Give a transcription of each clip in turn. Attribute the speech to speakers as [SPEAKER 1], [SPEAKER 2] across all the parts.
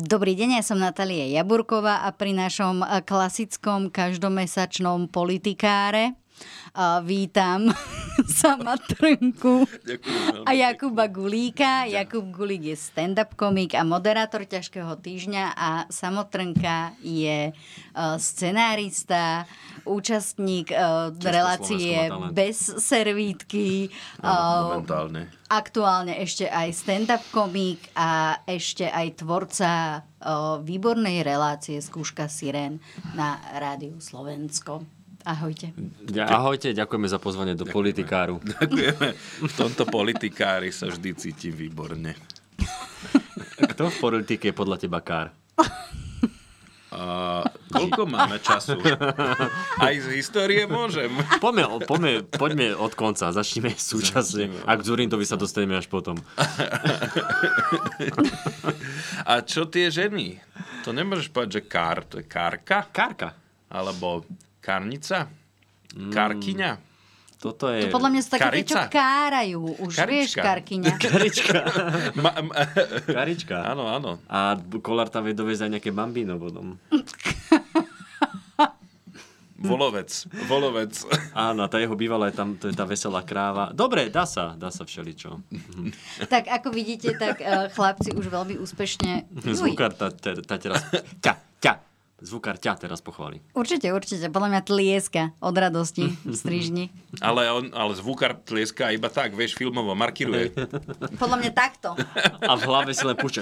[SPEAKER 1] Dobrý deň, ja som Natália Jaburková a pri našom eh, klasickom každomesačnom politikáre a vítam sama Trnku
[SPEAKER 2] Ďakujem.
[SPEAKER 1] a Jakuba Gulíka. Jakub Gulík je stand-up komik a moderátor ťažkého týždňa a Samotrnka je eh, scenárista, účastník eh, relácie
[SPEAKER 2] talent.
[SPEAKER 1] bez servítky, eh,
[SPEAKER 2] Momentálne.
[SPEAKER 1] aktuálne ešte aj stand-up komik a ešte aj tvorca eh, výbornej relácie Skúška Sirén na Rádiu Slovensko. Ahojte.
[SPEAKER 3] Ďa- Ahojte, ďakujeme za pozvanie do politikáru.
[SPEAKER 2] Ďakujeme. V tomto politikári sa vždy cítim výborne.
[SPEAKER 3] Kto v politike je podľa teba kár?
[SPEAKER 2] A koľko máme času? Aj z histórie môžem.
[SPEAKER 3] Poďme, poďme, poďme od konca, začneme súčasne. A k Zurintovi sa dostaneme až potom.
[SPEAKER 2] A čo tie ženy? To nemôžeš povedať, že kár, to je kárka?
[SPEAKER 3] Kárka.
[SPEAKER 2] Alebo karnica? Karkyňa?
[SPEAKER 3] Toto je...
[SPEAKER 1] Podľa mňa sú také, tie, čo
[SPEAKER 2] Karica.
[SPEAKER 1] kárajú. Už
[SPEAKER 2] Karička.
[SPEAKER 1] vieš, Karkyňa.
[SPEAKER 3] Karička.
[SPEAKER 2] Ma, ma,
[SPEAKER 3] Karička.
[SPEAKER 2] áno, áno.
[SPEAKER 3] A kolár tam vie dovieť aj nejaké bambino potom.
[SPEAKER 2] Volovec. Volovec.
[SPEAKER 3] Áno, a tá jeho bývalá je tam, to je tá veselá kráva. Dobre, dá sa, dá sa všeličo.
[SPEAKER 1] Tak ako vidíte, tak eh, chlapci už veľmi úspešne... Juj,
[SPEAKER 3] Zvukár tá, tá, tá teraz... Ťa, ťa. Zvukár ťa teraz pochváli.
[SPEAKER 1] určite, určite. Podľa mňa tlieska od radosti v strižni.
[SPEAKER 2] Ale, on, ale zvukár tlieska iba tak, vieš, filmovo markiruje.
[SPEAKER 1] Podľa mňa takto.
[SPEAKER 3] A v hlave si len púšťa.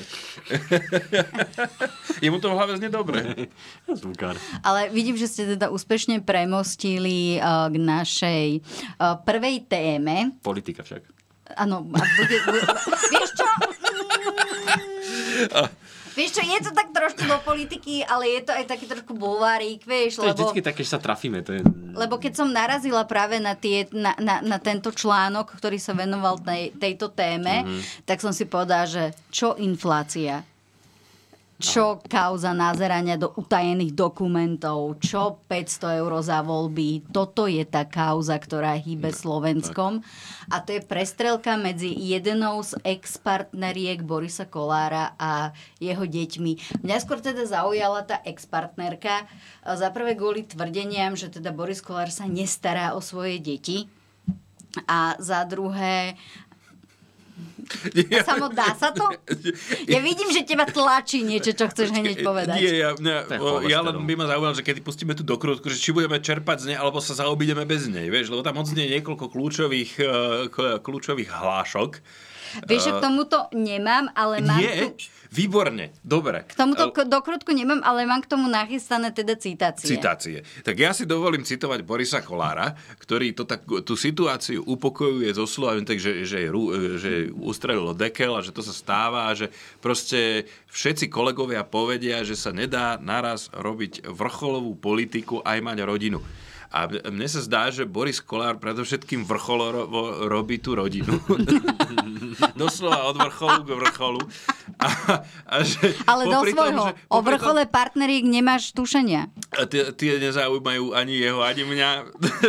[SPEAKER 2] Je mu to v hlave znie dobre.
[SPEAKER 3] Zvukár.
[SPEAKER 1] Ale vidím, že ste teda úspešne premostili eh, k našej eh, prvej téme.
[SPEAKER 3] Politika však.
[SPEAKER 1] Áno, a bude, bude, vieš čo? Mm. Vieš čo, je to tak trošku do politiky, ale je to aj taký trošku bulvárik, vieš,
[SPEAKER 3] To je
[SPEAKER 1] lebo...
[SPEAKER 3] vždycky také, že sa trafíme. To je...
[SPEAKER 1] Lebo keď som narazila práve na, tie, na, na, na tento článok, ktorý sa venoval tej, tejto téme, mm-hmm. tak som si povedala, že čo inflácia? Čo kauza nazerania do utajených dokumentov? Čo 500 eur za voľby? Toto je tá kauza, ktorá hýbe Slovenskom. A to je prestrelka medzi jednou z ex-partneriek Borisa Kolára a jeho deťmi. Mňa skôr teda zaujala tá ex-partnerka. e, Za prvé kvôli tvrdeniam, že teda Boris Kolár sa nestará o svoje deti. A za druhé... A samo dá sa to? Ja vidím, že teba tlačí niečo, čo chceš hneď povedať.
[SPEAKER 2] Nie, ja, mňa,
[SPEAKER 3] To je
[SPEAKER 2] o, ja len
[SPEAKER 3] cholesterol.
[SPEAKER 2] by ma zaujímalo, že keď pustíme tú dokrutku, že či budeme čerpať z nej, alebo sa zaobídeme bez nej, vieš, lebo tam odznie niekoľko kľúčových, eh, k- kľúčových hlášok.
[SPEAKER 1] Vieš,
[SPEAKER 2] Eh,
[SPEAKER 1] že k tomuto nemám, ale mám
[SPEAKER 2] Je?
[SPEAKER 1] tu...
[SPEAKER 2] Výborne, dobre. Eh,
[SPEAKER 1] K tomuto k- dokrutku nemám, ale mám k tomu nachystané teda citácie.
[SPEAKER 2] citácie. Tak ja si dovolím citovať Borisa Kolára, ktorý to tak, tú situáciu upokojuje zo slova, tak, že, že, jej rú- že jej ustrelilo dekel a že to sa stáva a že proste všetci kolegovia povedia, že sa nedá naraz robiť vrcholovú politiku aj mať rodinu. A mne sa zdá, že Boris Kolár predovšetkým vrcholovo robí tú rodinu. Doslova od vrcholu k vrcholu. A, a že
[SPEAKER 1] Ale do
[SPEAKER 2] popri tom,
[SPEAKER 1] svojho.
[SPEAKER 2] že- popri
[SPEAKER 1] O
[SPEAKER 2] tom-
[SPEAKER 1] vrchole partneriek nemáš tušenia.
[SPEAKER 2] a tie, tie nezaujímajú ani jeho, ani mňa.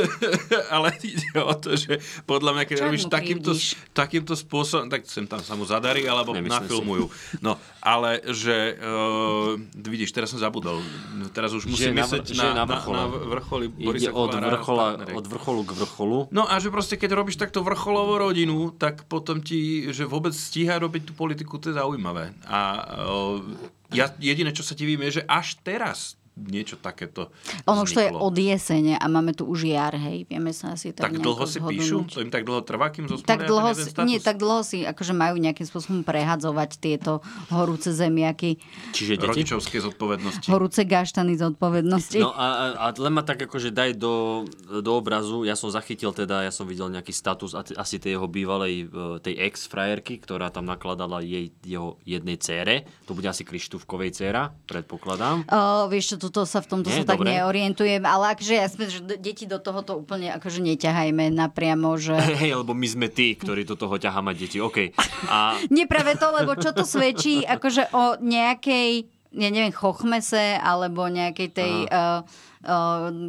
[SPEAKER 2] Ale ide o to, že podľa mňa, keď
[SPEAKER 1] Čo mu
[SPEAKER 2] robíš takýmto,
[SPEAKER 1] krivdíš?
[SPEAKER 2] takýmto spôsobom, tak sem tam sa mu zadarí, alebo
[SPEAKER 3] Nemyslím
[SPEAKER 2] nafilmujú. No, ale že... Uh, vidíš, teraz som zabudol. Teraz už musím
[SPEAKER 3] na vr-
[SPEAKER 2] myslieť
[SPEAKER 3] že
[SPEAKER 2] na,
[SPEAKER 3] je
[SPEAKER 2] na,
[SPEAKER 3] na
[SPEAKER 2] na,
[SPEAKER 3] vrchole.
[SPEAKER 2] vrcholi
[SPEAKER 3] Ide
[SPEAKER 2] Borisa
[SPEAKER 3] od,
[SPEAKER 2] Kolára a
[SPEAKER 3] vrchola,
[SPEAKER 2] partnerek.
[SPEAKER 3] od vrcholu k vrcholu.
[SPEAKER 2] No a že proste, keď robíš takto vrcholovú rodinu, tak potom ti, že vôbec stíha robiť tú politiku, to je zaujímavé. A e, ja, jediné, čo sa ti vím, je, že až teraz niečo takéto
[SPEAKER 1] Ono už to je
[SPEAKER 2] vzniklo.
[SPEAKER 1] od jesene a máme tu už jar, hej. Vieme sa asi tak
[SPEAKER 2] Tak dlho
[SPEAKER 1] nejako
[SPEAKER 2] si
[SPEAKER 1] zhodnúť.
[SPEAKER 2] píšu? To im tak dlho trvá, kým zospoňujú
[SPEAKER 1] Tak dlho,
[SPEAKER 2] ten
[SPEAKER 1] si,
[SPEAKER 2] jeden status?
[SPEAKER 1] nie, tak dlho si akože majú nejakým spôsobom prehadzovať tieto horúce zemiaky,
[SPEAKER 3] Čiže deti.
[SPEAKER 2] Rodičovské zodpovednosti.
[SPEAKER 1] horúce gaštany z odpovednosti.
[SPEAKER 3] No a, a, a len ma tak akože daj do, do obrazu, ja som zachytil teda, ja som videl nejaký status a- asi tej jeho bývalej, e, tej ex-frajerky, ktorá tam nakladala jej, jeho jednej cére, to bude asi Krištúfkovej céra, predpokladám.
[SPEAKER 1] O, vieš čo, toto sa v tomto
[SPEAKER 3] Nie,
[SPEAKER 1] sa tak
[SPEAKER 3] dobre.
[SPEAKER 1] neorientujem, ale akože ja sme, že d- deti do tohoto úplne akože neťahajme napriamo, že...
[SPEAKER 3] Hej, lebo my sme tí, ktorí do toho ťaháme deti, OK. A
[SPEAKER 1] Nie práve to, lebo čo to svedčí akože o nejakej ja neviem, chochmese alebo nejakej tej uh, uh,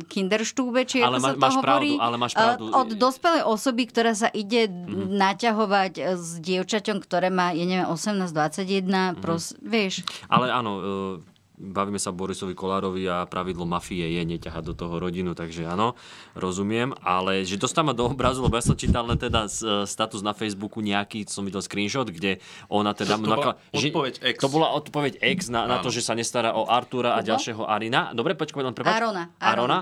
[SPEAKER 1] kinderštúbe, či
[SPEAKER 3] Ale
[SPEAKER 1] ako sa
[SPEAKER 3] ma-
[SPEAKER 1] to
[SPEAKER 3] máš
[SPEAKER 1] hovorí.
[SPEAKER 3] pravdu, ale máš
[SPEAKER 1] Eh,
[SPEAKER 3] pravdu. Mhm.
[SPEAKER 1] od dospelej osoby, ktorá sa ide mm-hmm. naťahovať eh, s dievčaťom, ktoré má, ja neviem, 18-21,
[SPEAKER 3] Mhm.
[SPEAKER 1] mm-hmm. pros, vieš.
[SPEAKER 3] Ale áno, e, bavíme sa Borisovi Kolárovi a pravidlo mafie je neťahať do toho rodinu, takže áno, rozumiem, ale že dostáva do obrazu, lebo ja som čítal len teda s- e, status na Facebooku nejaký, som videl screenshot, kde ona teda...
[SPEAKER 2] To- to bola
[SPEAKER 3] nakla- že-
[SPEAKER 2] odpoveď ex.
[SPEAKER 3] To bola odpoveď ex na, na to, že sa nestará o Artura a
[SPEAKER 1] Kubo?
[SPEAKER 3] ďalšieho Arina. Dobre, počkaj, len prepáč.
[SPEAKER 1] Arona,
[SPEAKER 3] Arona.
[SPEAKER 1] Arona.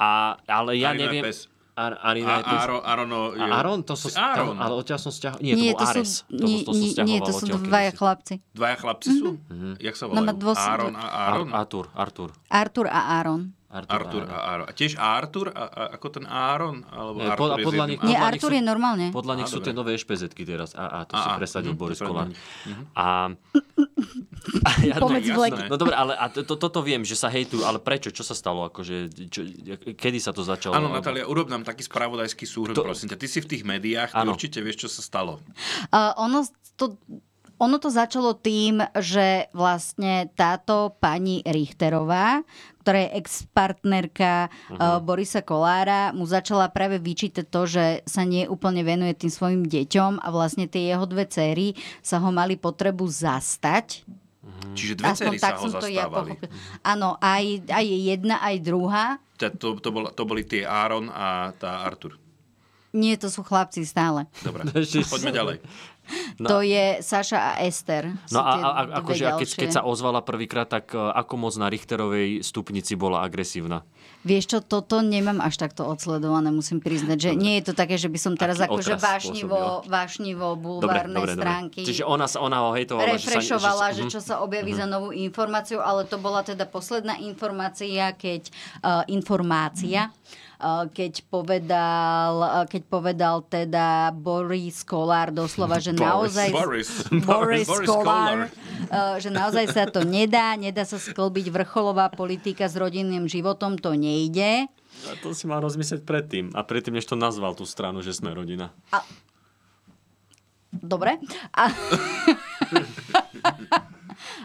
[SPEAKER 3] A, ale ja
[SPEAKER 2] Arina je
[SPEAKER 3] neviem...
[SPEAKER 2] pes.
[SPEAKER 3] Ar, Arina je
[SPEAKER 2] A,
[SPEAKER 3] pes.
[SPEAKER 2] Aro, Arono,
[SPEAKER 3] A Aron, to som...
[SPEAKER 2] Aron.
[SPEAKER 3] Tam, ale odtiaľ som stiahol... Nie, to bol Ares. to,
[SPEAKER 1] nie,
[SPEAKER 3] to som
[SPEAKER 1] nie, nie, to
[SPEAKER 3] stiahoval
[SPEAKER 1] sú
[SPEAKER 3] odtiaľ
[SPEAKER 1] dvaja
[SPEAKER 3] kedysi.
[SPEAKER 1] chlapci.
[SPEAKER 2] Dvaja chlapci sú? Jak sa volajú?
[SPEAKER 1] No, má dvos-
[SPEAKER 2] Aron Mhm. a Aron?
[SPEAKER 3] Artur, Artur.
[SPEAKER 1] Artur a Áron.
[SPEAKER 3] Artur,
[SPEAKER 2] Artur a Aron. A tiež Artur, a, a, ako ten Aron? Alebo
[SPEAKER 3] Eh,
[SPEAKER 2] Artur
[SPEAKER 3] pod- a
[SPEAKER 2] je
[SPEAKER 3] podľa
[SPEAKER 2] s jedným
[SPEAKER 3] nich-
[SPEAKER 2] A.
[SPEAKER 1] Nie,
[SPEAKER 3] Podľa nich
[SPEAKER 1] Artur
[SPEAKER 3] sú-
[SPEAKER 1] je normálne.
[SPEAKER 3] Podľa nich
[SPEAKER 2] Á,
[SPEAKER 3] sú tie
[SPEAKER 2] dobre.
[SPEAKER 3] nové ešpezetky teraz. A, a to
[SPEAKER 2] Á,
[SPEAKER 3] si
[SPEAKER 2] á,
[SPEAKER 3] presadil
[SPEAKER 2] mhm,
[SPEAKER 3] Boris
[SPEAKER 2] to
[SPEAKER 3] Kolár.
[SPEAKER 2] pravda.
[SPEAKER 3] A... a ja to-
[SPEAKER 1] Pomedzi
[SPEAKER 2] jasné.
[SPEAKER 1] vleky.
[SPEAKER 3] No dobre, ale a to, to, toto viem, že sa hejtujú, ale prečo? Čo sa stalo? Akože, čo, kedy sa to začalo?
[SPEAKER 2] Áno,
[SPEAKER 3] Alebo-
[SPEAKER 2] Natália, urob nám taký spravodajský súhrn,
[SPEAKER 3] To-
[SPEAKER 2] prosím ťa. Ty si v tých médiách, ty
[SPEAKER 3] Áno.
[SPEAKER 2] určite vieš, čo sa stalo.
[SPEAKER 1] Uh, ono, to, ono to začalo tým, že vlastne táto pani Richterová, ktorá je ex-partnerka
[SPEAKER 3] Mhm.
[SPEAKER 1] uh, Borisa Kolára, mu začala práve vyčítať to, že sa nie úplne venuje tým svojim deťom a vlastne tie jeho dve céry sa ho mali potrebu zastať.
[SPEAKER 3] Mm.
[SPEAKER 2] Čiže dve
[SPEAKER 1] Aspoň
[SPEAKER 2] cery sa
[SPEAKER 1] tak
[SPEAKER 2] ho
[SPEAKER 1] som to ja
[SPEAKER 2] zastávali.
[SPEAKER 1] pochopila. Áno, aj, aj jedna, aj druhá.
[SPEAKER 2] Ťa- to, to, bol, to boli tie Aron a tá Artur.
[SPEAKER 1] Nie, to sú chlapci stále.
[SPEAKER 2] Dobre,
[SPEAKER 3] Ešte-
[SPEAKER 2] poďme ďalej.
[SPEAKER 3] No.
[SPEAKER 1] No. To je Saša a Ester. sú
[SPEAKER 3] No a, a,
[SPEAKER 1] tie
[SPEAKER 3] a,
[SPEAKER 1] dve
[SPEAKER 3] akože, a keď,
[SPEAKER 1] ďalšie.
[SPEAKER 3] keď sa ozvala prvýkrát, tak e, ako moc na Richterovej stupnici bola agresívna?
[SPEAKER 1] Vieš čo, toto nemám až takto odsledované, musím priznať, že nie je to také, že by som teraz
[SPEAKER 3] Aký
[SPEAKER 1] akože
[SPEAKER 3] otras
[SPEAKER 1] vášnivo, vášnivo bulvárne stránky
[SPEAKER 3] Čiže ona, sa, ona ho hejtovala. že sa-
[SPEAKER 1] refrešovala, že,
[SPEAKER 3] mhm.
[SPEAKER 1] čo sa objaví za novú informáciu, ale to bola teda posledná informácia, keď uh, informácia, uh, keď povedal, uh, keď povedal teda Boris Kolár doslova, že
[SPEAKER 3] Boris.
[SPEAKER 1] naozaj
[SPEAKER 2] Boris.
[SPEAKER 1] Boris,
[SPEAKER 2] Boris Kollár.
[SPEAKER 1] Kolár, uh, že naozaj sa to nedá, nedá sa sklbiť vrcholová politika s rodinným životom, to nejde.
[SPEAKER 3] A to si mal rozmyslieť predtým. A predtým, než to nazval tú stranu, že sme rodina.
[SPEAKER 1] Dobre. A...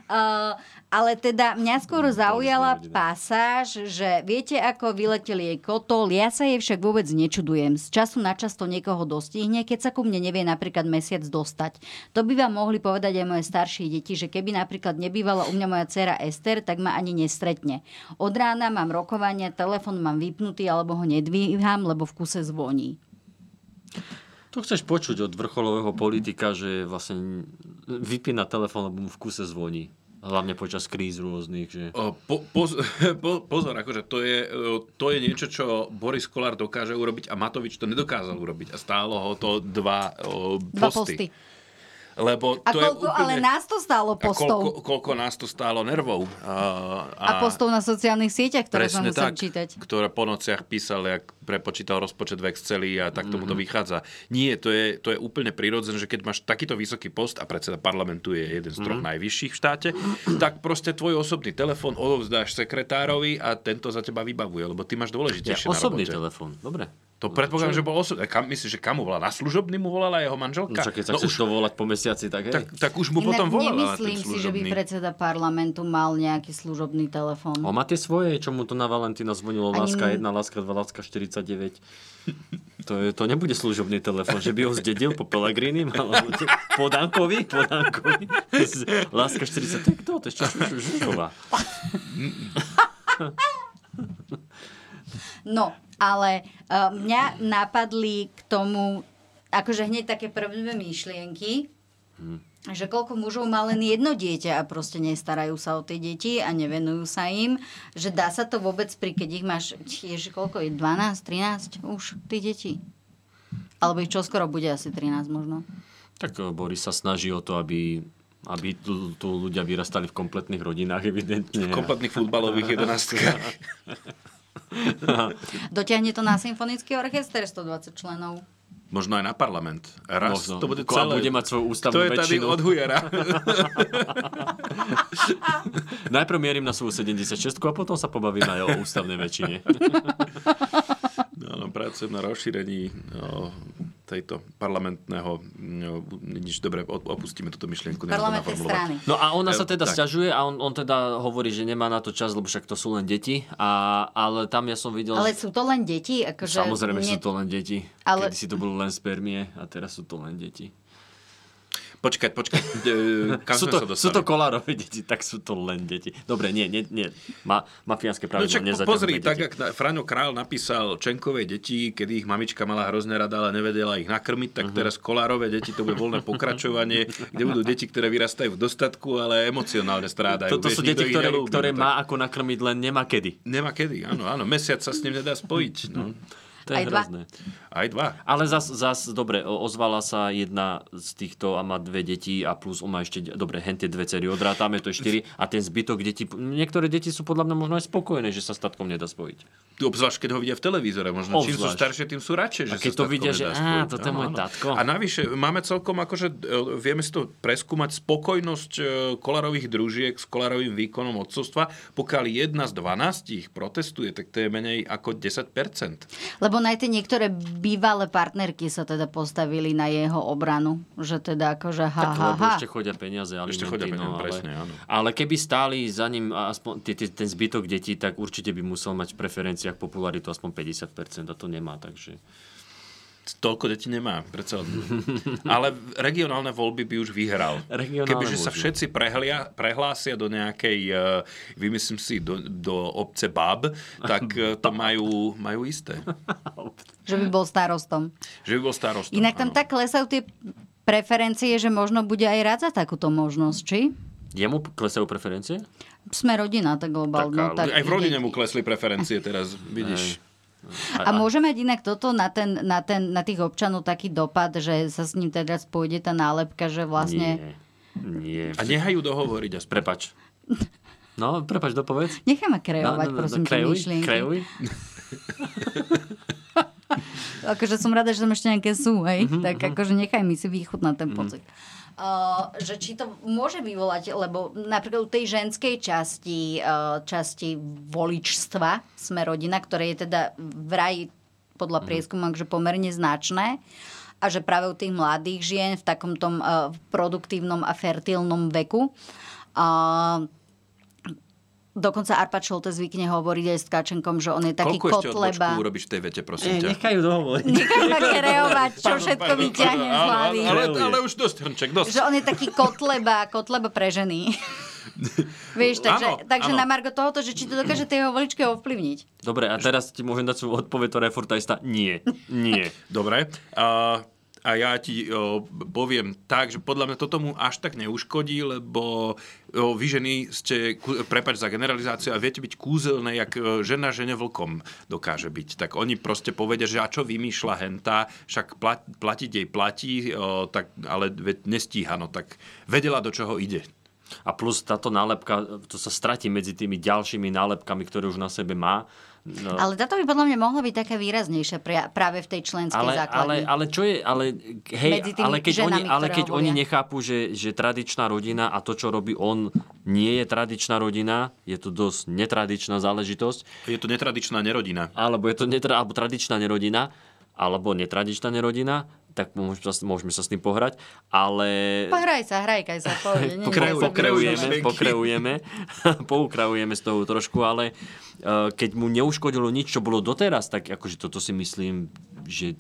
[SPEAKER 1] Uh, ale teda mňa skôr zaujala
[SPEAKER 3] rodina.
[SPEAKER 1] pasáž, že viete, ako vyletel jej kotol, ja sa jej však vôbec nečudujem. Z času na čas to niekoho dostihne, keď sa ku mne nevie napríklad mesiac dostať. To by vám mohli povedať aj moje staršie deti, že keby napríklad nebývala u mňa moja dcera Ester, tak ma ani nestretne. Od rána mám rokovania, telefon mám vypnutý alebo ho nedvíham, lebo v kuse zvoní.
[SPEAKER 3] To chceš počuť od vrcholového politika, že vlastne vypína telefón, lebo mu v kuse zvoní. Hlavne počas kríz rôznych. Že...
[SPEAKER 2] O, Po, poz, po, pozor, akože to je, o, to je niečo, čo Boris Kolár dokáže urobiť a Matovič to nedokázal urobiť. A stálo ho to dva, o,
[SPEAKER 1] Dva
[SPEAKER 2] posty.
[SPEAKER 1] posty.
[SPEAKER 2] Lebo
[SPEAKER 1] A
[SPEAKER 2] to je
[SPEAKER 1] koľko,
[SPEAKER 2] úplne...
[SPEAKER 1] ale nás to stálo
[SPEAKER 2] a
[SPEAKER 1] postov.
[SPEAKER 2] koľko, koľko nás to stálo nervov. A, a,
[SPEAKER 1] A postov na sociálnych sieťach, ktoré som
[SPEAKER 2] Presne
[SPEAKER 1] musel
[SPEAKER 2] tak,
[SPEAKER 1] čítať.
[SPEAKER 2] ktoré po nociach písal, jak prepočítal rozpočet v Exceli a tak
[SPEAKER 1] Mhm.
[SPEAKER 2] tomu to vychádza. Nie, to je, to je úplne prirodzené, že keď máš takýto vysoký post a predseda parlamentu je jeden z troch
[SPEAKER 1] Mhm.
[SPEAKER 2] najvyšších v štáte, tak proste tvoj osobný telefón odovzdáš sekretárovi a tento za teba vybavuje, lebo ty máš
[SPEAKER 3] Ja,
[SPEAKER 2] dôležitejšie
[SPEAKER 3] osobný
[SPEAKER 2] na robote.
[SPEAKER 3] telefón, dobre.
[SPEAKER 2] To predpokladám, že bol osobný. Kam, myslíš, že kam mu volala? Na služobný mu volala jeho manželka?
[SPEAKER 3] No, čo, keď sa
[SPEAKER 2] No
[SPEAKER 3] chceš
[SPEAKER 2] už,
[SPEAKER 3] dovolať po mesiaci, tak hej.
[SPEAKER 2] tak, tak už mu
[SPEAKER 1] Inak
[SPEAKER 2] potom volala na ten
[SPEAKER 1] nemyslím si, že by
[SPEAKER 2] služobný.
[SPEAKER 1] predseda parlamentu mal nejaký služobný telefón.
[SPEAKER 3] On má tie svoje, čo mu to na Valentína zvonilo
[SPEAKER 1] Ani
[SPEAKER 3] láska 1,
[SPEAKER 1] nie.
[SPEAKER 3] láska 2, láska 49. To, je, to nebude služobný telefón, že by ho zdedil po Pelegrini, alebo čo? po Dankovi, po Dankovi. Láska 40, to je kto? To je ešte Žu- Žužová.
[SPEAKER 1] No, ale uh, mňa napadli k tomu, akože hneď také prvé myšlienky,
[SPEAKER 2] Hm.
[SPEAKER 1] že koľko mužov má len jedno dieťa a proste nestarajú sa o tie deti a nevenujú sa im, že dá sa to vôbec pri, keď ich máš, ježi, koľko je, 12, 13 už, tí deti. Alebo ich čoskoro bude asi 13 možno.
[SPEAKER 3] Tak eh, Boris sa snaží o to, aby, aby tu, tu ľudia vyrastali v kompletných rodinách, evidentne.
[SPEAKER 2] V kompletných futbalových jedenástkach.
[SPEAKER 1] Dotiahne to na symfonický orchester 120 členov.
[SPEAKER 3] No.
[SPEAKER 2] Možno aj na parlament. Raz
[SPEAKER 3] Možno.
[SPEAKER 2] to bude
[SPEAKER 3] Ko- a
[SPEAKER 2] celé.
[SPEAKER 3] bude mať svoju ústavnú
[SPEAKER 2] Kto je tady
[SPEAKER 3] väčšinu.
[SPEAKER 2] od hujera?
[SPEAKER 3] Najprv mierim na svoju 76 a potom sa pobavíme aj o ústavnej väčšine.
[SPEAKER 2] no, Áno, pracujem na rozšírení no, tejto parlamentného, mm, nič dobre, od- opustíme túto myšlienku. neviem to
[SPEAKER 1] Parlamentnej
[SPEAKER 2] naformulovať.
[SPEAKER 1] strany.
[SPEAKER 3] No a ona sa
[SPEAKER 2] E,
[SPEAKER 3] teda
[SPEAKER 2] tak.
[SPEAKER 3] sťažuje a on, on teda hovorí, že nemá na to čas, lebo však to sú len deti. A, ale tam ja som videl...
[SPEAKER 1] Ale sú to len deti? Akože
[SPEAKER 3] Samozrejme
[SPEAKER 1] nie-
[SPEAKER 3] sú to len deti.
[SPEAKER 1] Ale-
[SPEAKER 3] Ale... Kedy si to bolo len spermie a teraz sú to len deti.
[SPEAKER 2] Počkať, počkať, e, kam
[SPEAKER 3] sú
[SPEAKER 2] sme
[SPEAKER 3] to,
[SPEAKER 2] sa
[SPEAKER 3] sú
[SPEAKER 2] dostali?
[SPEAKER 3] to kolárové deti, tak sú to len deti. Dobre, nie, nie, nie. Ma, mafiánske
[SPEAKER 2] No
[SPEAKER 3] pravidlo
[SPEAKER 2] čak,
[SPEAKER 3] no,
[SPEAKER 2] pozri, tak
[SPEAKER 3] deti.
[SPEAKER 2] ak na- Fraňo Král napísal Čenkovej deti, kedy ich mamička mala hrozne rada, ale nevedela ich nakrmiť,
[SPEAKER 3] Mhm.
[SPEAKER 2] tak teraz Kolárové deti, to bude voľné pokračovanie, kde budú deti, ktoré vyrastajú v dostatku, ale emocionálne strádajú.
[SPEAKER 3] Toto sú
[SPEAKER 2] Vieš, nikto
[SPEAKER 3] deti,
[SPEAKER 2] ich
[SPEAKER 3] ktoré,
[SPEAKER 2] nelúbi,
[SPEAKER 3] ktoré
[SPEAKER 2] no tak-
[SPEAKER 3] má ako nakrmiť, len nemá kedy.
[SPEAKER 2] Nemá kedy, áno, áno, mesiac sa s ním nedá spojiť. No.
[SPEAKER 3] To je
[SPEAKER 1] Aj dva.
[SPEAKER 3] hrozné.
[SPEAKER 2] Aj dva.
[SPEAKER 3] Ale zas, zas, dobre, o- ozvala sa jedna z týchto a má dve deti a plus on má ešte, de- dobre, hen tie dve cery odrátame, to je štyri a ten zbytok detí, niektoré deti sú podľa mňa možno aj spokojné, že sa statkom nedá spojiť.
[SPEAKER 2] Tu obzvlášť, keď ho vidia v televízore. Možno čím sú
[SPEAKER 3] Obzvlášť.
[SPEAKER 2] staršie, tým sú radšej. Že
[SPEAKER 3] A keď
[SPEAKER 2] sa
[SPEAKER 3] to
[SPEAKER 2] s tatkom
[SPEAKER 3] vidia, že
[SPEAKER 2] nedá
[SPEAKER 3] á,
[SPEAKER 2] spojiť.
[SPEAKER 3] toto je
[SPEAKER 2] Áno,
[SPEAKER 3] môj
[SPEAKER 2] áno.
[SPEAKER 3] tatko.
[SPEAKER 2] A navyše, máme celkom akože, e, vieme si to preskúmať, spokojnosť e, kolarových družiek s kolarovým výkonom odcovstva. Pokiaľ jedna z 12 ich protestuje, tak to je menej ako 10%.
[SPEAKER 1] Lebo aj tie niektoré bývalé partnerky sa teda postavili na jeho obranu. Že teda akože ha,
[SPEAKER 3] Tak,
[SPEAKER 1] ha,
[SPEAKER 3] lebo
[SPEAKER 1] ha.
[SPEAKER 3] ešte chodia peniaze, no, ale
[SPEAKER 2] Ešte chodia peniaze, presne, áno.
[SPEAKER 3] ale keby stáli za ním a aspoň tie- tie- ten zbytok detí, tak určite by musel mať v preferenciách popularitu aspoň 50% a to nemá, takže...
[SPEAKER 2] Toľko detí nemá, predsa len. Ale regionálne voľby by už vyhral.
[SPEAKER 3] Regionálne
[SPEAKER 2] Kebyže sa
[SPEAKER 3] voľby.
[SPEAKER 2] všetci prehlia, prehlásia do nejakej, eh, vymyslím si, do, do obce Bab, tak eh, to majú, majú isté.
[SPEAKER 1] Že by bol starostom.
[SPEAKER 2] Že by bol starostom.
[SPEAKER 1] Inak
[SPEAKER 2] áno.
[SPEAKER 1] tam tak klesajú tie preferencie, že možno bude aj rád za takúto možnosť, či?
[SPEAKER 3] Jemu klesajú preferencie?
[SPEAKER 1] Sme rodina, tak
[SPEAKER 3] Tak, ale
[SPEAKER 1] globálno. Tak,
[SPEAKER 2] Aj v rodine mu klesli preferencie teraz, vidíš.
[SPEAKER 1] A môže mať inak toto na, ten, na, ten, na tých občanov taký dopad, že sa s ním teda spôjde tá nálepka, že vlastne...
[SPEAKER 3] Nie.
[SPEAKER 2] A
[SPEAKER 3] nie.
[SPEAKER 2] nehajú dohovoriť aspoň.
[SPEAKER 3] Prepač. No, prepač, dopovedz.
[SPEAKER 1] Necháme krejovať, prosím,
[SPEAKER 3] No,
[SPEAKER 1] tie
[SPEAKER 3] krejuj,
[SPEAKER 1] myšlienky.
[SPEAKER 3] krejuj.
[SPEAKER 1] Akože som rada, že tam ešte nejaké sú, hej?
[SPEAKER 2] Mhm,
[SPEAKER 1] tak akože nechaj mi si vychutnať ten pocit. Uh, že či to môže vyvolať, lebo napríklad u tej ženskej časti, uh, časti voličstva sme rodina, ktoré je teda vraj
[SPEAKER 2] Mhm.
[SPEAKER 1] podľa prieskumov, že pomerne značné a že práve u tých mladých žien v takom tom uh, produktívnom a fertilnom veku uh, Dokonca Arpa Čolte zvykne hovoriť aj s Tkačenkom, že on je taký
[SPEAKER 2] Koľko ešte odbočku
[SPEAKER 1] kotleba.
[SPEAKER 2] urobíš v tej vete, prosím
[SPEAKER 3] Ej,
[SPEAKER 2] ťa?
[SPEAKER 3] nechaj ju dohovoriť.
[SPEAKER 1] Nechaj ma kreovať, čo všetko
[SPEAKER 2] Pardon,
[SPEAKER 1] mi ťahne z
[SPEAKER 2] áno, áno,
[SPEAKER 1] hlavy.
[SPEAKER 2] Ale, ale už dosť, Hrnček, dosť.
[SPEAKER 1] Že on je taký kotleba, kotleba pre ženy. Vieš, takže,
[SPEAKER 2] Áno,
[SPEAKER 1] takže
[SPEAKER 2] áno.
[SPEAKER 1] na Margo tohoto, že či to dokáže tej jeho voličke ovplyvniť.
[SPEAKER 3] Dobre, a teraz ti môžem dať svoju odpoveď, ktorá je furt tá istá. Nie, nie.
[SPEAKER 2] Dobre. A, a ja ti o, poviem tak, že podľa mňa to tomu až tak neuškodí, lebo o, vy ženy ste, ku- prepač za generalizáciu, a viete byť kúzelné, jak e, žena žene vlkom dokáže byť. Tak oni proste povedia, že a čo vymýšľa henta, však plat, platiť jej platí, o, tak, ale veď nestíha, no tak vedela, do čoho ide.
[SPEAKER 3] A plus táto nálepka, to sa stratí medzi tými ďalšími nálepkami, ktoré už na sebe má. No,
[SPEAKER 1] Ale táto by podľa mňa mohla byť taká výraznejšia pria, práve v tej členskej
[SPEAKER 3] ale, ale,
[SPEAKER 1] základni.
[SPEAKER 3] ale čo je, ale,
[SPEAKER 1] Medzi
[SPEAKER 3] hej,
[SPEAKER 1] tými
[SPEAKER 3] ale keď,
[SPEAKER 1] ženami,
[SPEAKER 3] oni, ale
[SPEAKER 1] ktoré
[SPEAKER 3] keď
[SPEAKER 1] hovoria.
[SPEAKER 3] oni nechápu, že, že tradičná rodina a to, čo robí on, nie je tradičná rodina, je to dosť netradičná záležitosť,
[SPEAKER 2] Je to netradičná nerodina.
[SPEAKER 3] alebo je to netra, alebo tradičná nerodina, alebo netradičná nerodina, tak môžeme sa, môžeme sa s tým pohrať, ale...
[SPEAKER 1] Pohraj sa, hrajkaj sa. Pohode, nie,
[SPEAKER 2] Pokrajuj,
[SPEAKER 1] nie,
[SPEAKER 2] pokrajujeme.
[SPEAKER 1] nie, nie.
[SPEAKER 3] pokreujeme, pokreujeme, poukrajujeme z toho trošku, ale eh, keď mu neuškodilo nič, čo bolo doteraz, tak akože toto si myslím, že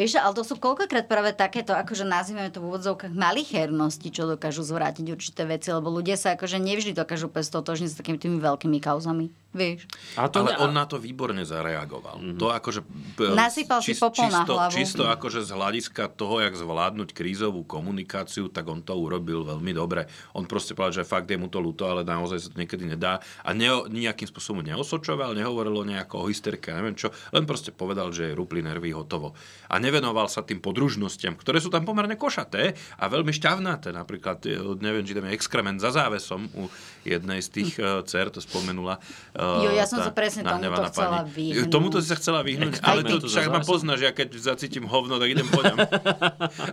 [SPEAKER 1] Vieš, ale to sú koľkokrát práve takéto, akože nazývame to v úvodzovkách malichernosti, čo dokážu zvrátiť určité veci, lebo ľudia sa akože nevždy dokážu úplne stotožniť s takými tými veľkými kauzami. Vieš?
[SPEAKER 3] a to
[SPEAKER 2] ale
[SPEAKER 3] ne-
[SPEAKER 2] on na to výborne zareagoval. Mm-hmm. To akože... p-
[SPEAKER 1] Nasypal si popol na
[SPEAKER 2] čisto,
[SPEAKER 1] hlavu.
[SPEAKER 2] Čisto akože z hľadiska toho, jak zvládnuť krízovú komunikáciu, tak on to urobil veľmi dobre. On proste povedal, že fakt je mu to ľúto, ale naozaj sa to niekedy nedá. A ne, nejakým spôsobom neosočoval, nehovoril o nejako o hysterke, a neviem čo. Len proste povedal, že je rupli nervy hotovo. A nevenoval sa tým podružnostiam, ktoré sú tam pomerne košaté a veľmi šťavnaté. Napríklad, e, neviem, či tam je exkrement za závesom u jednej z tých e, cer, to spomenula. e,
[SPEAKER 1] Jo, ja som
[SPEAKER 2] tá
[SPEAKER 1] sa presne tomuto
[SPEAKER 2] nahnevaná
[SPEAKER 1] chcela
[SPEAKER 2] pani.
[SPEAKER 1] vyhnúť.
[SPEAKER 2] Tomuto si sa chcela vyhnúť, ale to
[SPEAKER 3] Experimentu za
[SPEAKER 2] však ma
[SPEAKER 3] závesom.
[SPEAKER 2] poznáš, ja keď zacítim hovno, tak idem po ňom.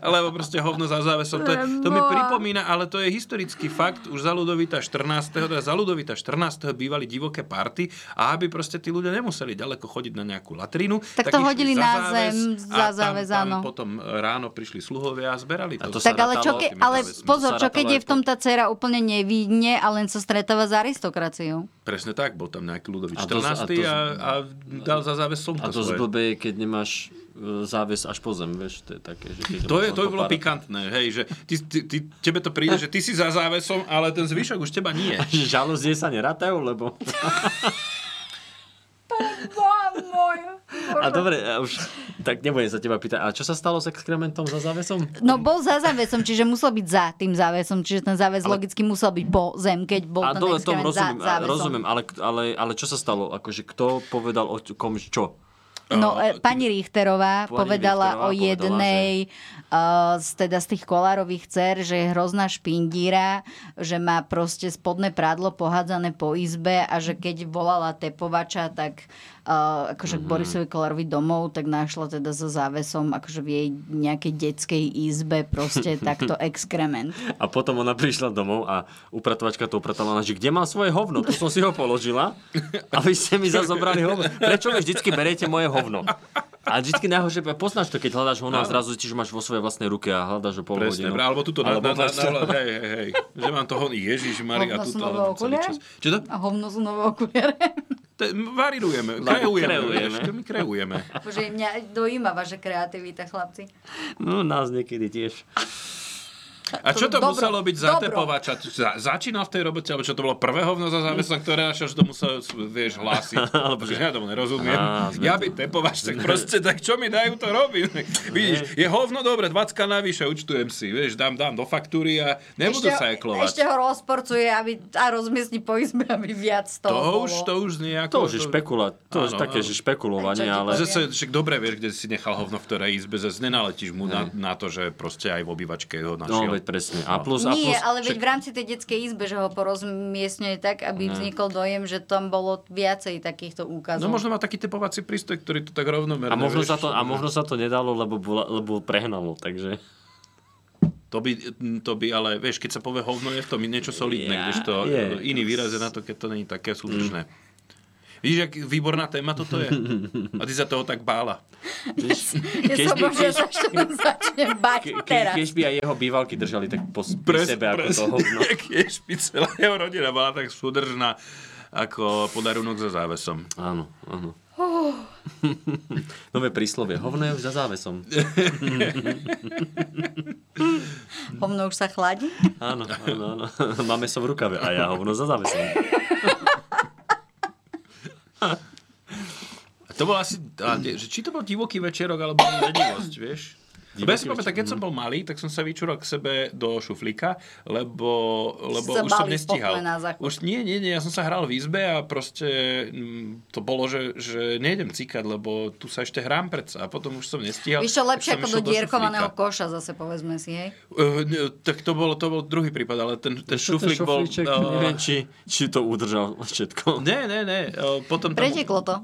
[SPEAKER 2] Lebo proste hovno za závesom. To, je, to mi
[SPEAKER 1] Boha.
[SPEAKER 2] pripomína, ale to je historický fakt, už za Ludovita 14. Teda za Ludovita 14. bývali divoké party a aby proste tí ľudia nemuseli ďaleko chodiť na nejakú latrinu,
[SPEAKER 1] Tak to
[SPEAKER 2] išli
[SPEAKER 1] hodili
[SPEAKER 2] za
[SPEAKER 1] na zem, za záväz,
[SPEAKER 2] a tam,
[SPEAKER 1] áno.
[SPEAKER 2] tam potom ráno prišli sluhovia a zberali
[SPEAKER 3] A
[SPEAKER 2] to.
[SPEAKER 3] to
[SPEAKER 1] Tak
[SPEAKER 3] sa
[SPEAKER 1] ale, čo
[SPEAKER 3] rátalo
[SPEAKER 1] ke,
[SPEAKER 3] tými
[SPEAKER 1] ale
[SPEAKER 3] záväzmi.
[SPEAKER 1] pozor,
[SPEAKER 3] To sa
[SPEAKER 1] čo keď
[SPEAKER 3] rátalo
[SPEAKER 1] je
[SPEAKER 3] aj
[SPEAKER 1] v tom
[SPEAKER 3] to.
[SPEAKER 1] tá dcera úplne nevidne a len sa stretáva s aristokraciou.
[SPEAKER 2] Presne tak, bol tam nejaký Ludovič
[SPEAKER 3] A to- a
[SPEAKER 2] 14. A,
[SPEAKER 3] to-
[SPEAKER 2] a, dal za záväz slnko
[SPEAKER 3] A to
[SPEAKER 2] svoje.
[SPEAKER 3] zblbé, keď nemáš e, záves až po zem, vieš, to je také, že keď
[SPEAKER 2] To,
[SPEAKER 3] nemáš
[SPEAKER 2] je, to
[SPEAKER 3] len
[SPEAKER 2] by bolo
[SPEAKER 3] pár-
[SPEAKER 2] pikantné, hej, že ty, ty, ty, tebe to príde, že ty si za závesom, ale ten zvyšok už teba nie.
[SPEAKER 3] Že žalúzie sa nerátajú, lebo... A dobre, a už, tak nebudem sa teba pýtať, a čo sa stalo s exkrementom za závesom?
[SPEAKER 1] No bol za závesom, čiže musel byť za tým závesom, čiže ten záves logicky musel byť po zem, keď bol
[SPEAKER 3] A
[SPEAKER 1] ten
[SPEAKER 3] dole tom
[SPEAKER 1] exkrement
[SPEAKER 3] rozumiem,
[SPEAKER 1] za závesom.
[SPEAKER 3] rozumiem ale, ale, ale čo sa stalo? Akože kto povedal o t- kom čo?
[SPEAKER 1] No, e, pani Richterová
[SPEAKER 3] Pani
[SPEAKER 1] povedala
[SPEAKER 3] Richterová
[SPEAKER 1] o
[SPEAKER 3] povedala,
[SPEAKER 1] jednej e, z, teda z tých kolárových cer, že je hrozná špindíra, že má proste spodné prádlo pohádzané po izbe a že keď volala tepovača, tak e, akože k Borisovi Kolárovi domov, tak našla teda so závesom akože v jej nejakej detskej izbe proste takto exkrement.
[SPEAKER 3] A potom ona prišla domov a upratovačka to upratala, ona, že kde mám svoje hovno? Tu som si ho položila a vy ste mi zase zobrali hovno. Prečo mi vždycky berete moje hovno? A vždycky najhoršie, poznáš to, keď hľadáš hovno a zrazu zistíš, že máš vo svojej vlastnej ruke a hľadáš ho pol hodinu.
[SPEAKER 2] Presne, bra, alebo túto na,
[SPEAKER 3] no. Alebo
[SPEAKER 2] na, na,
[SPEAKER 3] proste-
[SPEAKER 2] na, hej, hej, hej, že mám toho, Ježiš Maria,
[SPEAKER 1] Hovno sú
[SPEAKER 2] túto
[SPEAKER 1] nové
[SPEAKER 2] ale celý
[SPEAKER 1] okuliare?
[SPEAKER 2] čas. Čo to?
[SPEAKER 1] A hovno sú nové okuliare.
[SPEAKER 2] Te- Varirujeme,
[SPEAKER 3] kreujeme.
[SPEAKER 2] kreujeme, kreujeme. Vieš, to my kreujeme.
[SPEAKER 1] Bože, mňa dojíma vaša kreativita, chlapci.
[SPEAKER 3] No, nás niekedy tiež.
[SPEAKER 2] A čo to
[SPEAKER 1] Dobro,
[SPEAKER 2] muselo byť za
[SPEAKER 1] dobro.
[SPEAKER 2] tepovača? Za, začínal v tej robote, alebo čo to bolo prvé hovno za záväzok,
[SPEAKER 3] Mm.
[SPEAKER 2] ktoré až až to musel, vieš, hlásiť. Alebo že ja tomu nerozumiem.
[SPEAKER 3] Á, sme
[SPEAKER 2] ja by tepovač, tak proste, tak čo mi dajú, to robím. Vidíš, je hovno, dobre, 20 navyše, učtujem si, vieš, dám, dám do faktúry a nebudú
[SPEAKER 1] ho-
[SPEAKER 2] sa eklovať.
[SPEAKER 1] Ešte ho rozporcuje aby, a rozmiestni po izbe, aby viac
[SPEAKER 2] To
[SPEAKER 1] toho bolo.
[SPEAKER 2] už, to už znie ako...
[SPEAKER 3] To už je špekula, to je
[SPEAKER 2] Áno,
[SPEAKER 3] také,
[SPEAKER 2] áno.
[SPEAKER 3] že špekulovanie,
[SPEAKER 1] Čo ti
[SPEAKER 3] ale...
[SPEAKER 2] Že sa, však dobre vieš, kde si nechal hovno v ktorej izbe, zase nenaletíš mu na, na, to, že proste aj v obývačke ho
[SPEAKER 3] No,
[SPEAKER 2] našiel.
[SPEAKER 3] veď presne. A plus, a plus,
[SPEAKER 1] Nie, ale veď
[SPEAKER 2] však-
[SPEAKER 1] v rámci tej detskej izbe, že ho porozmiestňuje tak, aby vznikol dojem, že tam bolo viacej takýchto úkazov.
[SPEAKER 2] No možno má taký typovací prístroj, ktorý to tak rovnomerne...
[SPEAKER 3] a možno,
[SPEAKER 2] vieš,
[SPEAKER 3] sa to, a možno sa to nedalo, lebo, bola, lebo prehnalo, takže...
[SPEAKER 2] To by, mm, to by ale, vieš, keď sa povie hovno, je v tom niečo solidné,
[SPEAKER 3] Ja,
[SPEAKER 2] yeah, kdežto
[SPEAKER 3] je. Mm.
[SPEAKER 2] yeah. iný výraz je na to, keď to není také súdržné. Vidíš, jak výborná téma toto je? A ty sa toho tak bála.
[SPEAKER 1] ja
[SPEAKER 3] keď
[SPEAKER 1] som
[SPEAKER 3] by-
[SPEAKER 1] možno
[SPEAKER 3] keď-
[SPEAKER 1] sa ešte začnem bať
[SPEAKER 3] Ke, ke,
[SPEAKER 1] teraz.
[SPEAKER 3] keď by aj jeho bývalky držali tak po, pri sebe ako to hovno.
[SPEAKER 2] Jak ješ, by celá jeho rodina bola tak súdržná ako podarunok za závesom.
[SPEAKER 3] Áno, áno.
[SPEAKER 1] Oh.
[SPEAKER 3] Nové príslovie. Hovno je už za závesom.
[SPEAKER 1] Hovno už sa chladí.
[SPEAKER 3] Áno, áno, áno. Máme som v rukave a ja hovno za závesom.
[SPEAKER 2] A to bol asi, a, ne- že či to bol divoký večerok, alebo vedivosť, vieš? Lebo ja
[SPEAKER 3] Divoký
[SPEAKER 2] si
[SPEAKER 3] no.
[SPEAKER 2] pamätám, keď som bol malý, tak som sa vyčúral k sebe do šuflíka, lebo, lebo
[SPEAKER 1] Si
[SPEAKER 2] už
[SPEAKER 1] sa
[SPEAKER 2] som
[SPEAKER 1] bali
[SPEAKER 2] nestíhal.
[SPEAKER 1] spokojná za chod.
[SPEAKER 2] Už nie, nie, nie, ja som sa hral v izbe a proste mm, to bolo, že, že nejdem cikať, lebo tu sa ešte hrám predsa a potom už som nestíhal.
[SPEAKER 1] Víš čo,
[SPEAKER 2] tak
[SPEAKER 1] lepšie
[SPEAKER 2] som
[SPEAKER 1] ako
[SPEAKER 2] išiel
[SPEAKER 1] do dierkovaného
[SPEAKER 2] šuflíka.
[SPEAKER 1] koša zase povedzme si, hej.
[SPEAKER 2] Eh, ne, tak to bol, to bol druhý prípad, ale ten, ten šuflík bol... eh,
[SPEAKER 3] neviem, či, či to udržal všetko.
[SPEAKER 2] Ne, ne, ne. eh, Potom tam...
[SPEAKER 1] Preteklo to.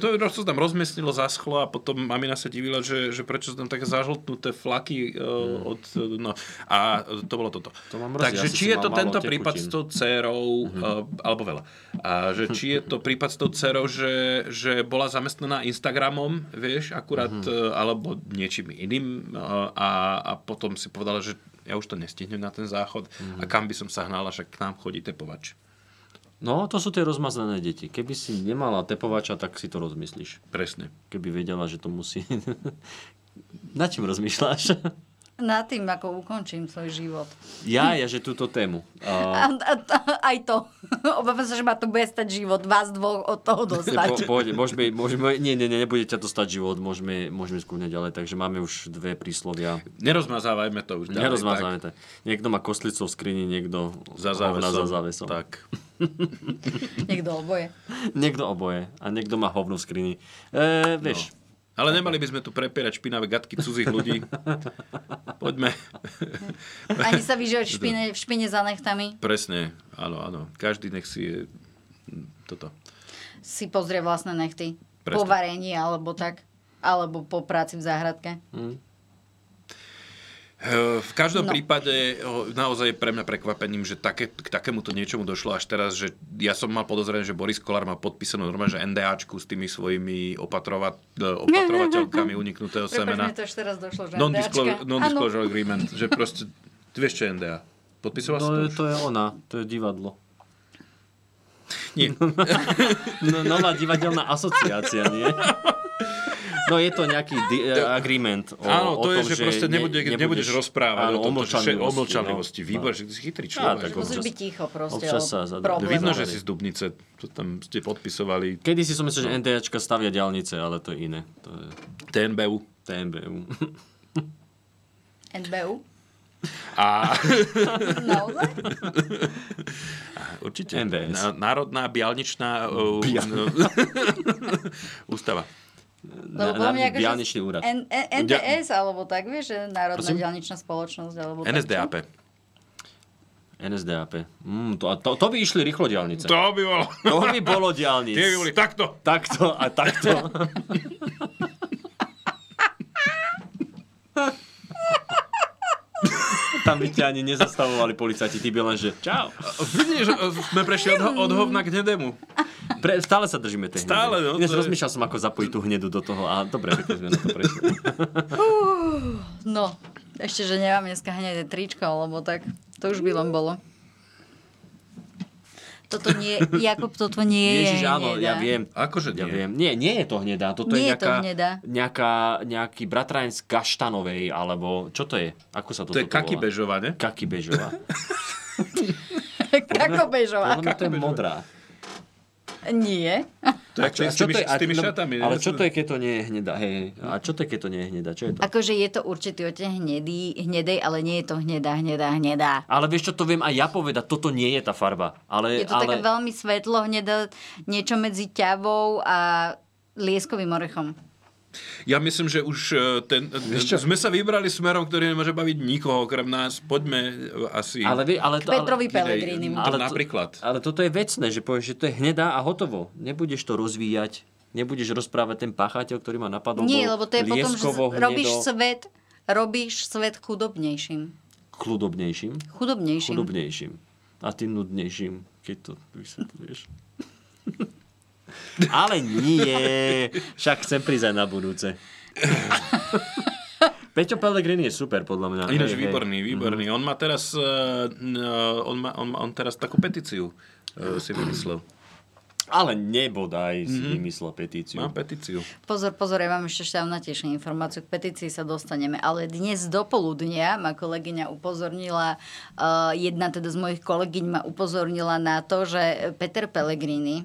[SPEAKER 2] E, to to sa tam rozmiestnilo, zaschlo a potom mamina sa divila, že, že prečo sú tam také zažltnuté flaky e, od... No, a to bolo toto.
[SPEAKER 3] Mm. To ma mrzí,
[SPEAKER 2] Takže
[SPEAKER 3] asi
[SPEAKER 2] či
[SPEAKER 3] som
[SPEAKER 2] je to
[SPEAKER 3] mal málo
[SPEAKER 2] tento
[SPEAKER 3] tekutín. Mhm.
[SPEAKER 2] prípad s tou dcerou, e, alebo veľa, a že či je to prípad s tou dcerou, že, že bola zamestnaná Instagramom, vieš, akurát,
[SPEAKER 3] Mhm.
[SPEAKER 2] e, alebo niečím iným e, a, a potom si povedala, že ja už to nestihnem na ten záchod a
[SPEAKER 3] Mhm.
[SPEAKER 2] kam by som sa hnala, však k nám chodí tepovač.
[SPEAKER 3] No, to sú tie rozmazané deti. Keby si nemala tepovača, tak si to rozmyslíš.
[SPEAKER 2] Presne.
[SPEAKER 3] Keby vedela, že to musí... Na čím rozmýšľaš?
[SPEAKER 1] Nad tým, ako ukončím svoj život.
[SPEAKER 3] Ja, ja, že túto tému. A-
[SPEAKER 1] A, a, a, aj to. Obávam sa, že ma to bude stať život. Vás dvoch od toho
[SPEAKER 3] Po,
[SPEAKER 1] dostať.
[SPEAKER 3] pohode, môžeme, môžeme, nie, nie, nie, nebude ťa to stať život, môžeme, môžeme skúňať ďalej, takže máme už dve príslovia.
[SPEAKER 2] Nerozmazávajme to už ďalej.
[SPEAKER 3] Nerozmazávame to. Niekto má kostlicov v skrini, niekto
[SPEAKER 2] Za
[SPEAKER 3] hovna
[SPEAKER 2] závesom.
[SPEAKER 3] za závesom.
[SPEAKER 2] Tak. no.
[SPEAKER 1] Niekto oboje.
[SPEAKER 3] Niekto oboje a niekto má hovno v skrini. E, vieš,
[SPEAKER 2] Ale nemali by sme tu prepierať špinavé gatky cudzích ľudí. Poďme.
[SPEAKER 1] Ani sa vyžívať v špine, v špine za nechtami.
[SPEAKER 2] Presne, áno, áno. Každý nech si je toto.
[SPEAKER 1] Si pozrie vlastné nechty.
[SPEAKER 2] Presne.
[SPEAKER 1] Po varení alebo tak. Alebo po práci v záhradke.
[SPEAKER 2] V každom
[SPEAKER 1] No.
[SPEAKER 2] prípade o, naozaj je pre mňa prekvapením, že také, k takémuto niečomu došlo až teraz, že ja som mal podozrenie, že Boris Kolár má podpísanú normálne, že NDAčku s tými svojimi opatrova, e, opatrovateľkami uniknutého
[SPEAKER 1] Prepač,
[SPEAKER 2] semena.
[SPEAKER 1] mne to až teraz došlo, že
[SPEAKER 2] Non-disclosure,
[SPEAKER 1] NDAčka.
[SPEAKER 2] non-disclosure agreement, že proste, ty vieš, čo je NDA? Podpisoval si
[SPEAKER 3] No,
[SPEAKER 2] to už?
[SPEAKER 3] to je ona, to je divadlo.
[SPEAKER 2] Nie.
[SPEAKER 3] No, nová divadelná asociácia, nie? No je to nejaký di- eh, agreement o,
[SPEAKER 2] Áno,
[SPEAKER 3] o
[SPEAKER 2] to
[SPEAKER 3] tom,
[SPEAKER 2] je, že proste nebude, nebudeš rozprávať
[SPEAKER 3] áno, No.
[SPEAKER 2] o tomto, že všet- o
[SPEAKER 3] mlčanlivosti,
[SPEAKER 2] mlčanlivosti. Výbor, že ty si chytrý človek.
[SPEAKER 3] tak
[SPEAKER 1] Áno, musíš
[SPEAKER 3] občas-
[SPEAKER 1] byť ticho proste.
[SPEAKER 3] občas
[SPEAKER 1] o
[SPEAKER 3] sa zadrž-
[SPEAKER 2] No,
[SPEAKER 1] problémoch.
[SPEAKER 2] Vidno, že
[SPEAKER 3] Dobre.
[SPEAKER 2] si z Dubnice, to tam ste podpisovali
[SPEAKER 3] Kedy si som myslel, že NDAčka stavia diálnice, ale to je iné. To je
[SPEAKER 2] TNBU.
[SPEAKER 3] TMBU.
[SPEAKER 1] NBU?
[SPEAKER 2] A
[SPEAKER 1] Naozaj?
[SPEAKER 2] určite
[SPEAKER 3] NBS.
[SPEAKER 2] Na- Národná bialničná uh, ústava.
[SPEAKER 1] Lebo
[SPEAKER 3] Na-
[SPEAKER 1] podľa mňa
[SPEAKER 3] Národný
[SPEAKER 1] akože
[SPEAKER 3] diaľničný úrad.
[SPEAKER 1] N- N- NDS, alebo tak, vieš, že Národná
[SPEAKER 2] Prosím?
[SPEAKER 1] diaľničná spoločnosť, alebo tak, čo?
[SPEAKER 2] NSDAP.
[SPEAKER 3] NSDAP. Mm, to, a to, to by išli rýchlo diálnice.
[SPEAKER 2] To by bolo...
[SPEAKER 3] To by bolo diálnic.
[SPEAKER 2] Tie by boli takto.
[SPEAKER 3] Takto a takto. Tam by ťa ani nezastavovali policajti, ty by len, že čau.
[SPEAKER 2] Vidíš, sme prešli od, od hovna k hnedému.
[SPEAKER 3] Pre, stále sa držíme tej
[SPEAKER 2] Stále, no,
[SPEAKER 3] hnedu.
[SPEAKER 2] to
[SPEAKER 3] Dnes
[SPEAKER 2] je-
[SPEAKER 3] rozmýšľal som, ako zapojiť tú hnedu do toho a dobre, pekne sme na to prešli.
[SPEAKER 1] No, ešte, že nemám dneska hneď tričko, alebo tak, to už by len bolo. Toto nie, Jakub, toto nie je
[SPEAKER 3] Ježiš, áno, ja
[SPEAKER 1] hnedá.
[SPEAKER 3] viem.
[SPEAKER 2] Akože
[SPEAKER 3] Ja
[SPEAKER 2] nie.
[SPEAKER 3] viem. Nie, nie je to hnedá. Toto
[SPEAKER 1] Nie
[SPEAKER 3] je
[SPEAKER 1] je to
[SPEAKER 3] nejaká,
[SPEAKER 1] hnedá.
[SPEAKER 3] nejaká, nejaký bratranec kaštanovej, alebo čo to je? Ako sa to
[SPEAKER 2] To je kaky bežová, ne?
[SPEAKER 3] Kaki bežová.
[SPEAKER 1] Kako bežová.
[SPEAKER 3] Podľa mňa to je modrá.
[SPEAKER 1] Nie.
[SPEAKER 2] To je čo, s tými, s tými šatami.
[SPEAKER 3] Ale čo to je, keď to nie je hnedá? Hej, hej. a čo to je, keď to nie je hnedá? Čo je to?
[SPEAKER 1] Akože je to určitý oteň hnedý, hnedej, ale nie je to hnedá, hnedá, hnedá.
[SPEAKER 3] Ale vieš čo, to viem aj ja povedať, toto nie je tá farba. Ale,
[SPEAKER 1] Je to
[SPEAKER 3] ale...
[SPEAKER 1] ale... také veľmi svetlo, hnedé, niečo medzi ťavou a lieskovým orechom.
[SPEAKER 2] Ja myslím, že už e, ten,
[SPEAKER 3] Vieš čo?
[SPEAKER 2] sme sa vybrali smerom, ktorý nemôže baviť nikoho okrem nás. Poďme e, asi...
[SPEAKER 3] ale, vie- ale, to, ale,
[SPEAKER 1] Petrovi Pellegrini.
[SPEAKER 2] Idej,
[SPEAKER 3] Ale
[SPEAKER 2] ale
[SPEAKER 3] to-
[SPEAKER 2] napríklad.
[SPEAKER 3] ale toto je vecné, že povieš, že to je hnedá a hotovo. Nebudeš to rozvíjať, nebudeš rozprávať ten páchateľ, ktorý ma napadol.
[SPEAKER 1] Nie,
[SPEAKER 3] bol
[SPEAKER 1] lebo to je potom, že
[SPEAKER 3] no, lieskovo,
[SPEAKER 1] z- robíš
[SPEAKER 3] hnedo,
[SPEAKER 1] svet, robíš svet chudobnejším.
[SPEAKER 3] Chudobnejším.
[SPEAKER 1] Chudobnejším.
[SPEAKER 3] Chudobnejším. A tým nudnejším, keď to vysvetľuješ. Ale nie, však chcem prísť aj na budúce. Peťo Pellegrini je super, podľa mňa.
[SPEAKER 2] Ináč
[SPEAKER 3] Hej, hej.
[SPEAKER 2] výborný,
[SPEAKER 1] Mhm.
[SPEAKER 2] výborný. On má teraz, uh, on, má, on, má, on teraz takú petíciu, uh, si vymyslel.
[SPEAKER 3] Ale nebodaj
[SPEAKER 2] Mhm.
[SPEAKER 3] si vymyslel petíciu.
[SPEAKER 2] Má petíciu.
[SPEAKER 1] Pozor, pozor, ja vám ešte šťavná tiež informáciu, k petícii sa dostaneme, ale dnes do poludnia ma kolegyňa upozornila, uh, jedna teda z mojich kolegyň ma upozornila na to, že Peter Pellegrini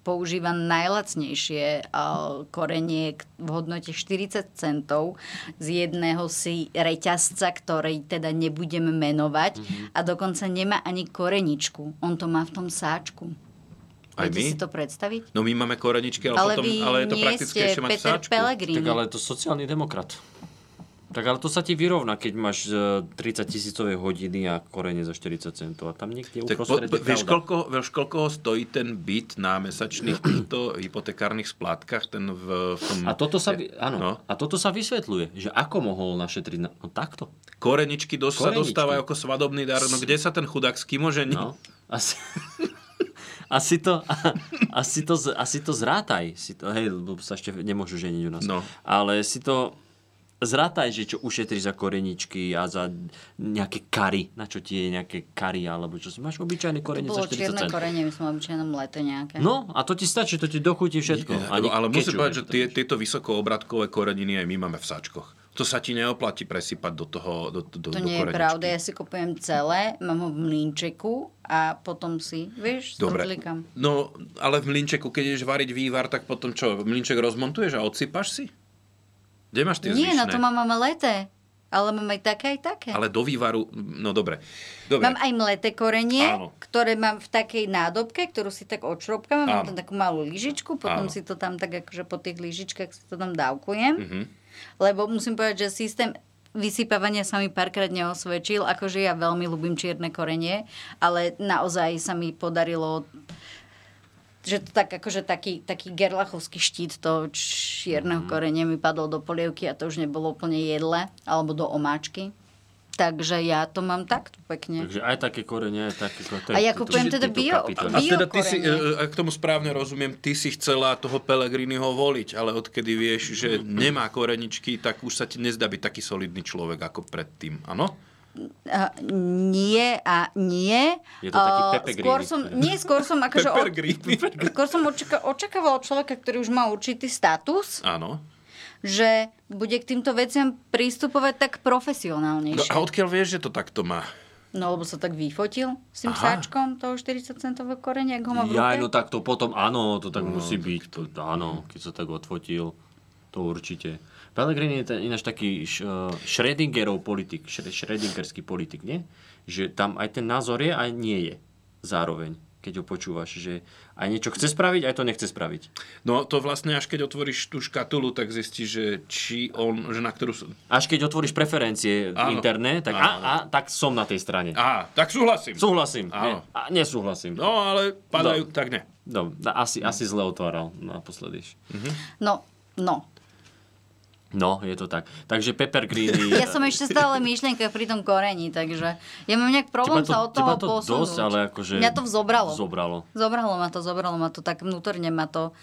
[SPEAKER 1] používa najlacnejšie uh, korenie k- v hodnote 40 centov z jedného si reťazca, ktorý teda nebudem menovať
[SPEAKER 2] Mhm.
[SPEAKER 1] a dokonca nemá ani koreničku. On to má v tom sáčku.
[SPEAKER 2] Aj
[SPEAKER 1] Viete si
[SPEAKER 2] my?
[SPEAKER 1] to predstaviť?
[SPEAKER 2] No my máme koreničky, ale,
[SPEAKER 1] Ale
[SPEAKER 2] potom,
[SPEAKER 1] vy
[SPEAKER 2] ale je to
[SPEAKER 1] nie
[SPEAKER 2] praktické,
[SPEAKER 1] ste
[SPEAKER 2] ešte mať
[SPEAKER 1] Peter
[SPEAKER 2] sáčku.
[SPEAKER 1] Pellegrini.
[SPEAKER 3] Tak ale to sociálny demokrat. Tak ale to sa ti vyrovná, keď máš e, 30 tisícové hodiny a korene za 40 centov. A tam niekde
[SPEAKER 2] Tak po,
[SPEAKER 3] uprostred
[SPEAKER 2] po,
[SPEAKER 3] je
[SPEAKER 2] vieš,
[SPEAKER 3] pravda.
[SPEAKER 2] koľko, vieš, koľko stojí ten byt na mesačných týchto hypotekárnych splátkach? Ten v, v tom...
[SPEAKER 3] A toto, sa, vy- áno,
[SPEAKER 2] Hm. No.
[SPEAKER 3] a toto sa vysvetľuje, že ako mohol našetriť... Na, no takto.
[SPEAKER 2] Koreničky, dos, sa
[SPEAKER 3] Koreničky.
[SPEAKER 2] dostávajú ako svadobný dar. No kde sa ten chudák s kým ožení?
[SPEAKER 3] No, asi... Asi to, asi, to, z- asi to zrátaj. Si to, hej, lebo sa ešte nemôžu ženiť u nás.
[SPEAKER 2] No.
[SPEAKER 3] Ale si to zrátaj, že čo ušetrí za koreničky a za nejaké kary. Na čo ti je nejaké kary, alebo čo si máš obyčajný
[SPEAKER 1] To
[SPEAKER 3] korene
[SPEAKER 1] bolo
[SPEAKER 3] za 40
[SPEAKER 1] čierne
[SPEAKER 3] cent.
[SPEAKER 1] korenie, my sme mali čiernom lete nejaké.
[SPEAKER 3] No, a to ti stačí, to ti dochutí všetko.
[SPEAKER 2] Ale, ale musím
[SPEAKER 3] kečup
[SPEAKER 2] povedať, že tie,
[SPEAKER 3] nepotrebuješ.
[SPEAKER 2] tieto vysokoobratkové koreniny aj my máme v sáčkoch. To sa ti neoplatí presypať do toho do, do,
[SPEAKER 1] To
[SPEAKER 2] do
[SPEAKER 1] nie je
[SPEAKER 2] koreničky.
[SPEAKER 1] pravda, ja si kupujem celé, mám ho v mlínčeku a potom si, vieš, strudlikam.
[SPEAKER 2] No, ale v mlinčeku, keď ideš variť vývar, tak potom čo? Mlinček rozmontuješ a odsypaš si? Kde máš tie
[SPEAKER 1] Nie,
[SPEAKER 2] zvyšné?
[SPEAKER 1] na to mám máme leté. Ale mám aj také, aj také.
[SPEAKER 2] Ale do vývaru, no dobre. dobre.
[SPEAKER 1] Mám aj mleté korenie,
[SPEAKER 2] Áno.
[SPEAKER 1] ktoré mám v takej nádobke, ktorú si tak odšrobkám, mám
[SPEAKER 2] Áno.
[SPEAKER 1] tam takú malú lyžičku, potom
[SPEAKER 2] Áno.
[SPEAKER 1] si to tam tak akože po tých lyžičkách si to tam dávkujem.
[SPEAKER 2] Mhm.
[SPEAKER 1] Lebo musím povedať, že systém vysypávania sa mi párkrát neosvedčil, akože ja veľmi ľúbim čierne korenie, ale naozaj sa mi podarilo že to tak akože taký, taký gerlachovský štít toho
[SPEAKER 2] Mhm.
[SPEAKER 1] čierneho korenia mi padol do polievky a to už nebolo úplne jedle, alebo do omáčky. takže ja to mám takto pekne.
[SPEAKER 3] Takže aj také korene, aj také korene.
[SPEAKER 1] A ja kupujem teda bio-
[SPEAKER 2] A teda ty si,
[SPEAKER 1] Biokorene.
[SPEAKER 2] e, ak tomu správne rozumiem, ty si chcela toho Pelegriniho voliť, ale odkedy vieš, že nemá koreničky, tak už sa ti nezdá byť taký solidný človek ako predtým, áno?
[SPEAKER 1] A nie a nie.
[SPEAKER 3] Je to taký
[SPEAKER 1] A
[SPEAKER 3] Pepe
[SPEAKER 1] skôr
[SPEAKER 3] Green.
[SPEAKER 1] som, nie, skôr som akože... o-
[SPEAKER 2] Pepergrini.
[SPEAKER 1] Skôr som očaka- očakávala človeka, ktorý už má určitý status,
[SPEAKER 2] Áno.
[SPEAKER 1] že bude k týmto veciam prístupovať tak
[SPEAKER 2] No,
[SPEAKER 1] profesionálnejšie.
[SPEAKER 2] a odkiaľ vieš, že to takto má?
[SPEAKER 1] No lebo sa tak vyfotil s tým
[SPEAKER 2] Aha.
[SPEAKER 1] sáčkom toho 40-centového korenia, ako ho má v
[SPEAKER 3] Ja,
[SPEAKER 1] ruke.
[SPEAKER 3] no tak to potom, áno, to tak
[SPEAKER 2] No,
[SPEAKER 3] musí byť. To, áno, keď sa tak odfotil, to určite. Pellegrini je ten ináč taký š, eh, Schrödingerov politik, šre, Schrödingerský politik, nie? Že tam aj ten názor je, aj nie je. Zároveň, keď ho počúvaš, že aj niečo chce spraviť, aj to nechce spraviť.
[SPEAKER 2] No to vlastne až keď otvoríš tú škatulu, tak zistíš, že či on, že na ktorú... s-
[SPEAKER 3] Až keď otvoríš preferencie
[SPEAKER 2] Áno.
[SPEAKER 3] interné, tak,
[SPEAKER 2] Áno.
[SPEAKER 3] a, a, tak som na tej strane.
[SPEAKER 2] Á, tak súhlasím.
[SPEAKER 3] Súhlasím.
[SPEAKER 2] Áno.
[SPEAKER 3] Nie? A nesúhlasím.
[SPEAKER 2] No ale padajú,
[SPEAKER 3] No.
[SPEAKER 2] tak ne.
[SPEAKER 3] No, asi, asi zle otváral naposledy.
[SPEAKER 1] No, no.
[SPEAKER 3] No, je to tak. Takže Peppergreeny...
[SPEAKER 1] Ja som ešte stále v myšlienkach pri tom korení, takže ja mám nejak
[SPEAKER 3] Teba
[SPEAKER 1] problém
[SPEAKER 3] to-
[SPEAKER 1] sa od toho
[SPEAKER 3] teba to
[SPEAKER 1] posunúť.
[SPEAKER 3] dosť, ale akože
[SPEAKER 1] Mňa to vzobralo.
[SPEAKER 3] zobralo.
[SPEAKER 1] Zobralo ma to, zobralo ma to, tak vnútorne ma to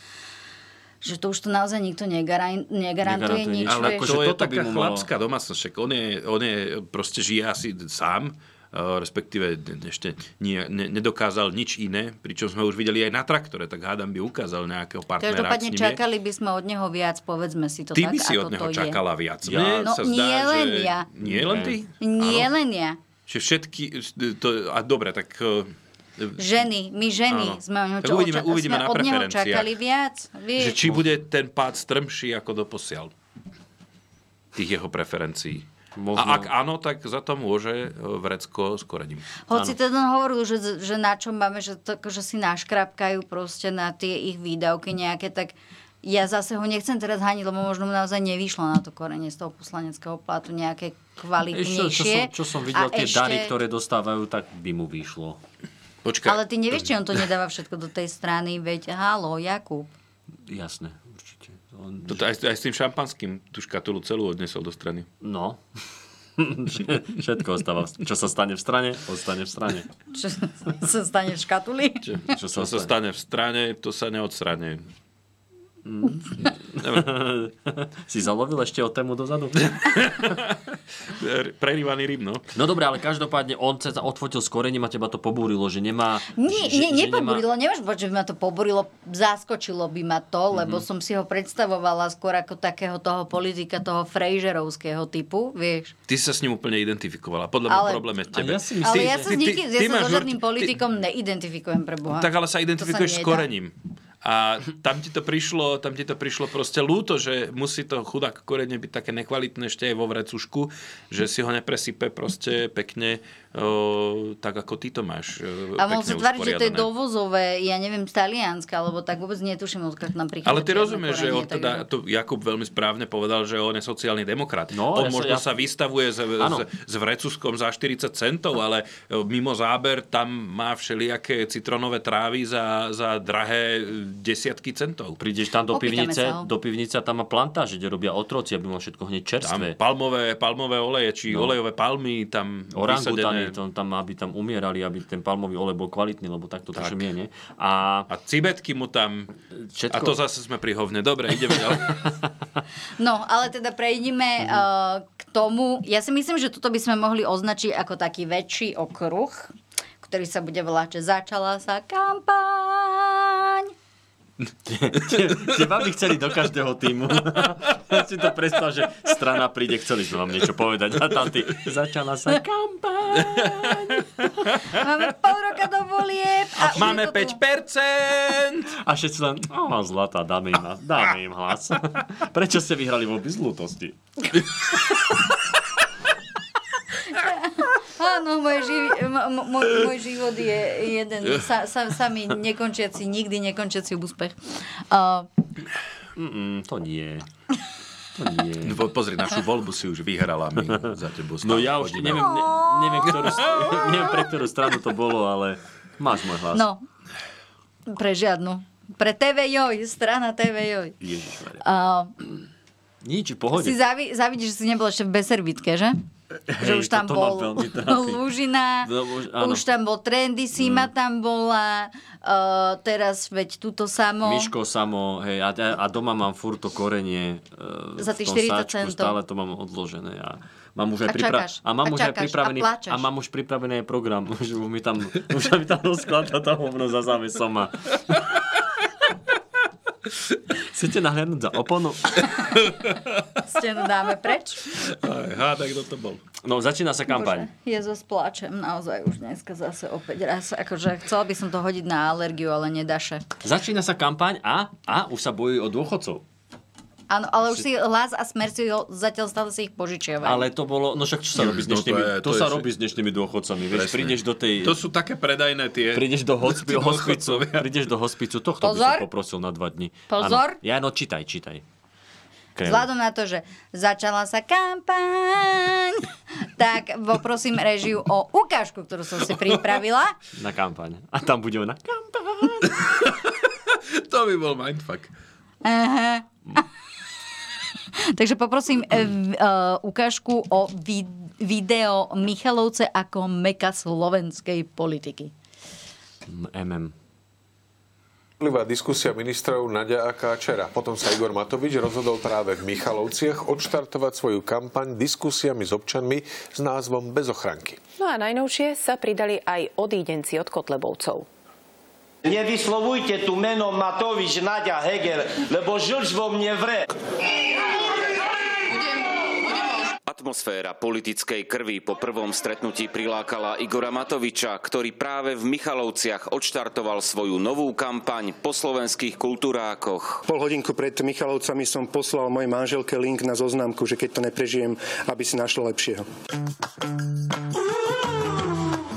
[SPEAKER 1] že to už to naozaj nikto negaran-
[SPEAKER 3] Negarantuje
[SPEAKER 1] negarantuje,
[SPEAKER 3] nič.
[SPEAKER 1] nič. vieš.
[SPEAKER 2] Ale
[SPEAKER 3] Akože
[SPEAKER 2] to je
[SPEAKER 3] toto by
[SPEAKER 2] taká
[SPEAKER 3] mu malo-
[SPEAKER 2] chlapská domácnosť, však on je, on je, proste žije asi sám, eh, respektíve ne- ešte nie, ne, nedokázal nič iné, pričom sme už videli aj na traktore, tak hádam by ukázal nejakého partnera. ak s
[SPEAKER 1] Každopádne
[SPEAKER 2] ním je.
[SPEAKER 1] čakali by sme od neho viac, povedzme si to
[SPEAKER 2] Ty
[SPEAKER 1] tak,
[SPEAKER 2] by si
[SPEAKER 1] ako
[SPEAKER 2] od neho
[SPEAKER 1] to
[SPEAKER 2] čakala viac.
[SPEAKER 3] Ja-
[SPEAKER 2] Mne
[SPEAKER 1] No,
[SPEAKER 2] sa zdá,
[SPEAKER 1] nie len
[SPEAKER 2] že...
[SPEAKER 1] ja.
[SPEAKER 2] Nie len ty?
[SPEAKER 1] je. Nie
[SPEAKER 2] Áno.
[SPEAKER 1] len ja.
[SPEAKER 2] Že všetky... To, a dobre, tak... eh,
[SPEAKER 1] Ženy, my
[SPEAKER 2] Áno.
[SPEAKER 1] ženy sme od neho,
[SPEAKER 2] Tak
[SPEAKER 1] čo-
[SPEAKER 2] uvidíme-
[SPEAKER 1] oča-
[SPEAKER 2] uvidíme
[SPEAKER 1] sme
[SPEAKER 2] na
[SPEAKER 1] od neho
[SPEAKER 2] preferenciách.
[SPEAKER 1] čakali viac.
[SPEAKER 2] že
[SPEAKER 1] Vieš.
[SPEAKER 2] či bude ten pád strmší ako doposiaľ tých jeho preferencií.
[SPEAKER 3] Možno.
[SPEAKER 2] A ak áno, tak za to môže e, vrecko s korením.
[SPEAKER 1] Hoci teda hovoril, že, že na čo máme, že, to, že si naškrapkajú proste na tie ich výdavky nejaké, tak ja zase ho nechcem teraz haniť, lebo možno mu naozaj nevyšlo na to korenie z toho poslaneckého platu
[SPEAKER 3] Ešte,
[SPEAKER 1] nejaké
[SPEAKER 3] čo, som,
[SPEAKER 1] kvalitnejšie.
[SPEAKER 3] čo som videl,
[SPEAKER 1] A
[SPEAKER 3] tie
[SPEAKER 1] ešte-
[SPEAKER 3] dary, ktoré dostávajú, tak by mu vyšlo.
[SPEAKER 2] Počkaj,
[SPEAKER 1] Ale ty nevieš, či on to nedáva všetko do tej strany, veď halo, Jakub.
[SPEAKER 3] Jasné, určite. On-
[SPEAKER 2] to, aj, aj s tým šampanským tú škatulu celú odnesol do strany.
[SPEAKER 3] No. Všetko ostáva. v- Čo sa stane v strane, ostane v strane.
[SPEAKER 1] Čo sa stane v škatuli?
[SPEAKER 2] Čo,
[SPEAKER 3] Čo sa
[SPEAKER 2] to sa stane v strane, to sa neodstrane.
[SPEAKER 3] Si zalovil ešte o tému dozadu?
[SPEAKER 2] E, Prerývaný rým, no.
[SPEAKER 3] No dobré, ale každopádne on sa odfotil s korením a teba to pobúrilo, že nemá...
[SPEAKER 1] Nie,
[SPEAKER 3] že-
[SPEAKER 1] nie,
[SPEAKER 3] že nemá-
[SPEAKER 1] nepoburilo, nemáš povedať, že by ma to poburilo, zaskočilo by ma to,
[SPEAKER 2] Mhm.
[SPEAKER 1] lebo som si ho predstavovala skôr ako takého toho politika, toho Frejžerovského typu, vieš.
[SPEAKER 2] Ty sa s ním úplne identifikovala. Podľa mňa
[SPEAKER 1] Ale-
[SPEAKER 2] problém je v
[SPEAKER 3] A
[SPEAKER 2] tebe.
[SPEAKER 3] ja si myslím,
[SPEAKER 1] Ale
[SPEAKER 3] Ty-
[SPEAKER 1] ja sa s nikým, ja sa
[SPEAKER 2] máš
[SPEAKER 1] so
[SPEAKER 2] určite- ty-
[SPEAKER 1] žiadnym politikom neidentifikujem pre Boha.
[SPEAKER 2] Tak ale sa identifikuješ
[SPEAKER 1] nedá.
[SPEAKER 2] s korením. A tam ti to prišlo, tam ti to prišlo proste ľúto, že musí to chudák korene byť také nekvalitné ešte aj vo vrecušku, že si ho nepresype proste pekne o, tak ako ty to máš. O,
[SPEAKER 1] A mohol
[SPEAKER 2] pekne
[SPEAKER 1] sa tváriť, že to je
[SPEAKER 2] usporiadané.
[SPEAKER 1] dovozové, ja neviem, z Talianska, alebo tak vôbec netuším, odkiaľ nám prichádza.
[SPEAKER 2] Ale ty
[SPEAKER 1] čierne
[SPEAKER 2] rozumieš, že
[SPEAKER 1] korenie,
[SPEAKER 2] on teda,
[SPEAKER 1] takže-
[SPEAKER 2] to Jakub veľmi správne povedal, že on je sociálny demokrat.
[SPEAKER 3] No, ja
[SPEAKER 2] on
[SPEAKER 3] sa-
[SPEAKER 2] možno
[SPEAKER 3] ja-
[SPEAKER 2] sa vystavuje s, s,
[SPEAKER 3] Áno.
[SPEAKER 2] s vrecuskom za 40 centov, ale e, mimo záber tam má všelijaké citronové trávy za, za drahé e, desiatky centov.
[SPEAKER 3] Prídeš tam do
[SPEAKER 1] Opýtame
[SPEAKER 3] pivnice,
[SPEAKER 1] sa ho.
[SPEAKER 3] do pivnice a tam má plantáž, kde robia otroci, aby mal všetko hneď
[SPEAKER 2] Tam
[SPEAKER 3] čerstvé.
[SPEAKER 2] palmové, palmové oleje, či no. olejové palmy, tam
[SPEAKER 3] orangutany,
[SPEAKER 2] vysadené.
[SPEAKER 3] to, tam, aby tam umierali, aby ten palmový olej bol kvalitný, lebo takto tak. tuším je, nie? A
[SPEAKER 2] A cibetky mu tam...
[SPEAKER 3] Všetko.
[SPEAKER 2] A to zase sme pri hovne. Dobre, ideme ďalej.
[SPEAKER 1] No, ale teda prejdime eh, k tomu. Ja si myslím, že toto by sme mohli označiť ako taký väčší okruh, ktorý sa bude volať, že začala sa kampaň.
[SPEAKER 3] teba by chceli do každého týmu. ja si to predstav, že strana príde, chceli sme vám niečo povedať. A tam ty, začala sa kampaň.
[SPEAKER 1] Máme pol roka do volieb. A, už je
[SPEAKER 2] Máme
[SPEAKER 1] to tu.
[SPEAKER 2] 5%!
[SPEAKER 3] A všetci len, o, zlatá, dáme im, dáme im hlas. Prečo ste vyhrali vôbec zlutosti?
[SPEAKER 1] Áno, môj, živ, m- m- môj, môj život je jeden sa, sa, samý nekončiaci, nikdy nekončiaci úspech. Uh,
[SPEAKER 3] Mm, to nie. To nie.
[SPEAKER 2] Po- No, Pozri, našu voľbu si už vyhrala my za tebou.
[SPEAKER 3] No
[SPEAKER 2] stále
[SPEAKER 3] ja už
[SPEAKER 2] chodíme.
[SPEAKER 3] neviem, ne, neviem, ktorú, neviem, pre ktorú stranu to bolo, ale máš môj hlas.
[SPEAKER 1] no, pre žiadnu. Pre TV Joj, strana TV Joj.
[SPEAKER 3] Ježišmaria.
[SPEAKER 1] Uh,
[SPEAKER 3] Nič, v pohode.
[SPEAKER 1] si zavi, zavidíš, že si nebol ešte v Beservitke, že? Že už tam
[SPEAKER 3] toto ma
[SPEAKER 1] bol
[SPEAKER 3] veľmi trápi.
[SPEAKER 1] Lužina,
[SPEAKER 3] No, už- áno. Mm.
[SPEAKER 1] už tam bol Trendy, Sima tam bola, uh, teraz veď túto samo.
[SPEAKER 3] Miško samo, hej, a, a doma mám furt to korenie e,
[SPEAKER 1] Za
[SPEAKER 3] v
[SPEAKER 1] tých
[SPEAKER 3] tom
[SPEAKER 1] 40
[SPEAKER 3] sáčku,
[SPEAKER 1] centov.
[SPEAKER 3] stále to mám odložené a mám už aj,
[SPEAKER 1] A čakáš,
[SPEAKER 3] a mám
[SPEAKER 1] a
[SPEAKER 3] už aj
[SPEAKER 1] čakáš, a
[SPEAKER 3] pripravený,
[SPEAKER 1] pláčeš.
[SPEAKER 3] a mám už pripravený aj program, že mi tam, už mi tam rozklada tá hovno za závesom a... Chcete nahliadnúť za oponu?
[SPEAKER 1] Stenu dáme preč.
[SPEAKER 2] Aj, hádaj, kto to bol.
[SPEAKER 3] No, začína sa kampaň.
[SPEAKER 1] Bože, Je so spláčem naozaj už dneska zase opäť raz. Akože chcela by som to hodiť na alergiu, ale nedaše.
[SPEAKER 3] Začína sa kampaň a, a už sa bojujú o dôchodcov.
[SPEAKER 1] Áno, ale už si hlas a smer si ho, zatiaľ stále si ich požičiavajú.
[SPEAKER 3] Ale to bolo, no však čo sa robí s
[SPEAKER 2] No to
[SPEAKER 3] dnešnými,
[SPEAKER 2] je-
[SPEAKER 3] to,
[SPEAKER 2] to je
[SPEAKER 3] sa
[SPEAKER 2] vš-
[SPEAKER 3] robí s dnešnými dôchodcami, vieš,
[SPEAKER 2] Presne.
[SPEAKER 3] prídeš do tej...
[SPEAKER 2] To sú také predajné tie...
[SPEAKER 3] Prídeš do, hospi-
[SPEAKER 2] Tí
[SPEAKER 3] hospicu,
[SPEAKER 2] dôchodcovia.
[SPEAKER 3] prídeš do hospicu, tohto by som
[SPEAKER 1] Pozor.
[SPEAKER 3] poprosil na dva dni.
[SPEAKER 1] Pozor.
[SPEAKER 3] Áno. Ja, no čítaj, čítaj. Krem.
[SPEAKER 1] Vzhľadom na to, že začala sa kampaň, tak poprosím režiu o ukážku, ktorú som si pripravila.
[SPEAKER 3] Na kampaň. A tam bude ona.
[SPEAKER 2] To by bol mindfuck.
[SPEAKER 1] Aha. Takže poprosím e, v- e, ukážku o vi- video Michalovce ako meka slovenskej politiky.
[SPEAKER 3] MM.
[SPEAKER 4] Plivá diskusia ministrov Nadia a Káčera. Potom sa Igor Matovič rozhodol práve v Michalovciach odštartovať svoju kampaň diskusiami s občanmi s názvom Bez ochranky.
[SPEAKER 5] No a najnovšie sa pridali aj odídenci od Kotlebovcov.
[SPEAKER 6] Nevyslovujte tu meno Matovič, Nadia, Hegel, lebo žlč vo mne vre.
[SPEAKER 7] Atmosféra politickej krvi po prvom stretnutí prilákala Igora Matoviča, ktorý práve v Michalovciach odštartoval svoju novú kampaň po slovenských kulturákoch.
[SPEAKER 8] Pol hodinku pred Michalovcami som poslal mojej manželke link na zoznamku, že keď to neprežijem, aby si našla lepšieho.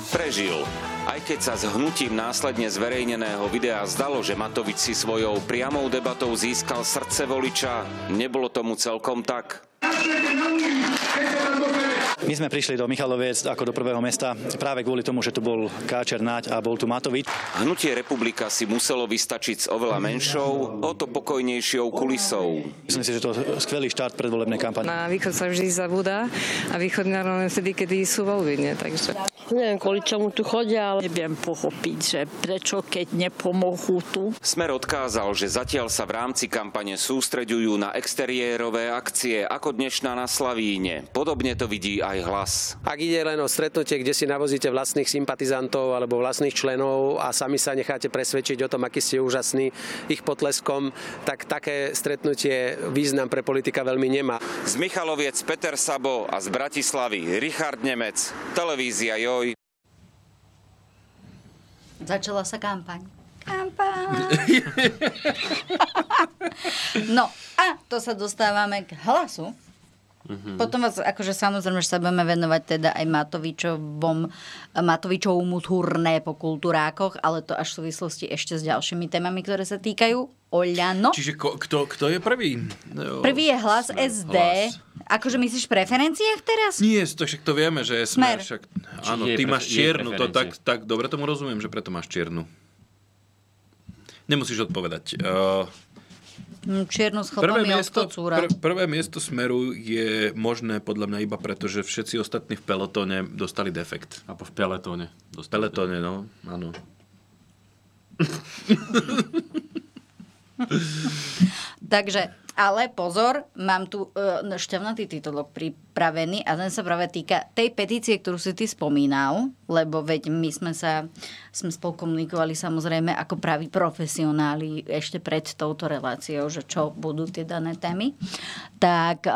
[SPEAKER 7] Prežil. Aj keď sa s hnutím následne zverejneného videa zdalo, že Matovič si svojou priamou debatou získal srdce voliča, nebolo tomu celkom tak.
[SPEAKER 9] My sme prišli do Michaloviec ako do prvého mesta práve kvôli tomu, že tu bol Káčer Naď a bol tu Matovič.
[SPEAKER 7] Hnutie republika si muselo vystačiť s oveľa menšou, o to pokojnejšou kulisou.
[SPEAKER 9] Myslím si, že to je skvelý štart predvolebnej kampane.
[SPEAKER 10] Na východ sa vždy zabúda a východ len vtedy, kedy sú voľby, nie? Takže.
[SPEAKER 11] Neviem, kvôli čomu tu chodia, ale neviem pochopiť, že prečo, keď nepomohú tu.
[SPEAKER 7] Smer odkázal, že zatiaľ sa v rámci kampane sústreďujú na exteriérové akcie, ako dnešná na Slavíne. Podobne to vidí aj hlas.
[SPEAKER 11] Ak ide len o stretnutie, kde si navozíte vlastných sympatizantov alebo vlastných členov a sami sa necháte presvedčiť o tom, aký ste úžasní ich potleskom, tak také stretnutie význam pre politika veľmi nemá.
[SPEAKER 7] Z Michaloviec Peter Sabo a z Bratislavy Richard Nemec, televízia Joj.
[SPEAKER 1] Začala sa kampaň. Kampaň! no a to sa dostávame k hlasu.
[SPEAKER 2] Mhm.
[SPEAKER 1] Potom vás, akože samozrejme, že sa budeme venovať teda aj Matovičovom, Matovičovmu turné po kultúrákoch, ale to až v súvislosti ešte s ďalšími témami, ktoré sa týkajú Oľano.
[SPEAKER 2] Čiže ko, kto, kto je prvý? No,
[SPEAKER 1] Prvý je hlas SD.
[SPEAKER 2] Hlas.
[SPEAKER 1] Akože myslíš v preferenciách teraz?
[SPEAKER 2] Nie, to však to vieme, že je
[SPEAKER 1] Smer.
[SPEAKER 2] smer. Však, áno,
[SPEAKER 3] je
[SPEAKER 2] ty
[SPEAKER 3] prefe-
[SPEAKER 2] máš
[SPEAKER 3] je
[SPEAKER 2] čiernu, to tak,
[SPEAKER 3] preferencie.
[SPEAKER 2] tak dobre tomu rozumiem, že preto máš čiernu. Nemusíš odpovedať. Uh,
[SPEAKER 1] Hm, Čiernu schopom je od kocúra.
[SPEAKER 2] pr- prvé miesto smeru je možné podľa mňa iba preto, že všetci ostatní v pelotóne dostali defekt.
[SPEAKER 3] A po v peletóne.
[SPEAKER 2] V pelotóne, no, áno.
[SPEAKER 1] Takže, ale pozor, mám tu e, šťavnatý titulok pripravený a ten sa práve týka tej petície, ktorú si ty spomínal, lebo veď my sme sa sme spolu komunikovali samozrejme ako praví profesionáli ešte pred touto reláciou, že čo budú tie dané témy. Tak e,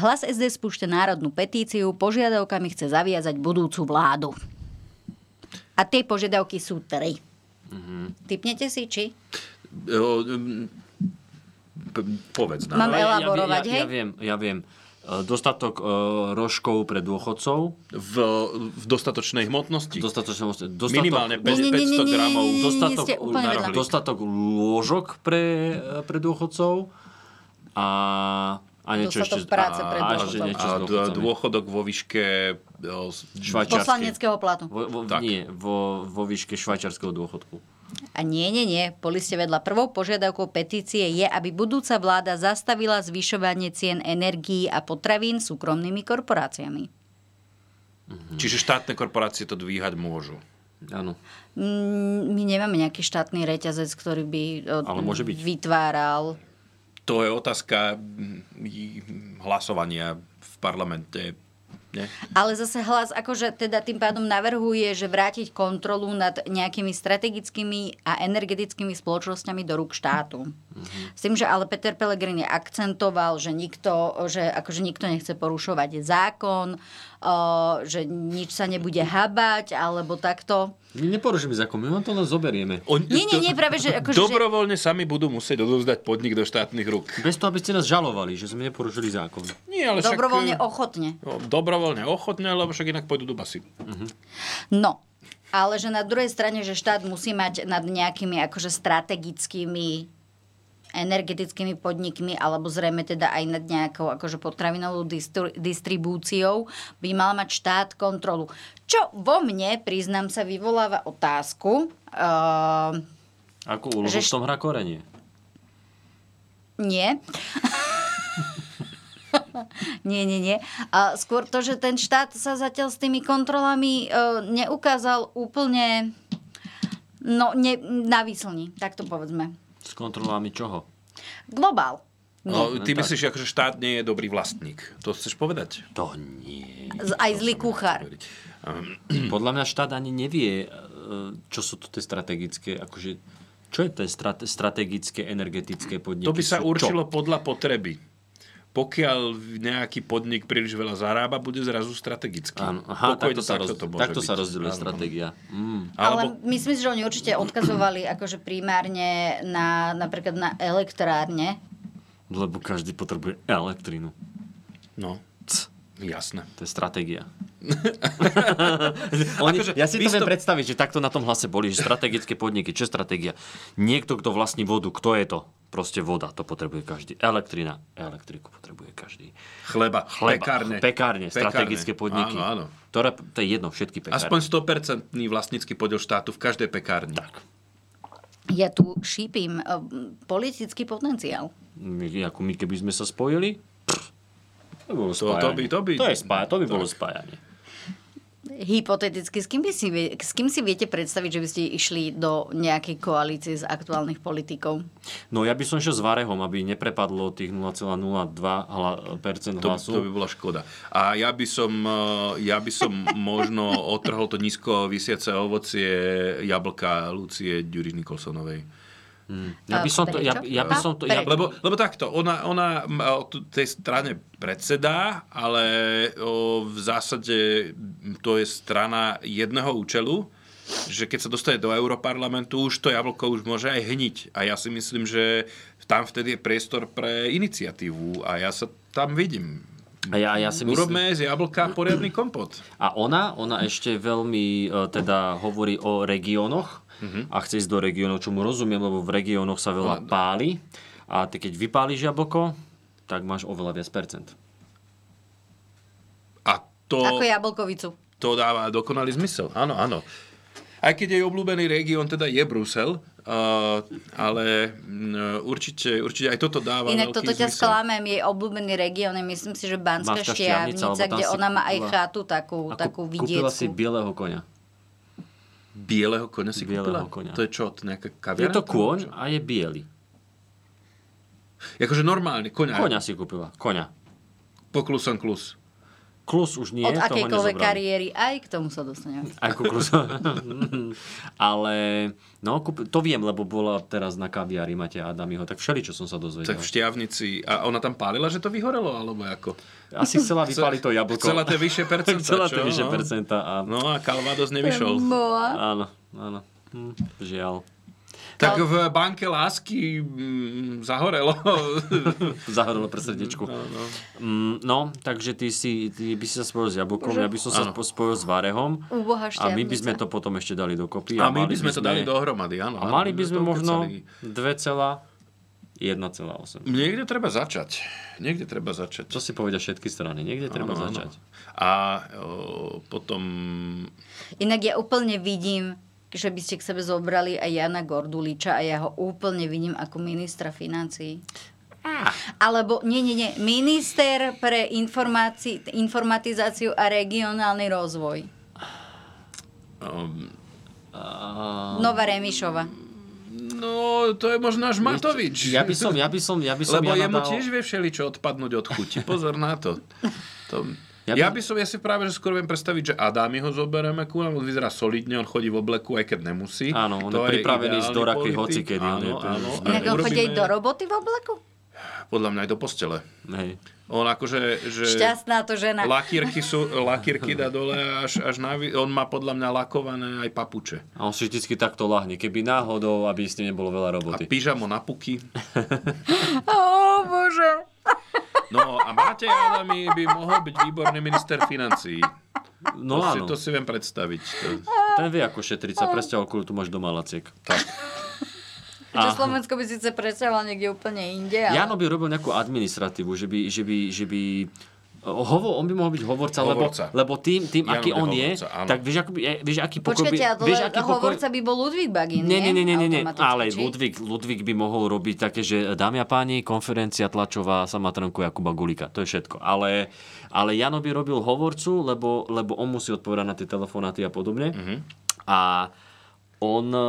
[SPEAKER 1] hlas SD spúšťa národnú petíciu, požiadavkami chce zaviazať budúcu vládu. A tie požiadavky sú tri.
[SPEAKER 3] Mhm.
[SPEAKER 1] Typnete si, či?
[SPEAKER 2] E, o, mm, p- povedz nám.
[SPEAKER 1] Mám Hm. elaborovať,
[SPEAKER 3] ja, ja,
[SPEAKER 1] hej?
[SPEAKER 3] ja, viem, ja viem. E, Dostatok e, rožkov pre dôchodcov.
[SPEAKER 2] V, v dostatočnej hmotnosti.
[SPEAKER 3] Dostatočne, dostatok,
[SPEAKER 2] Minimálne
[SPEAKER 1] No, Nie, nie, nie, nie,
[SPEAKER 2] 500
[SPEAKER 1] nie,
[SPEAKER 2] gramov.
[SPEAKER 1] nie, nie, nie,
[SPEAKER 3] dostatok,
[SPEAKER 1] ste úplne vedľa.
[SPEAKER 3] dostatok lôžok pre, e, pre dôchodcov a, a niečo
[SPEAKER 1] Dostatok
[SPEAKER 3] ešte...
[SPEAKER 1] práce pre
[SPEAKER 3] a, a, že
[SPEAKER 1] dôchodcov.
[SPEAKER 3] niečo s
[SPEAKER 2] A d-
[SPEAKER 3] dôchodcami.
[SPEAKER 2] dôchodok vo výške... e, o, s-
[SPEAKER 3] Švajčiarsky.
[SPEAKER 1] Poslaneckého platu.
[SPEAKER 3] Vo, vo,
[SPEAKER 2] Tak.
[SPEAKER 3] Nie, vo, vo výške švajčiarského dôchodku.
[SPEAKER 1] A nie, nie, nie, boli ste vedľa. Prvou požiadavkou petície je, aby budúca vláda zastavila zvyšovanie cien energií a potravín súkromnými korporáciami.
[SPEAKER 2] Mm-hmm. Čiže štátne korporácie to dvíhať môžu.
[SPEAKER 3] Áno.
[SPEAKER 1] Mm, My nemáme nejaký štátny reťazec, ktorý by o,
[SPEAKER 2] Ale môže byť.
[SPEAKER 1] vytváral.
[SPEAKER 2] To je otázka mm, hlasovania v parlamente. Nie?
[SPEAKER 1] Ale zase hlas, akože teda tým pádom navrhuje, že vrátiť kontrolu nad nejakými strategickými a energetickými spoločnosťami do rúk štátu. S tým, že ale Peter Pellegrini akcentoval, že nikto, že akože nikto nechce porušovať zákon, o, že nič sa nebude habať, alebo takto.
[SPEAKER 3] My neporušíme zákon, my vám to len zoberieme.
[SPEAKER 2] On,
[SPEAKER 1] Nie, nie, nie, práve, že akože-
[SPEAKER 2] Dobrovoľne sami budú musieť odovzdať podnik do štátnych rúk.
[SPEAKER 3] Bez toho, aby ste nás žalovali, že sme neporušili zákon.
[SPEAKER 2] Nie, ale však,
[SPEAKER 1] Dobrovoľne,
[SPEAKER 2] e,
[SPEAKER 1] ochotne.
[SPEAKER 2] o... Dobrovoľne ochotne, lebo však inak pôjdu do basy. Uh-huh.
[SPEAKER 1] No, ale že na druhej strane, že štát musí mať nad nejakými akože strategickými energetickými podnikmi alebo zrejme teda aj nad nejakou akože potravinovou distru- distribúciou by mal mať štát kontrolu. Čo vo mne, priznám sa, vyvoláva otázku, ehm,
[SPEAKER 3] Ako úlohu
[SPEAKER 1] Že
[SPEAKER 3] v tom hrá korenie.
[SPEAKER 1] Nie. nie, nie, nie. A skôr to, že ten štát sa zatiaľ s tými kontrolami e, neukázal úplne no, ne, na výslni, tak to povedzme.
[SPEAKER 3] S kontrolami čoho?
[SPEAKER 1] Globál.
[SPEAKER 2] No,
[SPEAKER 3] Nie,
[SPEAKER 2] ty
[SPEAKER 3] tak.
[SPEAKER 2] myslíš, že akože štát nie je dobrý vlastník. To chceš povedať?
[SPEAKER 3] To nie.
[SPEAKER 1] Z- Aj zlý kuchár.
[SPEAKER 3] Podľa mňa štát ani nevie, e, čo sú to tie strategické, akože, čo je to strate, strategické energetické podniky?
[SPEAKER 2] To by sa
[SPEAKER 3] Sú-
[SPEAKER 2] určilo
[SPEAKER 3] Čo?
[SPEAKER 2] podľa potreby. Pokiaľ nejaký podnik príliš veľa zarába, bude zrazu strategický.
[SPEAKER 3] Áno, aha,
[SPEAKER 2] Pokojne
[SPEAKER 3] takto sa, roz,
[SPEAKER 2] môže
[SPEAKER 3] takto sa
[SPEAKER 2] byť.
[SPEAKER 3] rozdeluje
[SPEAKER 2] Áno.
[SPEAKER 3] stratégia. Mm.
[SPEAKER 1] Ale myslím si, že oni určite odkazovali akože primárne na, napríklad na elektrárne.
[SPEAKER 3] Lebo každý potrebuje elektrínu.
[SPEAKER 2] No. Jasné.
[SPEAKER 3] To je stratégia. Oni,
[SPEAKER 2] Akože
[SPEAKER 3] ja si to
[SPEAKER 2] vystop-
[SPEAKER 3] viem predstaviť, že takto na tom hlase boli, že strategické podniky, čo je stratégia? Niekto, kto vlastní vodu, kto je to? Proste voda, to potrebuje každý. Elektrina, elektriku potrebuje každý.
[SPEAKER 2] Chleba,
[SPEAKER 3] Chleba,
[SPEAKER 2] pekárne.
[SPEAKER 3] pekárne,
[SPEAKER 2] Pekárne.
[SPEAKER 3] strategické podniky.
[SPEAKER 2] Áno, áno.
[SPEAKER 3] Ktoré, to je jedno, všetky pekárne.
[SPEAKER 2] Aspoň 100% vlastnícky podiel štátu v každej pekárni. Tak.
[SPEAKER 1] Ja tu šípim e, politický potenciál.
[SPEAKER 3] My, ako my, keby sme sa spojili, pff, to by bolo
[SPEAKER 2] To- to by- to by-
[SPEAKER 3] to, je spája, to by bolo spájanie.
[SPEAKER 1] Hypoteticky, s kým, by si, vie- s kým si viete predstaviť, že by ste išli do nejakej koalície z aktuálnych politikov?
[SPEAKER 3] No ja by som šiel s Varehom, aby neprepadlo tých 0,02% hla, percent
[SPEAKER 2] To,
[SPEAKER 3] hlasu.
[SPEAKER 2] to by bola škoda. A ja by som, eh, ja by som možno otrhol to nízko vysiace ovocie jablka Lucie Ďuriš Nikolsonovej.
[SPEAKER 3] Ja by som to- ja- Prečo? ja by som to- ja-
[SPEAKER 2] lebo, lebo takto, ona, ona m, o tu- tej strane predsedá, ale o, v zásade to je strana jedného účelu, že keď sa dostane do Európarlamentu, už to jablko už môže aj hniť. A ja si myslím, že tam vtedy je priestor pre iniciatívu a ja sa tam vidím.
[SPEAKER 3] A ja, ja si myslím...
[SPEAKER 2] Urobme z jablka poriadny kompot.
[SPEAKER 3] A ona, ona ešte veľmi e, teda hovorí o regiónoch
[SPEAKER 2] Mhm.
[SPEAKER 3] a chce ísť do regiónov, čo mu rozumiem, lebo v regiónoch sa veľa
[SPEAKER 2] Ale-
[SPEAKER 3] páli a ty keď vypáliš jablko, tak máš oveľa viac percent.
[SPEAKER 2] A to...
[SPEAKER 1] Ako jablkovicu.
[SPEAKER 2] To dáva dokonalý zmysel, áno, áno. Aj keď jej obľúbený región teda je Brusel, uh, ale mm, určite, určite aj toto dáva
[SPEAKER 1] Inak
[SPEAKER 2] veľký
[SPEAKER 1] toto ťa
[SPEAKER 2] zmysel.
[SPEAKER 1] sklamem, jej obľúbený región je myslím si, že Banská
[SPEAKER 3] Banská Štiavnica,
[SPEAKER 1] Štiavnica,
[SPEAKER 3] alebo tam
[SPEAKER 1] kde
[SPEAKER 3] si
[SPEAKER 1] ona má aj
[SPEAKER 3] kúpila-
[SPEAKER 1] chatu takú, takú
[SPEAKER 3] Kúpila si
[SPEAKER 1] vidieckú.
[SPEAKER 3] bieleho konia.
[SPEAKER 2] Bieleho konia si
[SPEAKER 3] Bieleho
[SPEAKER 2] kúpila?
[SPEAKER 3] konia.
[SPEAKER 2] To je čo, to nejaká
[SPEAKER 3] Je
[SPEAKER 2] kaviarna?
[SPEAKER 3] to kôň a je biely.
[SPEAKER 2] Jakože normálne, konia.
[SPEAKER 3] Koňa si kúpila, koňa.
[SPEAKER 2] Po klusom klus.
[SPEAKER 3] Klus už nie,
[SPEAKER 1] Od
[SPEAKER 3] toho
[SPEAKER 1] akejkoľvek
[SPEAKER 3] nezobrali.
[SPEAKER 1] kariéry, aj k tomu sa dostaneme.
[SPEAKER 3] Ako klus. Ale no, kúp- to viem, lebo bola teraz na kaviári Matia Adamiho, tak všeli, čo som sa dozvedel.
[SPEAKER 2] Tak v šťavnici. A ona tam pálila, že to vyhorelo, alebo ako?
[SPEAKER 3] Asi chcela vypáliť to jablko.
[SPEAKER 2] Chcela tie vyššie percenta,
[SPEAKER 3] Chcela tie
[SPEAKER 2] čo?
[SPEAKER 3] vyššie
[SPEAKER 2] No.
[SPEAKER 3] percenta. A...
[SPEAKER 2] No a Calvados nevyšol.
[SPEAKER 3] Áno, áno. Hm, žiaľ.
[SPEAKER 2] Tak v banke lásky mm, zahorelo.
[SPEAKER 3] Zahorelo pre srdiečku.
[SPEAKER 2] No, no.
[SPEAKER 3] Mm, no, takže ty, si, ty by si sa spojil s jablkom,
[SPEAKER 1] Že-
[SPEAKER 3] ja by som sa
[SPEAKER 2] Áno.
[SPEAKER 3] spo- spojil s varehom.
[SPEAKER 1] Úbohá
[SPEAKER 3] A my by sme
[SPEAKER 1] šťavnica.
[SPEAKER 3] to potom ešte dali dokopy.
[SPEAKER 2] A my by sme to dali dohromady, áno.
[SPEAKER 3] A
[SPEAKER 2] áno,
[SPEAKER 3] mali by
[SPEAKER 2] my
[SPEAKER 3] sme
[SPEAKER 2] to
[SPEAKER 3] možno
[SPEAKER 2] ukecali.
[SPEAKER 3] 2,1,8.
[SPEAKER 2] Niekde treba začať. Niekde treba začať.
[SPEAKER 3] To si povedia všetky strany. Niekde treba
[SPEAKER 2] Áno, áno.
[SPEAKER 3] začať.
[SPEAKER 2] A o, potom...
[SPEAKER 1] Inak ja úplne vidím, že by ste k sebe zobrali aj Jana Gorduliča a ja ho úplne vidím ako ministra financií.
[SPEAKER 3] Ah.
[SPEAKER 1] Alebo, nie, nie, nie, minister pre informáci- informatizáciu a regionálny rozvoj.
[SPEAKER 2] Um,
[SPEAKER 1] um, Nova Remišova.
[SPEAKER 2] No, to je možno až Matovič.
[SPEAKER 3] Ja by som, ja by som, ja by som
[SPEAKER 2] Lebo
[SPEAKER 3] ja
[SPEAKER 2] jemu
[SPEAKER 3] nadal-
[SPEAKER 2] tiež vie všeličo odpadnúť od chuti. Pozor na to. to...
[SPEAKER 3] Ja
[SPEAKER 2] Ja by...
[SPEAKER 3] by-
[SPEAKER 2] ja by som, ja si práve že skôr viem predstaviť, že Adami ho zobereme ku nám, on vyzerá solidne, on chodí v obleku, aj keď nemusí.
[SPEAKER 3] Áno, on
[SPEAKER 2] To
[SPEAKER 3] je pripravený ísť do
[SPEAKER 2] ideálny
[SPEAKER 3] rakvy
[SPEAKER 2] politik.
[SPEAKER 3] hocikedy, on
[SPEAKER 2] Áno,
[SPEAKER 3] je to-
[SPEAKER 2] áno.
[SPEAKER 1] Inak on chodí aj
[SPEAKER 2] Urobíme-
[SPEAKER 1] do roboty v obleku?
[SPEAKER 2] Podľa mňa aj do postele.
[SPEAKER 3] Hej.
[SPEAKER 2] On akože... Že...
[SPEAKER 3] Eh,
[SPEAKER 1] Šťastná to žena.
[SPEAKER 2] Lakírky sú, lakírky dá dole až, až na, vy- on má podľa mňa lakované aj papuče.
[SPEAKER 3] A on si vždycky takto lahne, keby náhodou, aby s ním nebolo veľa roboty.
[SPEAKER 2] A pyžamo na puky.
[SPEAKER 1] Ó, bože.
[SPEAKER 2] No a Matej Adami by mohol byť výborný minister financií.
[SPEAKER 3] No
[SPEAKER 2] to, si,
[SPEAKER 3] áno.
[SPEAKER 2] to si viem predstaviť. To...
[SPEAKER 3] Ten vie, ako šetriť sa, presťahol kvôli tu máš doma laciek. Tak.
[SPEAKER 1] Čo Slovensko by síce predstavilo niekde úplne inde, ale...
[SPEAKER 3] Jano by robil nejakú administratívu, že by, že by, že by e, Hovo, on by mohol byť hovorca,
[SPEAKER 2] Hovorca.
[SPEAKER 3] lebo, lebo tým, tým
[SPEAKER 2] Jano
[SPEAKER 3] aký
[SPEAKER 2] by
[SPEAKER 3] on je,
[SPEAKER 2] hovorca, áno.
[SPEAKER 3] tak vieš, aký, by- vieš, aký pokoj by...
[SPEAKER 1] Počkajte, ale no,
[SPEAKER 3] vieš, aký pokoj...
[SPEAKER 1] hovorca by bol Ludvík Bagín,
[SPEAKER 3] Nie, nie, nie, nie, nie, nie.
[SPEAKER 1] Automaticky,
[SPEAKER 3] ale
[SPEAKER 1] či?
[SPEAKER 3] Ludvík, Ludvík by mohol robiť také, že dámy a páni, konferencia tlačová, sama trnku Jakuba Gulika, to je všetko. Ale, ale Jano by robil hovorcu, lebo, lebo on musí odpovedať na tie telefonáty a podobne. Mm-hmm. A on e,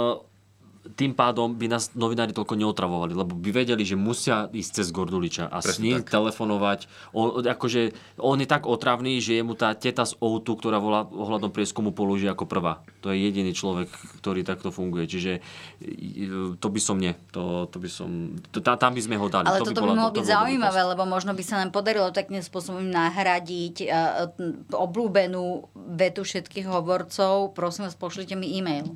[SPEAKER 3] tým pádom by nás novinári toľko neotravovali, lebo by vedeli, že musia ísť cez Gorduliča a s
[SPEAKER 2] Presne
[SPEAKER 3] ním
[SPEAKER 2] tak.
[SPEAKER 3] telefonovať. On, akože, on je tak otravný, že je mu tá teta z Outu, ktorá volá ohľadom prieskumu položí ako prvá. To je jediný človek, ktorý takto funguje. Čiže e, to by som nie. To, to by som, to, tá- tam by sme ho dali.
[SPEAKER 1] Ale
[SPEAKER 3] to
[SPEAKER 1] toto
[SPEAKER 3] bola-
[SPEAKER 1] by mohlo
[SPEAKER 3] to
[SPEAKER 1] byť
[SPEAKER 3] bola
[SPEAKER 1] zaujímavé, lebo možno by sa nám podarilo takým spôsobom nahradiť uh, t- obľúbenú vetu všetkých hovorcov. Prosím vás, pošlite mi e-mail.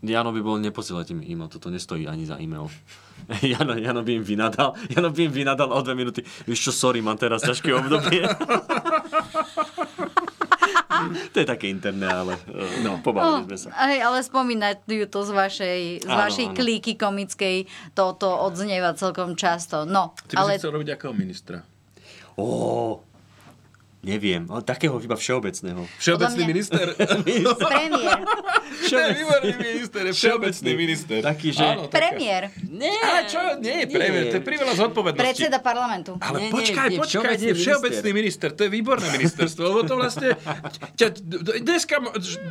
[SPEAKER 3] Jano by bol, neposielajte mi e-mail, toto nestojí ani za e-mail. Jano, Jano by im vynadal, Jano by im vynadal o dve minúty. Vieš čo, sorry, mám teraz ťažké obdobie. to je také interné, ale eh, no, pobavili sme sa.
[SPEAKER 1] Aj, ale spomínajú to z vašej, z
[SPEAKER 3] Áno,
[SPEAKER 1] vašej
[SPEAKER 3] áno.
[SPEAKER 1] klíky komickej, toto odznieva celkom často. No,
[SPEAKER 2] Ty by ale...
[SPEAKER 1] ale
[SPEAKER 2] si chcel robiť akého ministra?
[SPEAKER 3] Ó, neviem, ale takého iba všeobecného.
[SPEAKER 2] Všeobecný
[SPEAKER 1] Podľa mňa-
[SPEAKER 2] minister.
[SPEAKER 1] premiér,
[SPEAKER 2] Všeobecný výborný minister, je všeobecný minister.
[SPEAKER 3] Taký, že...
[SPEAKER 2] Áno, taká-
[SPEAKER 1] premiér,
[SPEAKER 3] Nie,
[SPEAKER 2] Ale čo? Nie, premiér, to je priveľa zodpovednosti.
[SPEAKER 1] predseda parlamentu.
[SPEAKER 2] Ale
[SPEAKER 3] Nie, nie,
[SPEAKER 2] počkaj,
[SPEAKER 3] nie,
[SPEAKER 2] počkaj,
[SPEAKER 3] všeobecný
[SPEAKER 2] nie, všeobecný minister. to je výborné ministerstvo, lebo to vlastne... Ťa, dneska,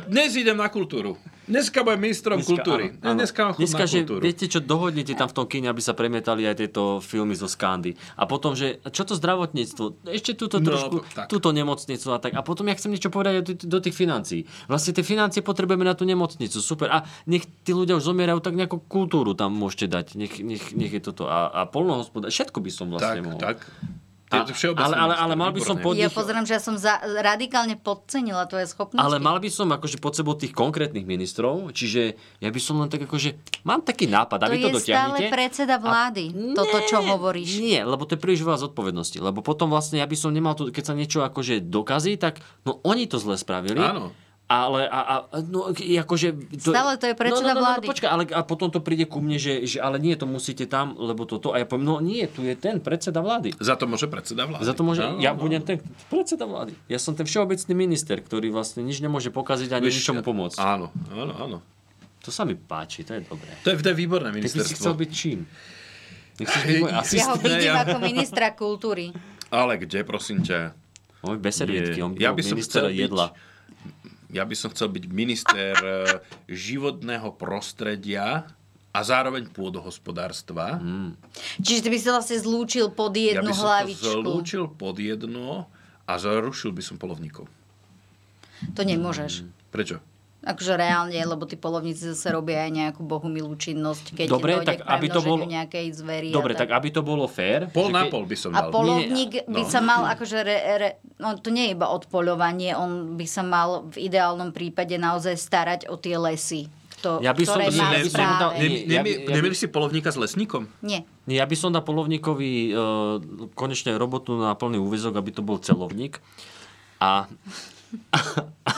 [SPEAKER 2] dnes idem na kultúru. Dneska budem ministrom kultúry.
[SPEAKER 3] áno, áno.
[SPEAKER 2] Dneska mám chuť
[SPEAKER 3] Dneska,
[SPEAKER 2] na
[SPEAKER 3] že
[SPEAKER 2] kultúru.
[SPEAKER 3] viete čo, dohodnete tam v tom kine, aby sa premietali aj tieto filmy zo Skandy. A potom, že čo to zdravotníctvo? Ešte túto
[SPEAKER 2] No,
[SPEAKER 3] trošku,
[SPEAKER 2] tak.
[SPEAKER 3] túto nemocnicu a tak. A potom ja chcem niečo povedať aj do, do tých financií. Vlastne tie financie potrebujeme na tú nemocnicu, super. A nech tí ľudia už zomierajú, tak nejakú kultúru tam môžete dať. Nech, nech, nech je toto. A, a polnohospodár, všetko by som vlastne
[SPEAKER 2] tak,
[SPEAKER 3] mohol.
[SPEAKER 2] tak.
[SPEAKER 3] A-
[SPEAKER 2] Je to
[SPEAKER 3] ale-
[SPEAKER 2] všeobecný
[SPEAKER 3] ale-
[SPEAKER 2] minister,
[SPEAKER 3] ale mal by som
[SPEAKER 2] výborné.
[SPEAKER 3] po-
[SPEAKER 1] Ja
[SPEAKER 3] Oddycho-
[SPEAKER 1] pozerám, že ja som za, radikálne podcenila tvoje schopnosti.
[SPEAKER 3] Ale mal by som akože pod sebou tých konkrétnych ministrov, čiže ja by som len tak akože, mám taký nápad, a
[SPEAKER 1] to
[SPEAKER 3] vy to
[SPEAKER 1] je
[SPEAKER 3] dotiahnete.
[SPEAKER 1] stále predseda vlády, toto, čo hovoríš.
[SPEAKER 3] Nie, lebo to je príliš veľa zodpovednosti. Lebo potom vlastne ja by som nemal tu, keď sa niečo akože dokazí, tak no oni to zle spravili.
[SPEAKER 2] Áno.
[SPEAKER 3] Ale a, a, no, k- akože...
[SPEAKER 1] Stále to je
[SPEAKER 3] no,
[SPEAKER 1] predseda
[SPEAKER 3] no, no,
[SPEAKER 1] vlády.
[SPEAKER 3] No, počkaj, ale a potom to príde ku mne, že, že ale nie, to musíte tam, lebo toto. A ja poviem, no nie, tu je ten predseda vlády.
[SPEAKER 2] Za to môže predseda vlády. No,
[SPEAKER 3] Za to môže,
[SPEAKER 2] Áno,
[SPEAKER 3] ja
[SPEAKER 2] áno.
[SPEAKER 3] budem ten predseda vlády. Ja som ten všeobecný minister, ktorý vlastne nič nemôže pokaziť ani
[SPEAKER 2] Vieš,
[SPEAKER 3] ničomu pomôcť.
[SPEAKER 2] no. Áno, áno, áno.
[SPEAKER 3] To sa mi páči, to je dobré.
[SPEAKER 2] To je, to je
[SPEAKER 3] Ty
[SPEAKER 2] výborné
[SPEAKER 3] by si
[SPEAKER 2] ministerstvo.
[SPEAKER 3] chcel byť čím? Nechceš byť môj
[SPEAKER 1] Ja ho
[SPEAKER 3] asistent?
[SPEAKER 1] vidím
[SPEAKER 2] ja-
[SPEAKER 1] ako ministra kultúry.
[SPEAKER 2] Ale kde, prosím ťa?
[SPEAKER 3] On je bez servietky, on
[SPEAKER 2] Ja by som
[SPEAKER 3] minister
[SPEAKER 2] chcel byť-
[SPEAKER 3] jedla.
[SPEAKER 2] Ja by som chcel byť minister eh, životného prostredia a zároveň pôdohospodárstva.
[SPEAKER 3] Mm.
[SPEAKER 1] Čiže ty by si vlastne zlúčil pod
[SPEAKER 2] ja
[SPEAKER 1] jednu
[SPEAKER 2] by som to
[SPEAKER 1] hlavičku.
[SPEAKER 2] zlúčil pod jedno a zrušil by som polovníkov.
[SPEAKER 1] To nemôžeš.
[SPEAKER 2] Prečo?
[SPEAKER 1] Akože reálne, lebo tí polovníci zase robia aj nejakú bohumilú činnosť, keď
[SPEAKER 3] Dobre,
[SPEAKER 1] dojde
[SPEAKER 3] tak aby
[SPEAKER 1] k
[SPEAKER 3] to
[SPEAKER 1] premnoženiu
[SPEAKER 3] bolo-
[SPEAKER 1] nejakej zveri.
[SPEAKER 3] Dobre,
[SPEAKER 1] a
[SPEAKER 3] tak aby to bolo fér. že
[SPEAKER 2] Pol na
[SPEAKER 3] keď-
[SPEAKER 2] pol by som
[SPEAKER 1] A
[SPEAKER 2] dal.
[SPEAKER 1] polovník by
[SPEAKER 2] no.
[SPEAKER 1] sa mal, akože re, re, no, to nie je iba odpoľovanie, on by sa mal v ideálnom prípade naozaj starať o tie lesy, to,
[SPEAKER 3] Ja by som-
[SPEAKER 1] ktoré
[SPEAKER 3] nie,
[SPEAKER 1] má
[SPEAKER 3] ja by som mu dal-
[SPEAKER 1] práve.
[SPEAKER 2] Ne, ne,
[SPEAKER 3] Ja by- ja by-
[SPEAKER 2] Nemieli si polovníka s lesníkom?
[SPEAKER 1] Nie.
[SPEAKER 3] Nie, Ja by som dal polovníkovi e, konečne robotu na plný úvezok, aby to bol celovník. A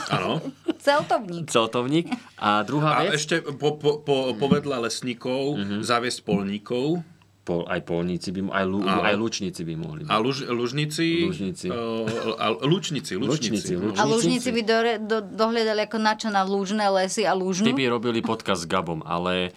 [SPEAKER 2] Áno.
[SPEAKER 1] Celtovník.
[SPEAKER 3] celtovník. A druhá
[SPEAKER 2] A
[SPEAKER 3] vec... Mhm.
[SPEAKER 2] ešte po, po, po, povedla lesníkov zaviesť polníkov
[SPEAKER 3] Pol, aj polníci by, mo- aj, lu,
[SPEAKER 2] Áno.
[SPEAKER 3] aj lučníci by mohli. byť.
[SPEAKER 2] A luž, lužníci?
[SPEAKER 3] Lužníci.
[SPEAKER 2] O, a lučníci, lučníci.
[SPEAKER 3] Lučníci,
[SPEAKER 2] no.
[SPEAKER 3] lučníci.
[SPEAKER 1] A lúžnici by do, do, dohľadali ako načo na lúžne lesy a
[SPEAKER 3] Ty
[SPEAKER 1] lúžnu.
[SPEAKER 3] by robili podcast s Gabom, ale...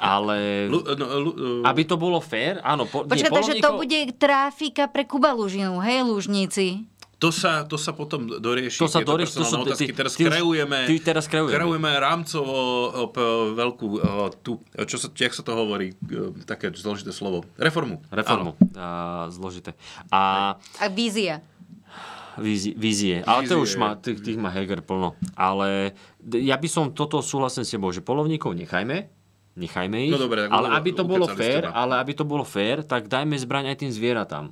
[SPEAKER 3] ale
[SPEAKER 2] Lu- no, lu-
[SPEAKER 3] aby to bolo fér, áno. Po,
[SPEAKER 1] Počkaj,
[SPEAKER 3] nie,
[SPEAKER 1] takže to
[SPEAKER 3] polovníkov-
[SPEAKER 1] bude trafika pre Kuba Lužinu, hej, lúžnici.
[SPEAKER 2] To sa, to sa potom dorieši.
[SPEAKER 3] To sa
[SPEAKER 2] tieto
[SPEAKER 3] dorieši, to sú
[SPEAKER 2] personálne
[SPEAKER 3] tie-
[SPEAKER 2] otázky.
[SPEAKER 3] ty-
[SPEAKER 2] Teraz
[SPEAKER 3] ty už-
[SPEAKER 2] kreujeme,
[SPEAKER 3] ty teraz kreujeme.
[SPEAKER 2] kreujeme rámcovo o, p- veľkú, o, tú, čo sa, jak sa to hovorí, o, také zložité slovo. Reformu.
[SPEAKER 3] Reformu. A, zložité. A
[SPEAKER 1] A vízia.
[SPEAKER 3] vízi- vízie. Ale to
[SPEAKER 2] Vízie.
[SPEAKER 3] už má, tých, tých má Heger plno. Ale d- ja by som toto súhlasím s tebou, že polovníkov nechajme, nechajme ich,
[SPEAKER 2] No dobre, tak
[SPEAKER 3] ale
[SPEAKER 2] lebo
[SPEAKER 3] aby to bolo
[SPEAKER 2] ukecali ste
[SPEAKER 3] fér,
[SPEAKER 2] ma.
[SPEAKER 3] ale aby to bolo fér, tak dajme zbraň aj tým zvieratám.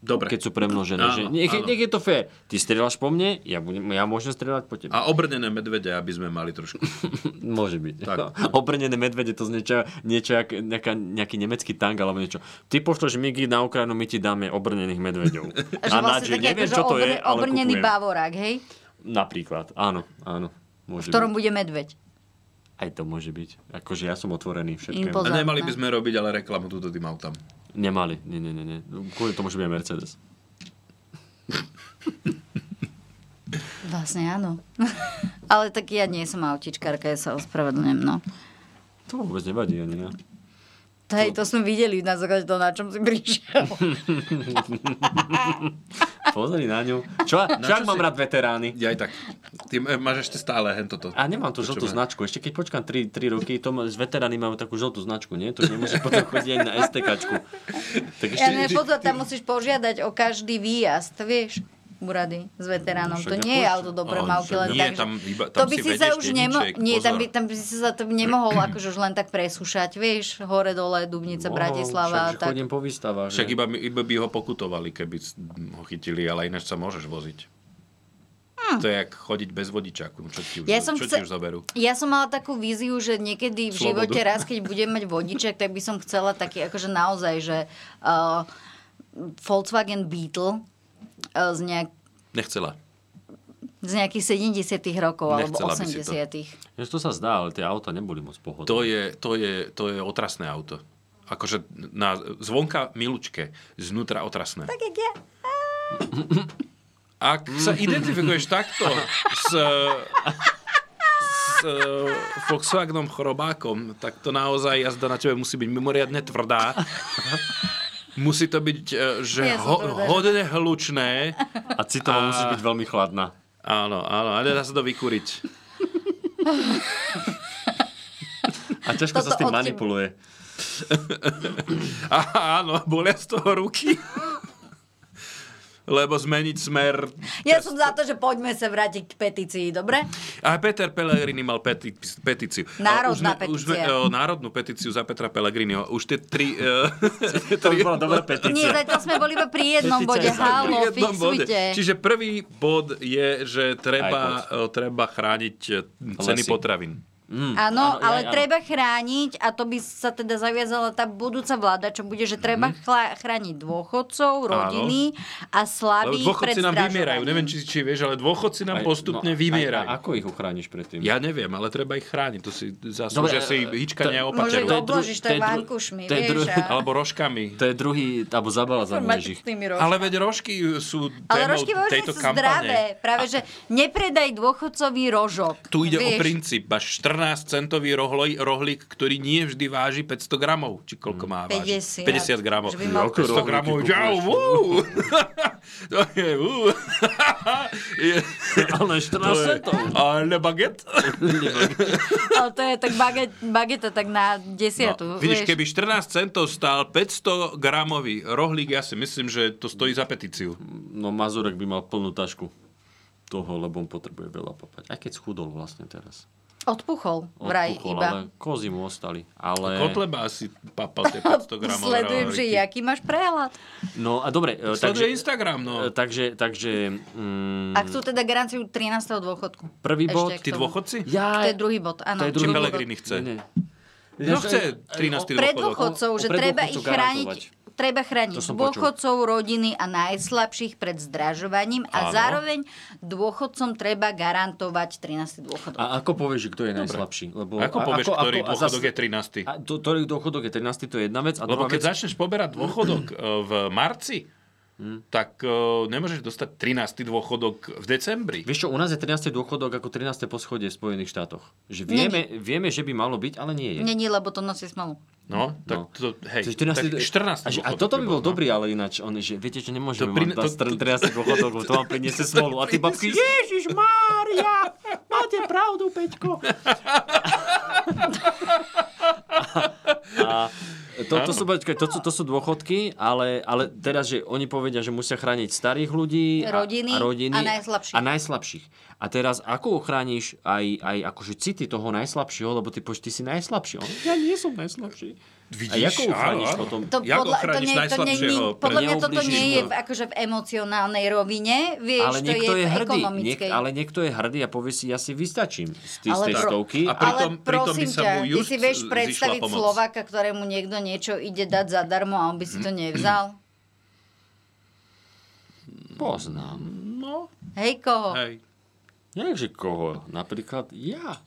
[SPEAKER 2] Dobre.
[SPEAKER 3] Keď sú premnožené.
[SPEAKER 2] Áno,
[SPEAKER 3] že nech,
[SPEAKER 2] áno.
[SPEAKER 3] nech je to fér. Ty strieľaš po mne, ja, budem, ja môžem strieľať po tebe.
[SPEAKER 2] A obrnené medvede, aby sme mali trošku.
[SPEAKER 3] Môže byť.
[SPEAKER 2] Tak.
[SPEAKER 3] Tak. Obrnené medvede, to z niečo, niečo jak, nejaká, nejaký nemecký tank alebo niečo. Ty pošleš migy na Ukrajinu, my ti dáme obrnených medveďov.
[SPEAKER 1] A Že
[SPEAKER 3] na
[SPEAKER 1] vlastne
[SPEAKER 3] že
[SPEAKER 1] také
[SPEAKER 3] neviem,
[SPEAKER 1] akože
[SPEAKER 3] čo to je,
[SPEAKER 1] obr-
[SPEAKER 3] ale
[SPEAKER 1] obrnený
[SPEAKER 3] kupujem.
[SPEAKER 1] bavorák, hej,
[SPEAKER 3] Napríklad, áno, áno.
[SPEAKER 1] v
[SPEAKER 3] Môže
[SPEAKER 1] ktorom
[SPEAKER 3] byť.
[SPEAKER 1] bude medveď.
[SPEAKER 3] Aj to môže byť. Akože ja som otvorený všetkému.
[SPEAKER 2] A
[SPEAKER 1] Impozantné.
[SPEAKER 2] nemali by sme robiť ale reklamu túto tým autám.
[SPEAKER 3] Nemali, nie, nie, nie. nie. Kvôli tomu, že bude Mercedes.
[SPEAKER 1] Vlastne áno. ale tak ja nie som autičkárka, ja sa ospravedlňujem, no.
[SPEAKER 3] To vôbec nevadí ani ja.
[SPEAKER 1] Hej, to sme videli na základe toho, na čom si prišiel.
[SPEAKER 3] Pozri na ňu. Čo,
[SPEAKER 2] Na
[SPEAKER 3] čo ak
[SPEAKER 2] čo
[SPEAKER 3] mám
[SPEAKER 2] si-
[SPEAKER 3] rád veterány?
[SPEAKER 2] Ja aj tak. Ty e, máš ešte stále hen toto.
[SPEAKER 3] A nemám tú žltú
[SPEAKER 2] Počúvaj.
[SPEAKER 3] značku. Ešte keď počkám 3, 3 roky, to ma- s veterány majú takú žltú značku, nie? To už nemôžeš potom chodiť ani na STKčku. Tak ešte...
[SPEAKER 1] Ja neviem, potom tam musíš požiadať o každý výjazd, vieš? úrady s
[SPEAKER 3] No,
[SPEAKER 1] veteránom.
[SPEAKER 3] však
[SPEAKER 1] To
[SPEAKER 3] ja
[SPEAKER 1] nie je
[SPEAKER 3] počujem.
[SPEAKER 1] auto do
[SPEAKER 2] Ale
[SPEAKER 1] premávky,
[SPEAKER 2] však
[SPEAKER 1] len
[SPEAKER 2] nie,
[SPEAKER 1] tak, že-
[SPEAKER 2] tam iba- tam
[SPEAKER 1] to by
[SPEAKER 2] si
[SPEAKER 1] si sa
[SPEAKER 2] vedieš
[SPEAKER 1] už
[SPEAKER 2] dedíček,
[SPEAKER 1] Nie, tam by,
[SPEAKER 2] pozor.
[SPEAKER 1] tam by si sa to nemohol akože už len tak presúšať, vieš, hore dole, Dubnica,
[SPEAKER 3] Mohol,
[SPEAKER 1] Bratislava a
[SPEAKER 3] však, že
[SPEAKER 1] tak.
[SPEAKER 3] Chodím po výstavách.
[SPEAKER 2] Však
[SPEAKER 3] že?
[SPEAKER 2] iba, iba by ho pokutovali, keby s- ho chytili, ale ináč sa môžeš voziť. To je jak chodiť bez vodičáku. Čo ti už,
[SPEAKER 1] Hm. Ja som
[SPEAKER 2] čo
[SPEAKER 1] chce-
[SPEAKER 2] ti už zoberú?
[SPEAKER 1] Ja som mala takú víziu, že niekedy v
[SPEAKER 2] Slobodu.
[SPEAKER 1] živote raz, keď budem mať vodiček, tak by som chcela taký, akože naozaj, že uh, Volkswagen Beetle uh, z, nejak,
[SPEAKER 2] Nechcela.
[SPEAKER 1] z nejakých 70 rokov alebo
[SPEAKER 2] Nechcela by si to.
[SPEAKER 1] 80
[SPEAKER 3] Že to sa zdá, ale tie auta neboli moc pohodlné.
[SPEAKER 2] To je, to je, to je otrasné auto. Akože na zvonka milučke, znútra otrasné.
[SPEAKER 1] Tak jak ja.
[SPEAKER 2] Ak sa identifikuješ takto s, s eh, Volkswagenom Chrobákom, tak to naozaj jazda na tebe musí byť mimoriadne tvrdá. Musí to byť, e, že
[SPEAKER 1] Ja som
[SPEAKER 2] ho,
[SPEAKER 1] to vedela.
[SPEAKER 2] hodne hlučné.
[SPEAKER 3] A citovo a... musí byť veľmi chladná.
[SPEAKER 2] Áno, áno, a nedá sa to vykúriť.
[SPEAKER 3] A ťažko sa
[SPEAKER 1] Toto
[SPEAKER 3] s tým
[SPEAKER 1] od teba-
[SPEAKER 3] manipuluje.
[SPEAKER 2] Aha, áno, bolia z toho ruky. Lebo zmeniť smer...
[SPEAKER 1] Ja som za to, že poďme sa vrátiť k petícii, dobre?
[SPEAKER 2] A Peter Pellegrini mal peti- petíciu.
[SPEAKER 1] Národná
[SPEAKER 2] A už, sme-
[SPEAKER 1] petícia.
[SPEAKER 2] Už, sme- o, národnú petíciu za Petra Pellegriniho. Už tie tri... e,
[SPEAKER 3] To by bola dobrá
[SPEAKER 1] Nie,
[SPEAKER 3] petícia.
[SPEAKER 1] zatiaľ sme boli iba pri jednom
[SPEAKER 3] Petícia
[SPEAKER 1] bode.
[SPEAKER 3] je za-
[SPEAKER 2] pri
[SPEAKER 1] Halo,
[SPEAKER 2] jednom bode.
[SPEAKER 1] fixujte.
[SPEAKER 2] Čiže prvý bod je, že treba, e, treba chrániť e, ceny
[SPEAKER 3] Lesy.
[SPEAKER 2] potravín.
[SPEAKER 1] Hm. Áno,
[SPEAKER 3] áno, ja-
[SPEAKER 1] ale
[SPEAKER 3] áno.
[SPEAKER 1] treba chrániť, a to by sa teda zaviazala tá budúca vláda, čo bude, že treba
[SPEAKER 2] Mhm.
[SPEAKER 1] chla- chrániť dôchodcov, rodiny
[SPEAKER 2] Lebo
[SPEAKER 1] a slabých
[SPEAKER 2] dôchodci
[SPEAKER 1] pred
[SPEAKER 2] nám vymierajú.
[SPEAKER 1] zdražovaním.
[SPEAKER 2] Neviem, či, či vieš, ale dôchodci
[SPEAKER 3] Aj-
[SPEAKER 2] nám postupne
[SPEAKER 3] no,
[SPEAKER 2] vymierajú.
[SPEAKER 3] Aj, a ako ich ochrániš pred tým?
[SPEAKER 2] Ja neviem, ale treba ich chrániť. To si
[SPEAKER 3] Dobre,
[SPEAKER 2] zaslúžia si
[SPEAKER 3] e,
[SPEAKER 2] hičkania
[SPEAKER 3] to-
[SPEAKER 1] Môže
[SPEAKER 2] opateru.
[SPEAKER 1] to
[SPEAKER 3] je dru-
[SPEAKER 1] obložíš
[SPEAKER 3] to
[SPEAKER 1] tak
[SPEAKER 3] je dru- to
[SPEAKER 1] vankušmi,
[SPEAKER 3] je
[SPEAKER 1] vieš,
[SPEAKER 3] dru-
[SPEAKER 1] a
[SPEAKER 2] Alebo rožkami.
[SPEAKER 3] To je druhý, alebo zabala za
[SPEAKER 1] Mať s
[SPEAKER 3] mnežich.
[SPEAKER 1] tými rožkami.
[SPEAKER 2] Ale veď rožky sú
[SPEAKER 1] Ale
[SPEAKER 2] témou
[SPEAKER 1] rožky vožne
[SPEAKER 2] tejto
[SPEAKER 1] sú
[SPEAKER 2] kampane.
[SPEAKER 1] zdravé. Práve, že nepredaj dôchodcový rožok.
[SPEAKER 2] Tu ide o
[SPEAKER 1] vieš.
[SPEAKER 2] princíp. Máš 14-centový rohloj, rohlík, ktorý nie vždy váži 500 gramov. Či koľko má vážiť? 50
[SPEAKER 1] 50.
[SPEAKER 2] gramov.
[SPEAKER 1] Že by mal- Aké
[SPEAKER 2] 500 gramov.
[SPEAKER 3] rohlíky
[SPEAKER 2] Ja,
[SPEAKER 3] kupuješ?
[SPEAKER 2] wow. to je, wow. je,
[SPEAKER 3] Ale
[SPEAKER 2] to je,
[SPEAKER 3] 14 centov.
[SPEAKER 2] ale baget.
[SPEAKER 1] Ale to je tak baget, bageta tak na
[SPEAKER 2] No,
[SPEAKER 1] desiatu.
[SPEAKER 2] vidíš, keby 14 centov stál 500 gramový rohlík, ja si myslím, že to stojí za petíciu.
[SPEAKER 3] No Mazurek by mal plnú tašku toho, lebo on potrebuje veľa papať. Aj keď schudol vlastne teraz.
[SPEAKER 1] Odpuchol vraj
[SPEAKER 3] Odpuchol,
[SPEAKER 1] iba.
[SPEAKER 3] Ale kozy mu ostali. Ale...
[SPEAKER 2] Kotleba asi papal tie 500 gramové
[SPEAKER 1] Sledujem, že
[SPEAKER 2] rohlíky.
[SPEAKER 1] jaký máš prehľad.
[SPEAKER 3] No a dobre. e,
[SPEAKER 2] Sleduje Instagram,
[SPEAKER 3] e,
[SPEAKER 2] no.
[SPEAKER 3] Takže, takže mm,
[SPEAKER 1] A chcú teda garanciu 13. dôchodku.
[SPEAKER 3] prvý
[SPEAKER 1] Ešte
[SPEAKER 3] bod...
[SPEAKER 1] k
[SPEAKER 2] Tí
[SPEAKER 1] tomu.
[SPEAKER 2] dôchodci?
[SPEAKER 1] To
[SPEAKER 3] Ja...
[SPEAKER 1] je druhý bod,
[SPEAKER 3] to
[SPEAKER 1] áno.
[SPEAKER 3] je
[SPEAKER 2] Či
[SPEAKER 3] druhý bod.
[SPEAKER 2] Pelegrini chce?
[SPEAKER 3] Nie, nie.
[SPEAKER 2] No chce 13.
[SPEAKER 1] Pre
[SPEAKER 2] dôchodok.
[SPEAKER 1] dôchodcov,
[SPEAKER 3] O- o
[SPEAKER 1] že
[SPEAKER 3] pre
[SPEAKER 1] treba
[SPEAKER 3] dôchodcov
[SPEAKER 1] ich chrániť
[SPEAKER 3] garantovať.
[SPEAKER 1] treba chrániť
[SPEAKER 3] To som
[SPEAKER 1] dôchodcov, rodiny a najslabších pred zdražovaním a
[SPEAKER 3] Áno.
[SPEAKER 1] zároveň dôchodcom treba garantovať 13. dôchodok.
[SPEAKER 3] A ako povieš, že kto je najslabší? Lebo,
[SPEAKER 2] Ako povieš, ktorý dôchodok je 13.?
[SPEAKER 3] A to, ktorý dôchodok je 13. to je jedna vec. A
[SPEAKER 2] Lebo
[SPEAKER 3] druhá
[SPEAKER 2] keď
[SPEAKER 3] vec,
[SPEAKER 2] začneš poberať dôchodok e, v marci,
[SPEAKER 3] Hm.
[SPEAKER 2] tak e, nemôžeš dostať 13. dôchodok v decembri.
[SPEAKER 3] Vieš čo, u nás je 13. dôchodok ako 13. poschodie v Spojených štátoch. Že
[SPEAKER 1] Nie,
[SPEAKER 3] vieme, vieme, že by malo byť, ale nie je.
[SPEAKER 1] Není, lebo to nosí smalu.
[SPEAKER 2] No, tak
[SPEAKER 3] No.
[SPEAKER 2] To, hej,
[SPEAKER 3] Čiže
[SPEAKER 2] tak 14.
[SPEAKER 3] a, že, a
[SPEAKER 2] dôchodok
[SPEAKER 3] toto by
[SPEAKER 2] by
[SPEAKER 3] bol
[SPEAKER 2] bol, no.
[SPEAKER 3] dobrý, ale ináč, on, že viete, že nemôžeme
[SPEAKER 2] To pri-
[SPEAKER 3] vám dať
[SPEAKER 2] to-
[SPEAKER 3] str- 13 dôchodok, lebo to vám priniesie smolu. A ty babky, Ježiš Mária, máte pravdu, Peťko. A to, to, sú, počkaj, to, sú, to sú dôchodky, ale, ale teraz, že oni povedia, že musia chrániť starých ľudí
[SPEAKER 1] Rodiny
[SPEAKER 3] a, a, rodiny
[SPEAKER 1] a najslabších.
[SPEAKER 3] A najslabších. A teraz, ako ochrániš aj, aj akože city toho najslabšieho, lebo ty poč, ty si najslabší. On, ja nie som najslabší.
[SPEAKER 2] Vidíš,
[SPEAKER 3] a ako ochrániš
[SPEAKER 2] áno, áno.
[SPEAKER 3] potom?
[SPEAKER 1] To
[SPEAKER 2] Jak
[SPEAKER 1] podľa, to
[SPEAKER 2] ochrániš
[SPEAKER 1] nie, to nie, nie,
[SPEAKER 2] najslabšieho pred
[SPEAKER 1] podľa mňa toto
[SPEAKER 3] neublížiš
[SPEAKER 1] nie je
[SPEAKER 3] mu?
[SPEAKER 1] v- akože v emocionálnej rovine, vieš,
[SPEAKER 3] ale
[SPEAKER 1] to je,
[SPEAKER 3] niekto je, hrdý,
[SPEAKER 1] v
[SPEAKER 3] niek-
[SPEAKER 1] ekonomickej.
[SPEAKER 3] ale niekto je hrdý a povie si, ja si vystačím z, tý,
[SPEAKER 1] Ale
[SPEAKER 3] z tej
[SPEAKER 1] pro-
[SPEAKER 3] stovky.
[SPEAKER 2] A pritom-
[SPEAKER 1] ale
[SPEAKER 2] pritom by
[SPEAKER 1] prosím
[SPEAKER 2] sa
[SPEAKER 1] ťa,
[SPEAKER 2] mu
[SPEAKER 1] ty
[SPEAKER 2] just
[SPEAKER 1] si vieš
[SPEAKER 2] zišla
[SPEAKER 1] predstaviť
[SPEAKER 2] pomoc.
[SPEAKER 1] Slováka, ktorému niekto niečo ide dať zadarmo a on by
[SPEAKER 3] Mhm.
[SPEAKER 1] si to nevzal?
[SPEAKER 3] Poznám.
[SPEAKER 1] No. Hej, koho?
[SPEAKER 2] Hej.
[SPEAKER 3] Nie, že koho? Napríklad ja.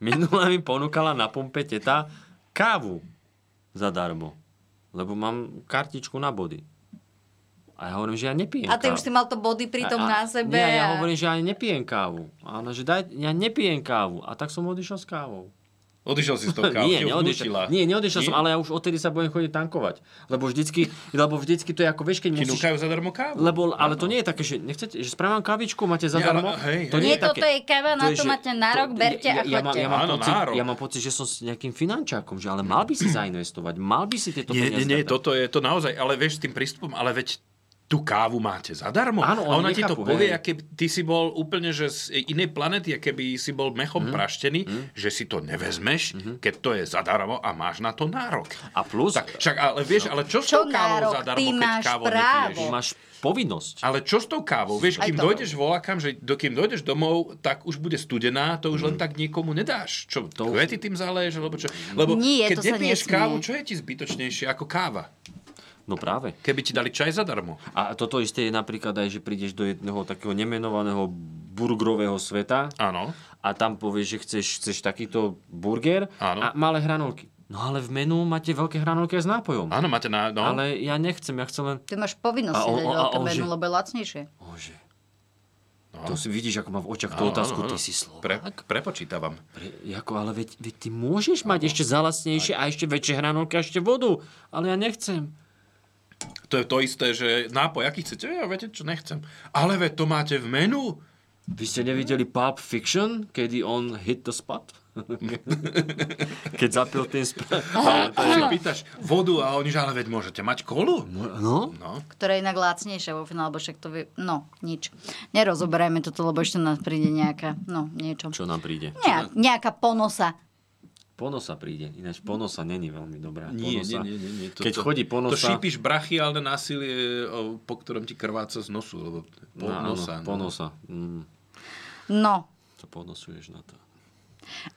[SPEAKER 3] Minule mi ponúkala na pumpe teta kávu zadarmo. Lebo mám kartičku na body. A ja hovorím, že ja nepijem
[SPEAKER 1] A ty
[SPEAKER 3] kávu.
[SPEAKER 1] už si mal to body pritom
[SPEAKER 3] A- a-
[SPEAKER 1] na sebe.
[SPEAKER 3] Nie, ja
[SPEAKER 1] a-
[SPEAKER 3] hovorím, že ja nepijem kávu. A ona, že daj, ja nepijem kávu. A tak som odišiel s kávou.
[SPEAKER 2] Odišiel si z toho kávu,
[SPEAKER 3] nie,
[SPEAKER 2] ťa vnútila.
[SPEAKER 3] neodišiel, nie, neodišiel
[SPEAKER 2] Nie?
[SPEAKER 3] som, ale ja už odtedy sa budem chodiť tankovať. Lebo vždycky, lebo vždycky to je ako, vieš, keď
[SPEAKER 2] Ti
[SPEAKER 3] musíš...
[SPEAKER 2] núkajú zadarmo kávu.
[SPEAKER 3] Lebo, ale to nie je také, že nechcete, že spravám kavičku, máte zadarmo.
[SPEAKER 2] ale- hej,
[SPEAKER 3] to
[SPEAKER 2] hej.
[SPEAKER 3] nie,
[SPEAKER 1] Nie,
[SPEAKER 3] je také,
[SPEAKER 1] toto je káva, na
[SPEAKER 3] je,
[SPEAKER 1] to
[SPEAKER 3] že-
[SPEAKER 1] máte nárok, berte
[SPEAKER 3] ja,
[SPEAKER 1] a
[SPEAKER 3] ja, mám,
[SPEAKER 1] chodte.
[SPEAKER 3] ja, mám
[SPEAKER 2] Áno,
[SPEAKER 3] pocit,
[SPEAKER 2] nárok.
[SPEAKER 3] ja mám pocit, že som s nejakým finančákom, že ale mal by si zainvestovať, mal by si tieto
[SPEAKER 2] Nie,
[SPEAKER 3] peniaze
[SPEAKER 2] nie, nie,
[SPEAKER 3] dať.
[SPEAKER 2] toto je to naozaj, ale vieš s tým prístupom, ale veď tú kávu máte zadarmo.
[SPEAKER 3] Áno,
[SPEAKER 2] a
[SPEAKER 3] oni
[SPEAKER 2] ona ti to
[SPEAKER 3] nechápu,
[SPEAKER 2] povie,
[SPEAKER 3] hej.
[SPEAKER 2] aké ty si bol úplne že z inej planety, a keby si bol
[SPEAKER 3] Mhm,
[SPEAKER 2] mechom praštený, že si to nevezmeš, keď to je zadarmo a máš na to nárok.
[SPEAKER 3] A plus, No.
[SPEAKER 2] Tak, však, ale vieš, ale čo s
[SPEAKER 1] Čo
[SPEAKER 2] tou kávou
[SPEAKER 1] nárok?
[SPEAKER 2] zadarmo,
[SPEAKER 1] Ty
[SPEAKER 2] keď
[SPEAKER 1] máš
[SPEAKER 2] kávu
[SPEAKER 1] právo.
[SPEAKER 2] nepiješ?
[SPEAKER 3] máš povinnosť.
[SPEAKER 2] Ale čo s tou kávou? Vieš,
[SPEAKER 1] Aj
[SPEAKER 2] kým
[SPEAKER 1] to.
[SPEAKER 2] dojdeš volakam, že do, kým dojdeš domov, tak už bude studená, to už len tak niekomu nedáš. Čo,
[SPEAKER 3] Mhm. To
[SPEAKER 2] to
[SPEAKER 3] už-
[SPEAKER 2] kvety tým zaleješ, alebo čo? Lebo keď
[SPEAKER 1] Nie, to sa
[SPEAKER 2] nepiješ
[SPEAKER 1] nesmie.
[SPEAKER 2] kávu, čo je ti zbytočnejšie ako káva?
[SPEAKER 3] No práve.
[SPEAKER 2] Keby ti dali čaj zadarmo.
[SPEAKER 3] A toto isté je napríklad aj, že prídeš do jedného takého nemenovaného burgerového sveta
[SPEAKER 2] Áno.
[SPEAKER 3] a tam povieš, že chceš, chceš takýto burger
[SPEAKER 2] Áno.
[SPEAKER 3] a malé hranolky. No ale v menu máte veľké hranolky aj s nápojom.
[SPEAKER 2] Áno, máte na... No.
[SPEAKER 3] Ale ja nechcem, ja chcem len...
[SPEAKER 1] Ty máš povinnosť
[SPEAKER 3] A
[SPEAKER 1] si
[SPEAKER 3] on-
[SPEAKER 1] dať
[SPEAKER 3] a- a
[SPEAKER 1] veľké
[SPEAKER 3] on
[SPEAKER 1] menu,
[SPEAKER 3] že-
[SPEAKER 1] lebo je lacnejšie.
[SPEAKER 3] Bože. To si vidíš, ako mám v očiach tú
[SPEAKER 2] No. Áno,
[SPEAKER 3] otázku,
[SPEAKER 2] áno,
[SPEAKER 3] ty
[SPEAKER 2] áno.
[SPEAKER 3] si slova.
[SPEAKER 2] Pre, prepočítavam.
[SPEAKER 3] Pre, ako, ale veď, veď ty môžeš mať ešte zalasnejšie a ešte väčšie hranolky a ešte vodu, ale ja nechcem.
[SPEAKER 2] To je to isté, že nápoj, aký chcete, ja viete, čo nechcem. Ale veď to máte v menu.
[SPEAKER 3] Vy ste nevideli Pulp Fiction, kedy on hit the spot? Keď zapil ten spra...
[SPEAKER 2] A ty sa pýtaš vodu a oni, že ale veď môžete mať kolu.
[SPEAKER 3] No,
[SPEAKER 2] No.
[SPEAKER 1] ktoré je inak lacnejšie vo finále, lebo však to vie... No, nič. Nerozoberajme toto, lebo ešte nám príde nejaká, no, niečo.
[SPEAKER 3] čo nám príde?
[SPEAKER 1] Nejak, nejaká ponosa.
[SPEAKER 3] Ponosa príde, ináč ponosa není veľmi dobrá.
[SPEAKER 2] Nie, nie,
[SPEAKER 3] ponosa.
[SPEAKER 2] nie, nie, nie. To,
[SPEAKER 3] no, Keď
[SPEAKER 2] to,
[SPEAKER 3] chodí ponosa...
[SPEAKER 2] To šípiš brachiálne násilie, o, po ktorom ti krváca z nosu, lebo po
[SPEAKER 3] No, áno,
[SPEAKER 2] nosa.
[SPEAKER 3] ponosa. Mm,
[SPEAKER 1] No,
[SPEAKER 3] to ponosuješ na to.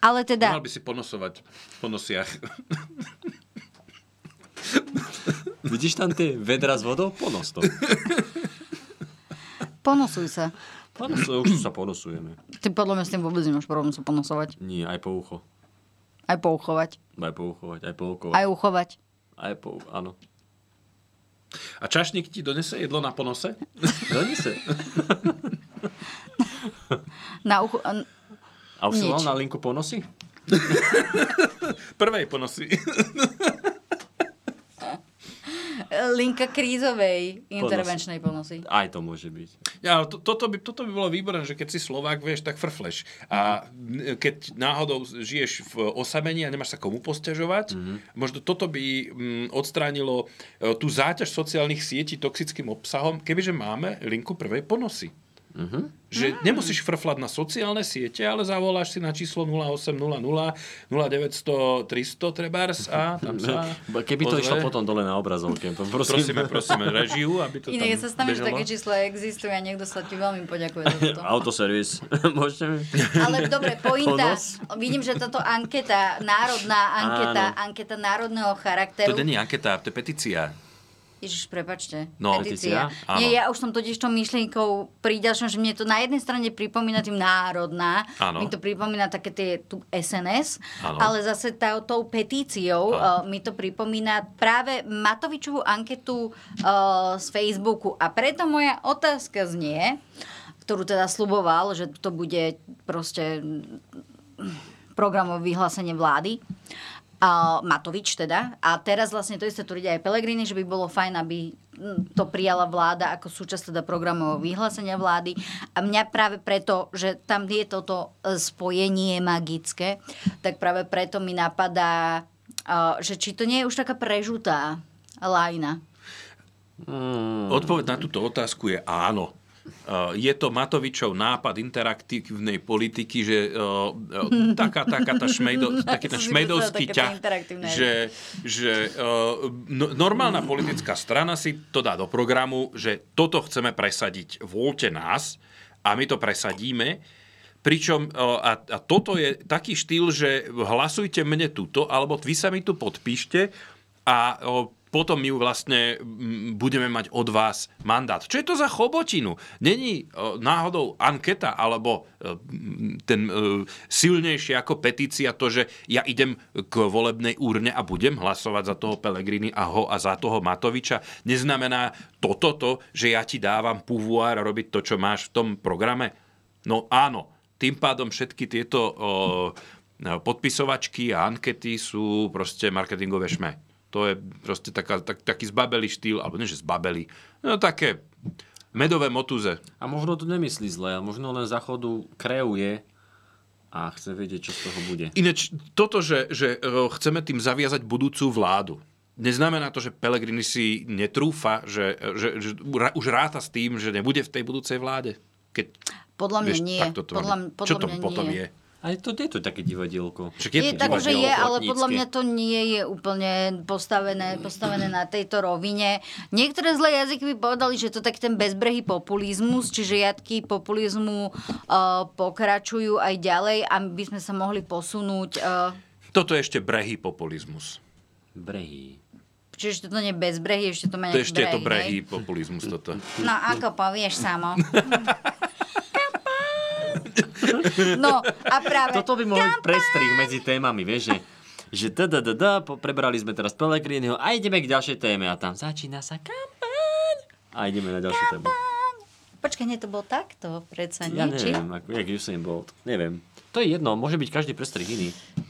[SPEAKER 1] ale teda...
[SPEAKER 3] No.
[SPEAKER 2] Mal by si ponosovať po nosiach.
[SPEAKER 3] Vidíš tam tie vedra s vodou? Ponos to.
[SPEAKER 1] Ponosuj sa.
[SPEAKER 3] Ponosuj, už sa ponosujeme.
[SPEAKER 1] Ty podľa mňa s tým vôbec nemáš problém sa ponosovať.
[SPEAKER 3] Nie, aj po ucho.
[SPEAKER 1] Aj pouchovať.
[SPEAKER 3] Aj pouchovať, aj pouchovať.
[SPEAKER 1] Aj uchovať.
[SPEAKER 3] Aj po, áno.
[SPEAKER 2] A čašník ti donese jedlo na ponose?
[SPEAKER 3] Donese.
[SPEAKER 1] Na uchu... a-
[SPEAKER 3] A už si
[SPEAKER 1] Nič.
[SPEAKER 3] mal na linku ponosy?
[SPEAKER 2] Prvej ponosy.
[SPEAKER 1] Linka krízovej intervenčnej ponosy.
[SPEAKER 3] Aj to môže byť.
[SPEAKER 2] Ja, ale to, toto, by, toto by bolo výborné, že keď si Slovák, vieš, tak frfleš. A n- keď náhodou žiješ v osamení a nemáš sa komu posťažovať,
[SPEAKER 3] Mhm.
[SPEAKER 2] mm-hmm. možno toto by mm, odstránilo e, tú záťaž sociálnych sietí toxickým obsahom, kebyže máme linku prvej ponosy.
[SPEAKER 3] Mhm.
[SPEAKER 2] Uh-huh.
[SPEAKER 1] Mm.
[SPEAKER 2] Že nemusíš frflať na sociálne siete, ale zavoláš si na číslo 0800 0900 300 trebárs a tam sa...
[SPEAKER 3] Keby to išlo potom dole na obrazovke. to Prosím.
[SPEAKER 2] Prosíme, prosíme, režiu, aby to
[SPEAKER 1] Inak ja sa
[SPEAKER 2] tam
[SPEAKER 1] stavím, že
[SPEAKER 2] bežalo.
[SPEAKER 1] také číslo existujú a niekto sa ti veľmi poďakuje za to.
[SPEAKER 3] Autoservis. Môžete mi?
[SPEAKER 1] Ale dobre, pointa.
[SPEAKER 3] Ponos?
[SPEAKER 1] Vidím, že táto anketa, národná anketa,
[SPEAKER 2] Áno.
[SPEAKER 1] anketa národného charakteru.
[SPEAKER 2] To není anketa, to je petícia.
[SPEAKER 1] Ježiš, prepačte.
[SPEAKER 2] No,
[SPEAKER 1] petícia.
[SPEAKER 2] petícia, áno.
[SPEAKER 1] Nie, ja už som totiž tou myšlienkou pri ďalšom, že mne to na jednej strane pripomína tým národná,
[SPEAKER 12] Áno.
[SPEAKER 1] mi to pripomína také tie tu SNS,
[SPEAKER 12] Áno.
[SPEAKER 1] ale zase tá, tou petíciou uh,
[SPEAKER 12] Áno.
[SPEAKER 1] mi to pripomína práve Matovičovú anketu uh, z Facebooku. A preto moja otázka znie, ktorú teda sluboval, že to bude proste programové vyhlásenie vlády. A Matovič teda. A teraz vlastne to isté tvrdí aj Pelegrini, že by bolo fajn, aby mm, to prijala vláda ako súčasť teda programového vyhlásenia vlády. A mňa práve preto, že tam je toto e, spojenie magické, tak práve preto mi napadá, e, že či to nie je už taká prežutá lajna.
[SPEAKER 2] Odpoveď na túto otázku je áno. Uh, Je to Matovičov nápad interaktívnej politiky, že uh, uh, taká, taká tá šmejdo, taký ten
[SPEAKER 1] Som si
[SPEAKER 2] šmejdovský
[SPEAKER 1] myslela, takéto
[SPEAKER 2] ťah,
[SPEAKER 1] interaktívne.
[SPEAKER 2] že, že uh, no- normálna politická strana si to dá do programu, že toto chceme presadiť, voľte nás a my to presadíme. Pričom, uh, a, a toto je taký štýl, že hlasujte mne tuto, alebo vy sa mi tu podpíšte a uh, potom my ju vlastne mm, budeme mať od vás mandát. Čo je to za chobotinu? Není e, náhodou anketa alebo e, m, ten e, silnejšie ako petícia to, že ja idem k volebnej úrne a budem hlasovať za toho Pelegrini a ho a za toho Matoviča. Neznamená toto, to, že ja ti dávam pouvoir robiť to, čo máš v tom programe? No áno, tým pádom všetky tieto o, podpisovačky a ankety sú proste marketingové šme. To je proste taká, tak, taký zbabelý štýl, alebo nie, že zbabelý, no také medové motuze.
[SPEAKER 3] A možno to nemyslí zle, a možno len zachodu kreuje a chce vedieť, čo z toho bude.
[SPEAKER 2] Ineč, toto, že, že e, chceme tým zaviazať budúcu vládu, neznamená to, že Pelegrini si netrúfa, že, že, že ra- už ráta s tým, že nebude v tej budúcej vláde? Keď,
[SPEAKER 1] Podľa mňa
[SPEAKER 2] vieš,
[SPEAKER 1] nie.
[SPEAKER 2] takto to
[SPEAKER 1] Podľa
[SPEAKER 2] robí.
[SPEAKER 1] m- podľa
[SPEAKER 2] Čo to
[SPEAKER 1] mňa
[SPEAKER 2] potom
[SPEAKER 1] nie.
[SPEAKER 2] je?
[SPEAKER 3] Ale to je to také divadielko.
[SPEAKER 2] Však
[SPEAKER 1] Je, tak, že je, ale podľa mňa to nie je úplne postavené, postavené na tejto rovine. Niektoré zlé jazyky by povedali, že to tak ten bezbrehý populizmus, čiže jatky populizmu uh, pokračujú aj ďalej a my by sme sa mohli posunúť. Uh,
[SPEAKER 2] Toto je ešte brehý populizmus.
[SPEAKER 3] Brehý.
[SPEAKER 1] čiže toto nie je bezbrehý, ešte to má
[SPEAKER 2] To
[SPEAKER 1] nejaký
[SPEAKER 2] ešte je to brehý
[SPEAKER 1] brehý,
[SPEAKER 2] populizmus toto.
[SPEAKER 1] hej? No ako povieš samo. No a práve...
[SPEAKER 3] Toto by mohol byť prestrih medzi témami, vieš, že že da, da, da, da, po- prebrali sme teraz Pellegriniho a ideme k ďalšej téme a tam začína sa kampaň a ideme na ďalšiu tému.
[SPEAKER 1] Počkaj, nie, to bolo takto, predsa nie?
[SPEAKER 3] Ja
[SPEAKER 1] Či?
[SPEAKER 3] neviem, ako, jak Usain Bolt, neviem. To je jedno, môže byť každý prestrih iný.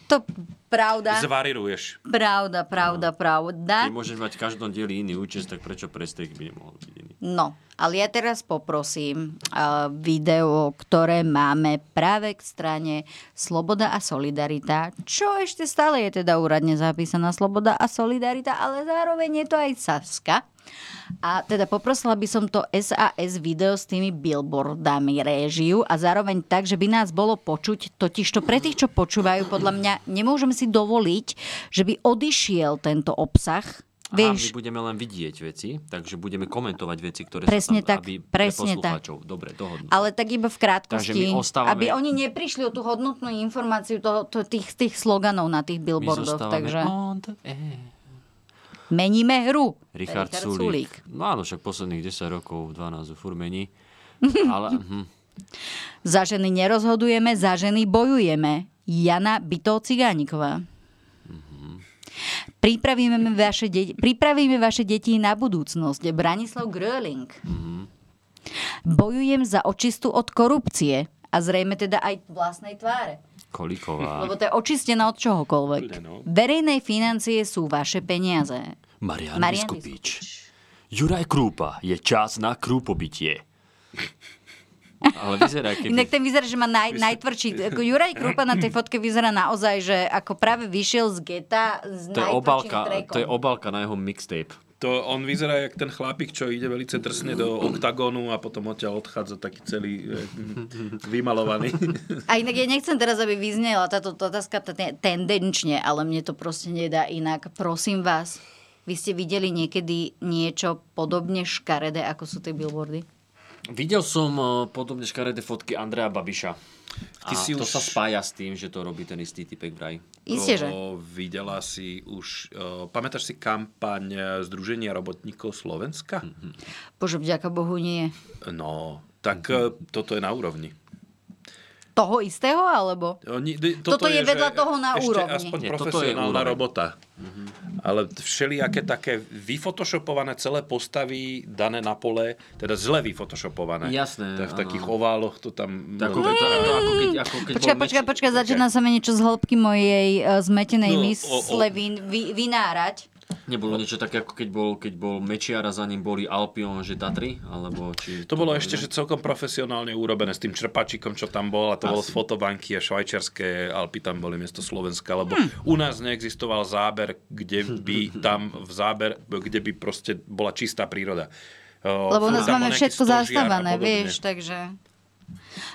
[SPEAKER 1] To pravda.
[SPEAKER 2] Zvariruješ.
[SPEAKER 1] Pravda, pravda, pravda.
[SPEAKER 3] Ty môžeš mať v každom dieli iný účest, tak prečo prestrih by nemohol byť iný?
[SPEAKER 1] No, ale ja teraz poprosím uh, video, ktoré máme práve k strane Sloboda a Solidarita, čo ešte stále je teda úradne zapísaná Sloboda a Solidarita, ale zároveň je to aj Saska. A teda poprosila by som to SAS video s tými billboardami réžiu a zároveň tak, že by nás bolo počuť, totiž to pre tých, čo počúvajú, podľa mňa nemôžem si dovoliť, že by odišiel tento obsah.
[SPEAKER 3] Vieš. A
[SPEAKER 1] Vieš,
[SPEAKER 3] my budeme len vidieť veci, takže budeme komentovať veci, ktoré sú
[SPEAKER 1] Presne
[SPEAKER 3] tam,
[SPEAKER 1] tak,
[SPEAKER 3] aby pre
[SPEAKER 1] presne tak.
[SPEAKER 3] poslucháčov. Dobre, dohodnú.
[SPEAKER 1] Ale tak iba v krátkosti,
[SPEAKER 3] Takže my ostávame-
[SPEAKER 1] aby oni neprišli o tú hodnotnú informáciu toho, to, tých, tých sloganov na tých billboardoch.
[SPEAKER 3] zostávame
[SPEAKER 1] Takže
[SPEAKER 3] on the air.
[SPEAKER 1] meníme hru.
[SPEAKER 3] Eh, Richard, Sulík. No áno, však posledných 10 rokov, 12 fur mení. Ale, mhm.
[SPEAKER 1] Za ženy nerozhodujeme, za ženy bojujeme. Jana Bytov Cigániková.
[SPEAKER 3] Mhm.
[SPEAKER 1] Pripravíme vaše, deti, pripravíme vaše deti na budúcnosť. Branislav Gröling.
[SPEAKER 3] Mhm.
[SPEAKER 1] Bojujem za očistu od korupcie. A zrejme teda aj vlastnej tváre.
[SPEAKER 3] Koliková.
[SPEAKER 1] Lebo to je očistené od čohokoľvek.
[SPEAKER 3] no.
[SPEAKER 1] Verejné financie sú vaše peniaze.
[SPEAKER 3] Marian, Marian
[SPEAKER 1] Marian
[SPEAKER 3] Vyskupič. Juraj Krúpa, je čas na krúpobytie. Ale vyzerá, keby...
[SPEAKER 1] Inak ten vyzerá, že má naj, najtvrdší. Ako Juraj Krupa na tej fotke vyzerá naozaj, že ako práve vyšiel z geta s
[SPEAKER 3] To je,
[SPEAKER 1] najtvrdším
[SPEAKER 3] obálka,
[SPEAKER 1] trackom.
[SPEAKER 3] to je obálka na jeho mixtape.
[SPEAKER 2] To on vyzerá jak ten chlapík, čo ide veľmi drsne do oktagónu a potom odtiaľ odchádza taký celý eh, vymalovaný.
[SPEAKER 1] A inak ja nechcem teraz, aby vyznela táto otázka t- tendenčne, ale mne to proste nedá inak. Prosím vás, vy ste videli niekedy niečo podobne škaredé, ako sú tie billboardy?
[SPEAKER 3] Videl som eh, podobne škaredé fotky Andreja Babiša. A
[SPEAKER 2] Ty si
[SPEAKER 3] to
[SPEAKER 2] už-
[SPEAKER 3] sa spája s tým, že to robí ten istý typek vraj. No.
[SPEAKER 1] Isté, že.
[SPEAKER 2] To Videla si už, eh, pamätáš si kampaň eh, Združenia robotníkov Slovenska?
[SPEAKER 1] Bože, vďaka Bohu nie.
[SPEAKER 2] No, tak eh, toto je na úrovni.
[SPEAKER 1] Toho istého, alebo?
[SPEAKER 2] Oni, d-
[SPEAKER 1] Toto
[SPEAKER 2] že
[SPEAKER 1] je vedľa toho na
[SPEAKER 2] ešte
[SPEAKER 1] úrovni.
[SPEAKER 2] aspoň
[SPEAKER 1] Nie,
[SPEAKER 2] Nie,
[SPEAKER 1] toto je
[SPEAKER 2] profesionálna
[SPEAKER 3] úroveň.
[SPEAKER 2] robota. Mhm. Ale všelijaké také vyfotoshopované celé postavy dané na pole, teda zle vyfotoshopované.
[SPEAKER 3] Jasné,
[SPEAKER 2] Tak v
[SPEAKER 3] áno.
[SPEAKER 2] takých ováloch to tam...
[SPEAKER 3] Tak ako keď, to, to, ako keď, ako keď
[SPEAKER 1] Počkaj,
[SPEAKER 3] bol meč-
[SPEAKER 1] počkaj, počkaj, začína sa mi niečo z hĺbky mojej eh, zmetenej
[SPEAKER 3] No, o-
[SPEAKER 1] mysle
[SPEAKER 3] o-
[SPEAKER 1] vy, vy, vynárať.
[SPEAKER 3] Nebolo niečo také, ako keď bol, keď bol Mečiar a za ním boli Alpion, že Tatry? Alebo či...
[SPEAKER 2] To bolo ešte, že celkom profesionálne urobené s tým čerpačikom, čo tam bol a to bolo z fotobanky a švajčiarske Alpy tam boli miesto Slovenska, lebo
[SPEAKER 1] Hm.
[SPEAKER 2] u nás neexistoval záber, kde by tam v záber, kde by proste bola čistá príroda. O,
[SPEAKER 1] Lebo u
[SPEAKER 2] sú
[SPEAKER 1] nás
[SPEAKER 2] tam
[SPEAKER 1] máme
[SPEAKER 2] nejaký
[SPEAKER 1] všetko
[SPEAKER 2] stožiar a
[SPEAKER 1] zastávané,
[SPEAKER 2] podobne.
[SPEAKER 1] vieš, takže...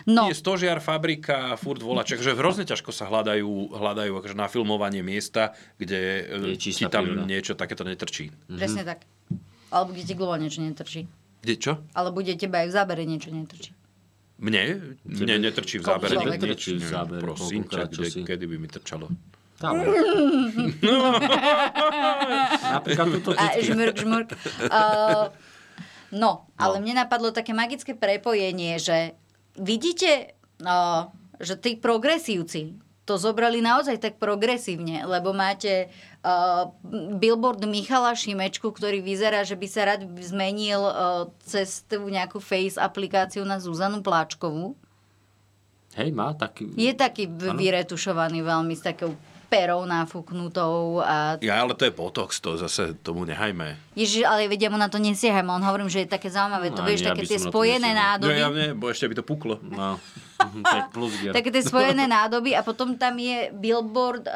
[SPEAKER 1] No,
[SPEAKER 2] Je stožiar, fabrika, furt volaček, že hrozne ťažko sa hľadajú, hľadajú akože na filmovanie miesta, kde e,
[SPEAKER 3] Je
[SPEAKER 2] ti
[SPEAKER 3] čistá
[SPEAKER 2] tam
[SPEAKER 3] príroda.
[SPEAKER 2] niečo takéto netrčí.
[SPEAKER 1] presne
[SPEAKER 3] Mhm.
[SPEAKER 1] tak. Alebo kde ti glovo niečo netrčí.
[SPEAKER 2] Kde čo?
[SPEAKER 1] Alebo kde teba aj v zábere niečere netrčí.
[SPEAKER 2] Mne? Mne netrčí v
[SPEAKER 1] Koľko
[SPEAKER 2] zábere.
[SPEAKER 1] človek?
[SPEAKER 2] nič, nič,
[SPEAKER 3] Netrčí v
[SPEAKER 2] neviem,
[SPEAKER 3] zábere,
[SPEAKER 2] Prosím ťa,
[SPEAKER 3] koľkokrát, čo
[SPEAKER 2] kde-
[SPEAKER 3] si-
[SPEAKER 2] kedy by mi trčalo?
[SPEAKER 3] Tam. Napríklad tuto
[SPEAKER 1] A žmrk, žmrk. Uh, no, ale mne napadlo také magické prepojenie, že vidíte, uh, že tí progresívci to zobrali naozaj tak progresívne, lebo máte uh, billboard Michala Šimečku, ktorý vyzerá, že by sa rád zmenil uh, cez tú nejakú face aplikáciu na Zuzanu Pláčkovú.
[SPEAKER 3] Hej, má taký...
[SPEAKER 1] Je taký
[SPEAKER 3] Áno.
[SPEAKER 1] v- vyretušovaný veľmi s takou perou nafúknutou a
[SPEAKER 2] Ja, ale to je botox, to zase tomu nehajme.
[SPEAKER 1] Ježiš, ale vedia, mu na to nesiehame. On hovorím, že je také zaujímavé. To
[SPEAKER 2] No,
[SPEAKER 1] vieš,
[SPEAKER 2] ani ja
[SPEAKER 1] také
[SPEAKER 2] by
[SPEAKER 1] tie
[SPEAKER 2] som na to
[SPEAKER 1] spojené
[SPEAKER 2] nesiahol.
[SPEAKER 1] nádoby.
[SPEAKER 2] No, ja ne, bo ešte by to puklo.
[SPEAKER 3] No. to je plus gear.
[SPEAKER 1] Také tie spojené nádoby a potom tam je billboard uh,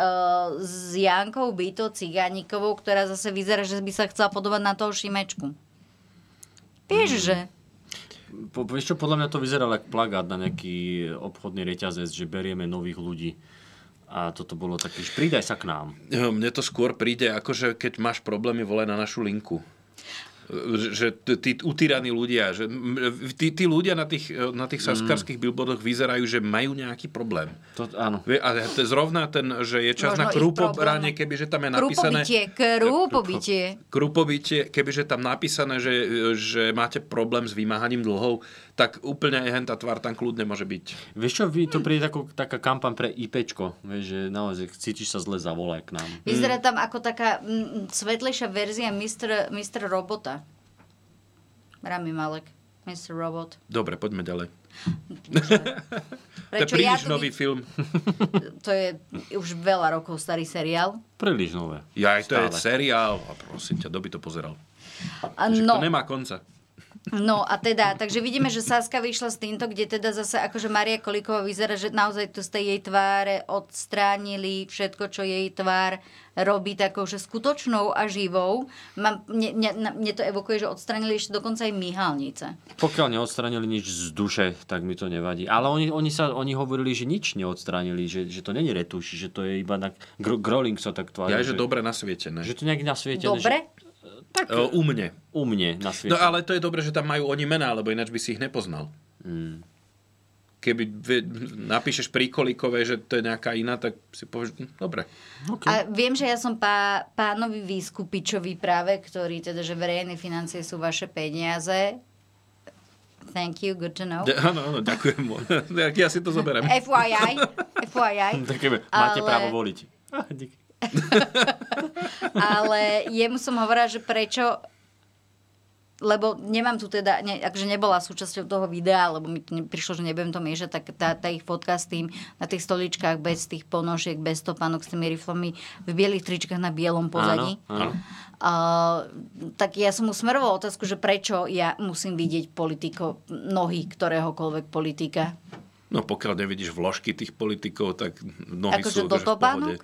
[SPEAKER 1] s Jankou Byto Cigánikovou, ktorá zase vyzerá, že by sa chcela podobať na toho Šimečku.
[SPEAKER 2] Mm.
[SPEAKER 1] Vieš, že?
[SPEAKER 3] Po, vieš čo, podľa mňa to vyzeralo ako plagát na nejaký obchodný reťazec, že berieme nových ľudí. A toto bolo taký, že pridaj sa k nám.
[SPEAKER 2] Ehm, Mne to skôr príde, akože keď máš problémy, volaj na našu linku. Že- že t- tí utíraní ľudia, že m- tí, tí ľudia na tých, e, na tých saskarských billboardoch vyzerajú, že majú nejaký problém.
[SPEAKER 3] Mm. To, áno.
[SPEAKER 2] Vie- A to je zrovna ten, že je čas na
[SPEAKER 1] Možno ich
[SPEAKER 2] krupobranie, kebyže tam je napísané... Mm.
[SPEAKER 1] Krupobytie, krupobytie.
[SPEAKER 2] Krupobytie, kebyže tam napísané, že, že máte problém s vymáhaním dlhov, tak úplne aj hen tá tvár tam kľudne môže byť.
[SPEAKER 3] Vieš čo, vy, to príde ako, taká kampaň pre IPčko. Vieš, že naozaj cítiš sa zle, zavolaj k nám.
[SPEAKER 1] Vyzerá tam ako taká mm, svetlejšia verzia Mr. Mr. Robota. Rami Malek, Mr. Robot.
[SPEAKER 2] Dobre, poďme ďalej. to je
[SPEAKER 1] Prečo ja
[SPEAKER 2] príliš
[SPEAKER 1] tu
[SPEAKER 2] nový film.
[SPEAKER 1] To je už veľa rokov starý seriál.
[SPEAKER 3] Príliš nové.
[SPEAKER 2] Ja, aj to je
[SPEAKER 3] Stále.
[SPEAKER 2] seriál. A prosím ťa, kto by to pozeral?
[SPEAKER 1] A
[SPEAKER 2] Že
[SPEAKER 1] no,
[SPEAKER 2] To nemá konca.
[SPEAKER 1] no a teda, takže vidíme, že Saska vyšla s týmto, kde teda zase akože Maria Kolíková vyzerá, že naozaj tu z tej jej tváre odstránili všetko, čo jej tvár robí takou, že skutočnou a živou. Mám, mne, mne, na- mne to evokuje, že odstránili ešte dokonca aj myhalnice.
[SPEAKER 3] Pokiaľ neodstránili nič z duše, tak mi to nevadí. Ale oni, oni, sa, oni hovorili, že nič neodstránili, že, že to není retuš, že to je iba na... Gro, groling sa tak tvári.
[SPEAKER 2] Ja je, že dobre nasvietené.
[SPEAKER 3] Že to nejak nasvietené.
[SPEAKER 1] Dobre?
[SPEAKER 3] Že, tak,
[SPEAKER 2] E, U mne.
[SPEAKER 3] u mne nasvietené.
[SPEAKER 2] No ale to je dobre, že tam majú oni mená, lebo ináč by si ich nepoznal. Mm. Keby vie- napíšeš príkolikové, že to je nejaká iná, tak si povieš, hm, dobre.
[SPEAKER 1] A viem, že ja som pá, pánovi Výskupičovi práve, ktorý teda, že verejné financie sú vaše peniaze. Thank you, good to know.
[SPEAKER 2] D- Áno, áno, ďakujem. mu. Tak ja si to zoberiem.
[SPEAKER 1] FYI, FYI.
[SPEAKER 3] Také, máte
[SPEAKER 1] Ale-
[SPEAKER 3] právo voliť. Ah, díky.
[SPEAKER 1] ale jemu som hovorila, že prečo lebo nemám tu teda, ne, akože nebola súčasťou toho videa, lebo mi to ne- prišlo, že nebudem to miešať, tak tá, tá ich fotka s tým na tých stoličkách bez tých ponožiek, bez topánok s tými riflami v bielých tričkách na bielom pozadí.
[SPEAKER 3] Áno, áno.
[SPEAKER 1] Uh, tak ja som mu smerovala otázku, že prečo ja musím vidieť politiko, nohy ktoréhokoľvek politika.
[SPEAKER 2] No pokiaľ nevidíš vložky tých politikov, tak nohy sú akože v
[SPEAKER 1] Akože do
[SPEAKER 2] pohode.
[SPEAKER 1] topánok?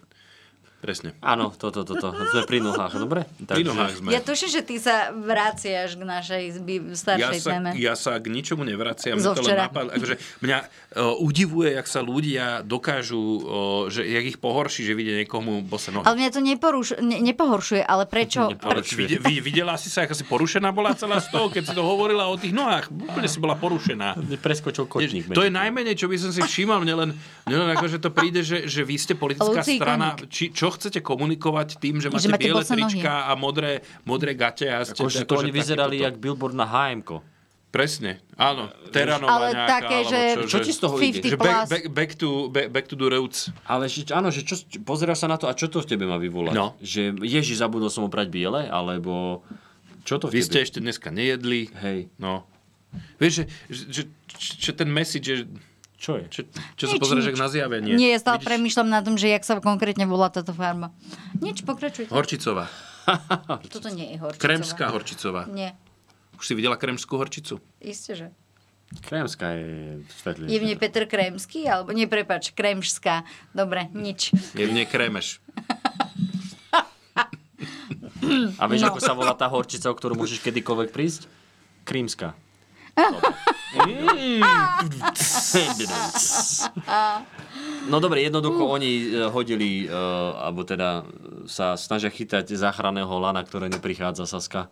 [SPEAKER 2] Presne.
[SPEAKER 3] Áno, toto, toto. To. Sme pri nohách, dobre?
[SPEAKER 2] Pri nohách sme.
[SPEAKER 1] Ja tuším, že ty sa vraciaš k našej
[SPEAKER 2] ja
[SPEAKER 1] zby- staršej
[SPEAKER 2] sa,
[SPEAKER 1] téme.
[SPEAKER 2] ja sa k ničomu nevraciam. Mne
[SPEAKER 1] Zo
[SPEAKER 2] to len
[SPEAKER 1] včera.
[SPEAKER 2] napadlo, akože mňa uh, udivuje, jak sa ľudia dokážu, uh, že jak ich pohorší, že vidia niekomu bose nohy.
[SPEAKER 1] Ale mňa to neporuš- ne- nepohoršuje, ale prečo...
[SPEAKER 2] Ale či vide, vi- videla si sa, aká si porušená bola celá z toho, keď si to hovorila o tých nohách. Úplne si bola porušená.
[SPEAKER 3] Preskočil kotník.
[SPEAKER 2] To je najmenej, čo by som si všímal, mne len, mne len ako, že to príde, že, že vy ste politická
[SPEAKER 1] Lucí
[SPEAKER 2] strana. Či, čo chcete komunikovať tým, že máte,
[SPEAKER 1] Že máte
[SPEAKER 2] biele
[SPEAKER 1] bosé nohy.
[SPEAKER 2] trička a modré, modré gate? A ste,
[SPEAKER 3] Akože to oni
[SPEAKER 2] taký
[SPEAKER 3] vyzerali
[SPEAKER 2] toto.
[SPEAKER 3] jak billboard na hm
[SPEAKER 2] Presne, áno. Teranová
[SPEAKER 1] Ale
[SPEAKER 2] nejaká,
[SPEAKER 1] také,
[SPEAKER 2] alebo
[SPEAKER 1] že
[SPEAKER 2] čo,
[SPEAKER 3] Čo ti z toho ide?
[SPEAKER 1] 50
[SPEAKER 2] Že back,
[SPEAKER 1] plus.
[SPEAKER 2] back, back, to, back, back to the roots.
[SPEAKER 3] Ale že, áno, že čo, čo, pozeráš sa na to a čo to v tebe má vyvolať?
[SPEAKER 2] No.
[SPEAKER 3] Že ježi, zabudol som oprať biele, alebo čo to v
[SPEAKER 2] Vy
[SPEAKER 3] tebe?
[SPEAKER 2] ste ešte dneska nejedli.
[SPEAKER 3] Hej.
[SPEAKER 2] No. Vieš, že, že, že, že ten message, že,
[SPEAKER 3] Čo je?
[SPEAKER 2] čo, čo sa
[SPEAKER 1] Nič,
[SPEAKER 2] pozrieš
[SPEAKER 1] nič.
[SPEAKER 2] jak na zjavenie.
[SPEAKER 1] Nie, ja stále premýšľam na tom, že jak sa konkrétne volá táto farma. Nič, pokračujte.
[SPEAKER 2] Horčicová.
[SPEAKER 1] Toto nie je horčicová.
[SPEAKER 2] Kremská horčicová.
[SPEAKER 1] Nie,
[SPEAKER 2] Už si videla kremskú horčicu?
[SPEAKER 1] isté, že.
[SPEAKER 3] Krémska je svetlejšia.
[SPEAKER 1] Je v nej Peter Kremský, alebo nie, prepač, Kremšská. Dobre, nič.
[SPEAKER 2] Je v nej krémeš.
[SPEAKER 3] A vieš,
[SPEAKER 1] No.
[SPEAKER 3] no. ako sa volá tá horčica, o ktorú môžeš kedykoľvek prísť? Krímska. No dobre, jednoducho
[SPEAKER 1] Mm.
[SPEAKER 3] oni eh, hodili, eh, alebo teda eh, sa snažia chytať záchranného lana, ktoré neprichádza Saska.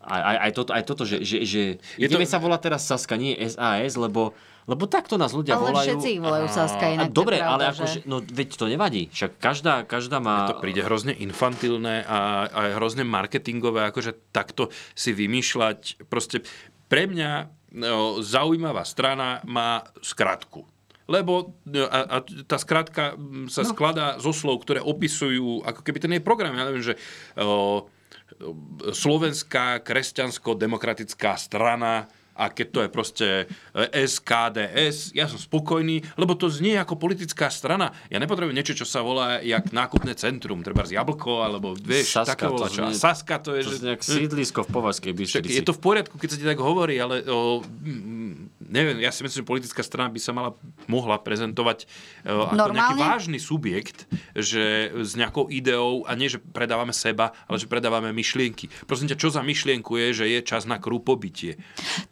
[SPEAKER 3] Aj, aj, aj, toto, aj toto, že, že, že
[SPEAKER 2] Je to-
[SPEAKER 3] ideme sa volá teraz Saska, nie SAS, lebo, lebo takto nás ľudia
[SPEAKER 1] Ale
[SPEAKER 3] volajú.
[SPEAKER 1] všetci ich volajú Saska
[SPEAKER 3] A
[SPEAKER 1] inak. to je
[SPEAKER 3] dobre,
[SPEAKER 1] pravda,
[SPEAKER 3] ale
[SPEAKER 1] že-
[SPEAKER 3] akože, no veď to nevadí. Však každá, každá má...
[SPEAKER 2] To príde hrozne infantilné a, a hrozne marketingové, akože takto si vymýšľať. Proste pre mňa no, zaujímavá strana má skratku. Lebo no, a, a tá skratka mm, sa no. skladá zo slov, ktoré opisujú ako keby ten jej program. Ja neviem, že o, Slovenská kresťansko-demokratická strana a keď to je proste e, SKDS, ja som spokojný, lebo to znie ako politická strana. Ja nepotrebujem niečo, čo sa volá jak nákupné centrum, treba z jablko, alebo vieš,
[SPEAKER 3] Saska,
[SPEAKER 2] také
[SPEAKER 3] to
[SPEAKER 2] volá, čo. A
[SPEAKER 3] znie-
[SPEAKER 2] Saska to je,
[SPEAKER 3] To
[SPEAKER 2] že... hm,
[SPEAKER 3] je nejak sídlisko v Považskej
[SPEAKER 2] Však
[SPEAKER 3] Bystrici.
[SPEAKER 2] je to v poriadku, keď sa ti tak hovorí, ale o, mm, neviem, ja si myslím, že politická strana by sa mala, mohla prezentovať o, ako
[SPEAKER 1] Normálne?
[SPEAKER 2] nejaký vážny subjekt, že s nejakou ideou, a nie, že predávame seba, ale že predávame myšlienky. Prosím ťa, čo za myšlienku je, že je čas na krúpobytie?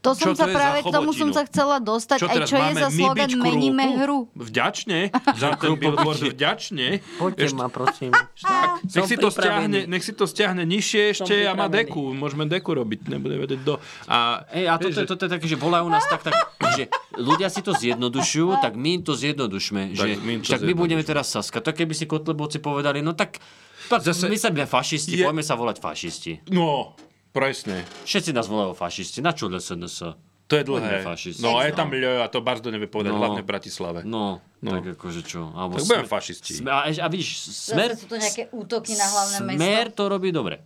[SPEAKER 1] To
[SPEAKER 2] Čo
[SPEAKER 1] som
[SPEAKER 2] to
[SPEAKER 1] sa
[SPEAKER 2] je za
[SPEAKER 1] práve, k tomu
[SPEAKER 2] chobotinu?
[SPEAKER 1] som sa chcela dostať,
[SPEAKER 2] Čo
[SPEAKER 1] aj
[SPEAKER 2] teraz
[SPEAKER 1] čo je
[SPEAKER 2] máme
[SPEAKER 1] za
[SPEAKER 2] my
[SPEAKER 1] slogan
[SPEAKER 2] byť krúpu?
[SPEAKER 1] Meníme hru.
[SPEAKER 2] Vďačne za ten billboard, vďačne.
[SPEAKER 3] Poďte
[SPEAKER 2] Ešte-
[SPEAKER 3] ma, prosím.
[SPEAKER 2] Tak, nech, si to stiahne, nech si to stiahne nižšie
[SPEAKER 3] Som
[SPEAKER 2] ešte a má
[SPEAKER 3] pripravený.
[SPEAKER 2] deku. Môžeme deku robiť, nebude vedieť do... A,
[SPEAKER 3] Ej, a toto,
[SPEAKER 2] vieš,
[SPEAKER 3] je-
[SPEAKER 2] že-
[SPEAKER 3] toto je také, že volajú nás tak, tak že ľudia si to zjednodušujú, tak my im to zjednodušme. Že,
[SPEAKER 2] my im to
[SPEAKER 3] tak my budeme teraz Saska. Tak keby si Kotlebovci povedali, no tak, tak Zase, my sa budeme fašisti,
[SPEAKER 2] je-
[SPEAKER 3] poďme sa volať fašisti.
[SPEAKER 2] No, presne.
[SPEAKER 3] Všetci nás volajú fašisti, na čo SNS?
[SPEAKER 2] To je
[SPEAKER 3] Poďme
[SPEAKER 2] dlhé.
[SPEAKER 3] fašisti.
[SPEAKER 2] No a je tam ľo a to Barzdo nevie povedať,
[SPEAKER 3] No.
[SPEAKER 2] hlavne v Bratislave.
[SPEAKER 3] No, no,
[SPEAKER 2] No.
[SPEAKER 3] tak akože čo. Alebo
[SPEAKER 2] Tak budeme fašisti.
[SPEAKER 3] Sme, a, a vidíš, smer,
[SPEAKER 1] Zase sú to nejaké útoky na hlavné
[SPEAKER 3] Smer
[SPEAKER 1] mesto.
[SPEAKER 3] to robí dobre.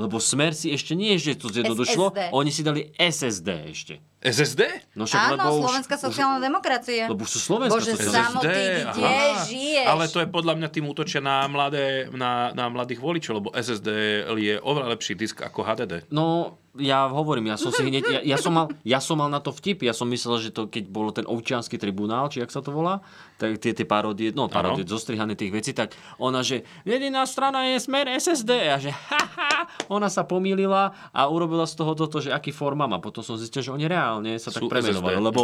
[SPEAKER 3] Lebo Smer si ešte nie, že to zjednodušilo,
[SPEAKER 1] SSD.
[SPEAKER 3] oni si dali SSD ešte.
[SPEAKER 2] SSD?
[SPEAKER 3] No však, lebo
[SPEAKER 1] Áno,
[SPEAKER 3] už-
[SPEAKER 1] Slovenská
[SPEAKER 3] už-
[SPEAKER 1] sociálna demokracia.
[SPEAKER 3] Lebo už sú Slovenská
[SPEAKER 1] Bože,
[SPEAKER 3] sociálna-
[SPEAKER 1] samo ty, kde
[SPEAKER 2] aha.
[SPEAKER 1] žiješ?
[SPEAKER 2] Ale to je podľa mňa tým útočia na, mladé, na, na mladých voličov, lebo SSD je oveľa lepší disk ako HDD.
[SPEAKER 3] No, ja hovorím, ja som si hneď, ja, ja, som mal, ja som mal na to vtip, ja som myslel, že to keď bolo ten občianský tribunál, či jak sa to volá, tak tie, tie parodie, no parodie, zostrihané tých vecí, tak ona, že jediná strana je smer SSD, a že haha, ona sa pomýlila a urobila z toho toto, že aký forma má. Potom som zistil, že oni reálne sa tak
[SPEAKER 2] Sú
[SPEAKER 3] premenovali,
[SPEAKER 2] SSD,
[SPEAKER 3] lebo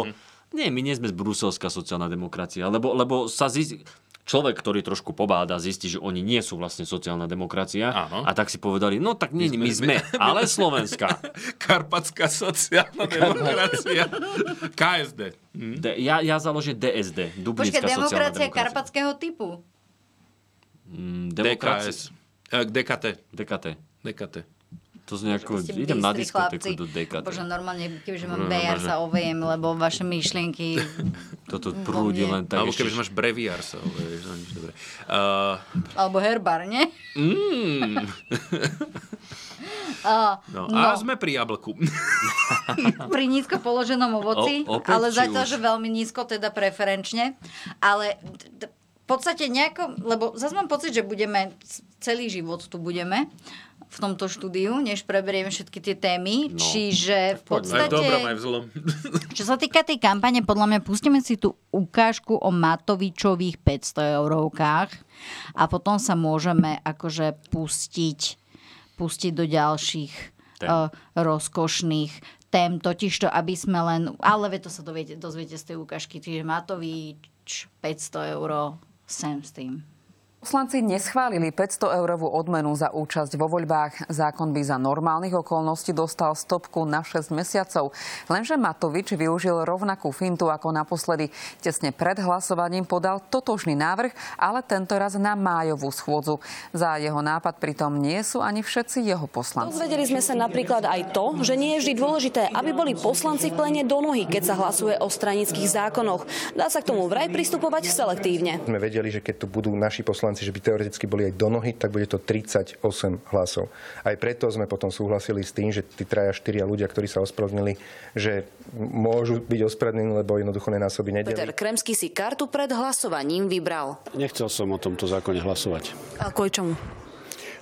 [SPEAKER 3] nie, my nie sme z bruselská sociálna demokracia, lebo, lebo sa zistí, človek, ktorý trošku pobáda, zistí, že oni nie sú vlastne sociálna demokracia
[SPEAKER 2] Áno.
[SPEAKER 3] a tak si povedali, no tak nie, my sme, ale Slovenska.
[SPEAKER 2] Karpatská sociálna demokracia. KSD.
[SPEAKER 3] D- ja, ja založím DSD,
[SPEAKER 1] Počkaj,
[SPEAKER 3] Dublinská sociálna
[SPEAKER 1] demokracia
[SPEAKER 3] demokracia.
[SPEAKER 1] karpatského typu.
[SPEAKER 3] Mm, demokracia-
[SPEAKER 2] DKS. Eh, DKT.
[SPEAKER 3] DKT.
[SPEAKER 2] DKT.
[SPEAKER 3] To znie ako,
[SPEAKER 1] Ste
[SPEAKER 3] idem na
[SPEAKER 1] bystri
[SPEAKER 3] diskotéku
[SPEAKER 1] chlapci.
[SPEAKER 3] do No, DKT.
[SPEAKER 1] Bože, normálne, kebyže mám VR, sa ovejem, lebo vaše myšlienky...
[SPEAKER 3] Toto
[SPEAKER 1] mm,
[SPEAKER 3] prúdi
[SPEAKER 1] mne.
[SPEAKER 3] len tak.
[SPEAKER 2] Alebo
[SPEAKER 3] ešte-
[SPEAKER 2] keby máš breviár sa hovoríš, no nič, dobre. Uh,
[SPEAKER 1] Alebo herbar, nie?
[SPEAKER 2] mm,
[SPEAKER 1] Á,
[SPEAKER 2] no, a sme pri jablku.
[SPEAKER 1] pri nízko položenom ovoci,
[SPEAKER 3] O- opäť
[SPEAKER 1] ale
[SPEAKER 3] či
[SPEAKER 1] zatiaľ,
[SPEAKER 3] už?
[SPEAKER 1] že veľmi nízko, teda preferenčne. Ale t- t- v podstate nejako, lebo zase mám pocit, že budeme, celý život tu budeme v tomto štúdiu, než preberieme všetky tie témy. No, Čiže v
[SPEAKER 2] Aj
[SPEAKER 1] podstate...
[SPEAKER 2] v dobrom, aj v zlom.
[SPEAKER 1] Čo sa týka tej kampane, podľa mňa pustíme si tú ukážku o Matovičových 500 eurovkách a potom sa môžeme akože pustiť, pustiť do ďalších uh, rozkošných tém, totiž to, aby sme len... Ale ve to sa doviete, dozviete z tej ukážky, čiže Matovič 500 eur sem s tým.
[SPEAKER 12] Poslanci neschválili 500 eurovú odmenu za účasť vo voľbách. Zákon by za normálnych okolností dostal stopku na 6 mesiacov. Lenže Matovič využil rovnakú fintu ako naposledy. Tesne pred hlasovaním podal totožný návrh, ale tentoraz na májovú schôdzu. Za jeho nápad pritom nie sú ani všetci jeho poslanci.
[SPEAKER 13] Dozvedeli sme sa napríklad aj to, že nie je vždy dôležité, aby boli poslanci v plene do nohy, keď sa hlasuje o stranických zákonoch. Dá sa k tomu vraj pristupovať selektívne.
[SPEAKER 14] Sme vedeli, že keď tu budú naši poslanci poslanci, že by teoreticky boli aj do nohy, tak bude to 38 hlasov. Aj preto sme potom súhlasili s tým, že tí traja, štyria ľudia, ktorí sa ospravedlnili, že môžu byť ospravedlnení, lebo jednoducho nenásobí nedeli.
[SPEAKER 13] Peter Kremský si kartu pred hlasovaním vybral.
[SPEAKER 15] Nechcel som o tomto zákone hlasovať.
[SPEAKER 13] A kvôli čomu?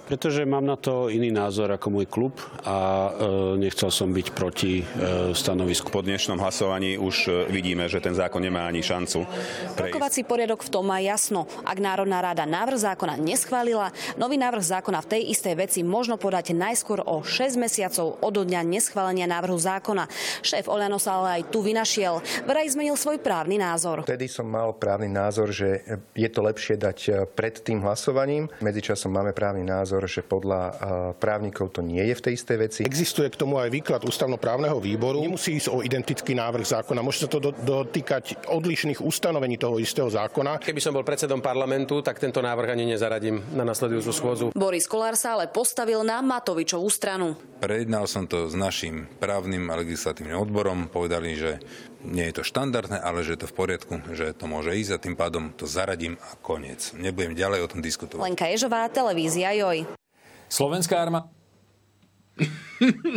[SPEAKER 15] Pretože mám na to iný názor ako môj klub a e, nechcel som byť proti e, stanovisku.
[SPEAKER 16] Po dnešnom hlasovaní už vidíme, že ten zákon nemá ani šancu.
[SPEAKER 13] Prejsť. Rokovací poriadok v tom má jasno. Ak Národná rada návrh zákona neschválila, nový návrh zákona v tej istej veci možno podať najskôr o 6 mesiacov od dňa neschválenia návrhu zákona. Šéf Oľano sa ale aj tu vynašiel. Vraj zmenil svoj právny názor.
[SPEAKER 14] Vtedy som mal právny názor, že je to lepšie dať eh, pred tým hlasovaním. Medzičasom máme právny názor názor, že podľa uh, právnikov to nie je v tej istej veci.
[SPEAKER 17] Existuje k tomu aj výklad ústavnoprávneho výboru. Nemusí ísť o identický návrh zákona. Môže sa to do, dotýkať odlišných ustanovení toho istého zákona.
[SPEAKER 11] Keby som bol predsedom parlamentu, tak tento návrh ani nezaradím na nasledujúcu schôdzu.
[SPEAKER 13] Boris Kolár sa ale postavil na Matovičovú stranu.
[SPEAKER 18] Prejednal som to s našim právnym a legislatívnym odborom. Povedali, že nie je to štandardné, ale že je to v poriadku, že to môže ísť a tým pádom to zaradím a koniec. Nebudem ďalej o tom diskutovať.
[SPEAKER 13] Lenka Ježová, televízia Joj.
[SPEAKER 3] Slovenská armáda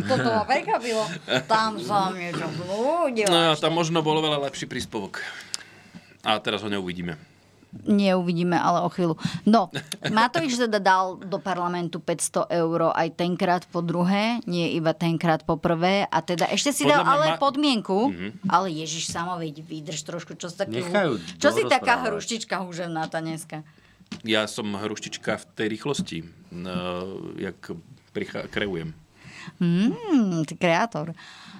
[SPEAKER 1] toto ma prekvapilo. Tam som niečo blúdil.
[SPEAKER 2] No, tam možno bol veľa lepší príspevok. A teraz ho neuvidíme.
[SPEAKER 1] Neuvidíme, ale o chvíľu. No, Matovič teda dal do parlamentu 500 eur aj tenkrát po druhé, nie iba tenkrát po prvé. A teda ešte si Podľa dal ale ma... podmienku, mm-hmm. ale Ježiš samo, veď vydrž trošku, čo, taký,
[SPEAKER 3] Nechajú
[SPEAKER 1] čo si taká hruštička húževná tá dneska?
[SPEAKER 2] Ja som hruštička v tej rýchlosti, no, jak prichá, kreujem.
[SPEAKER 1] Mm, ty kreator.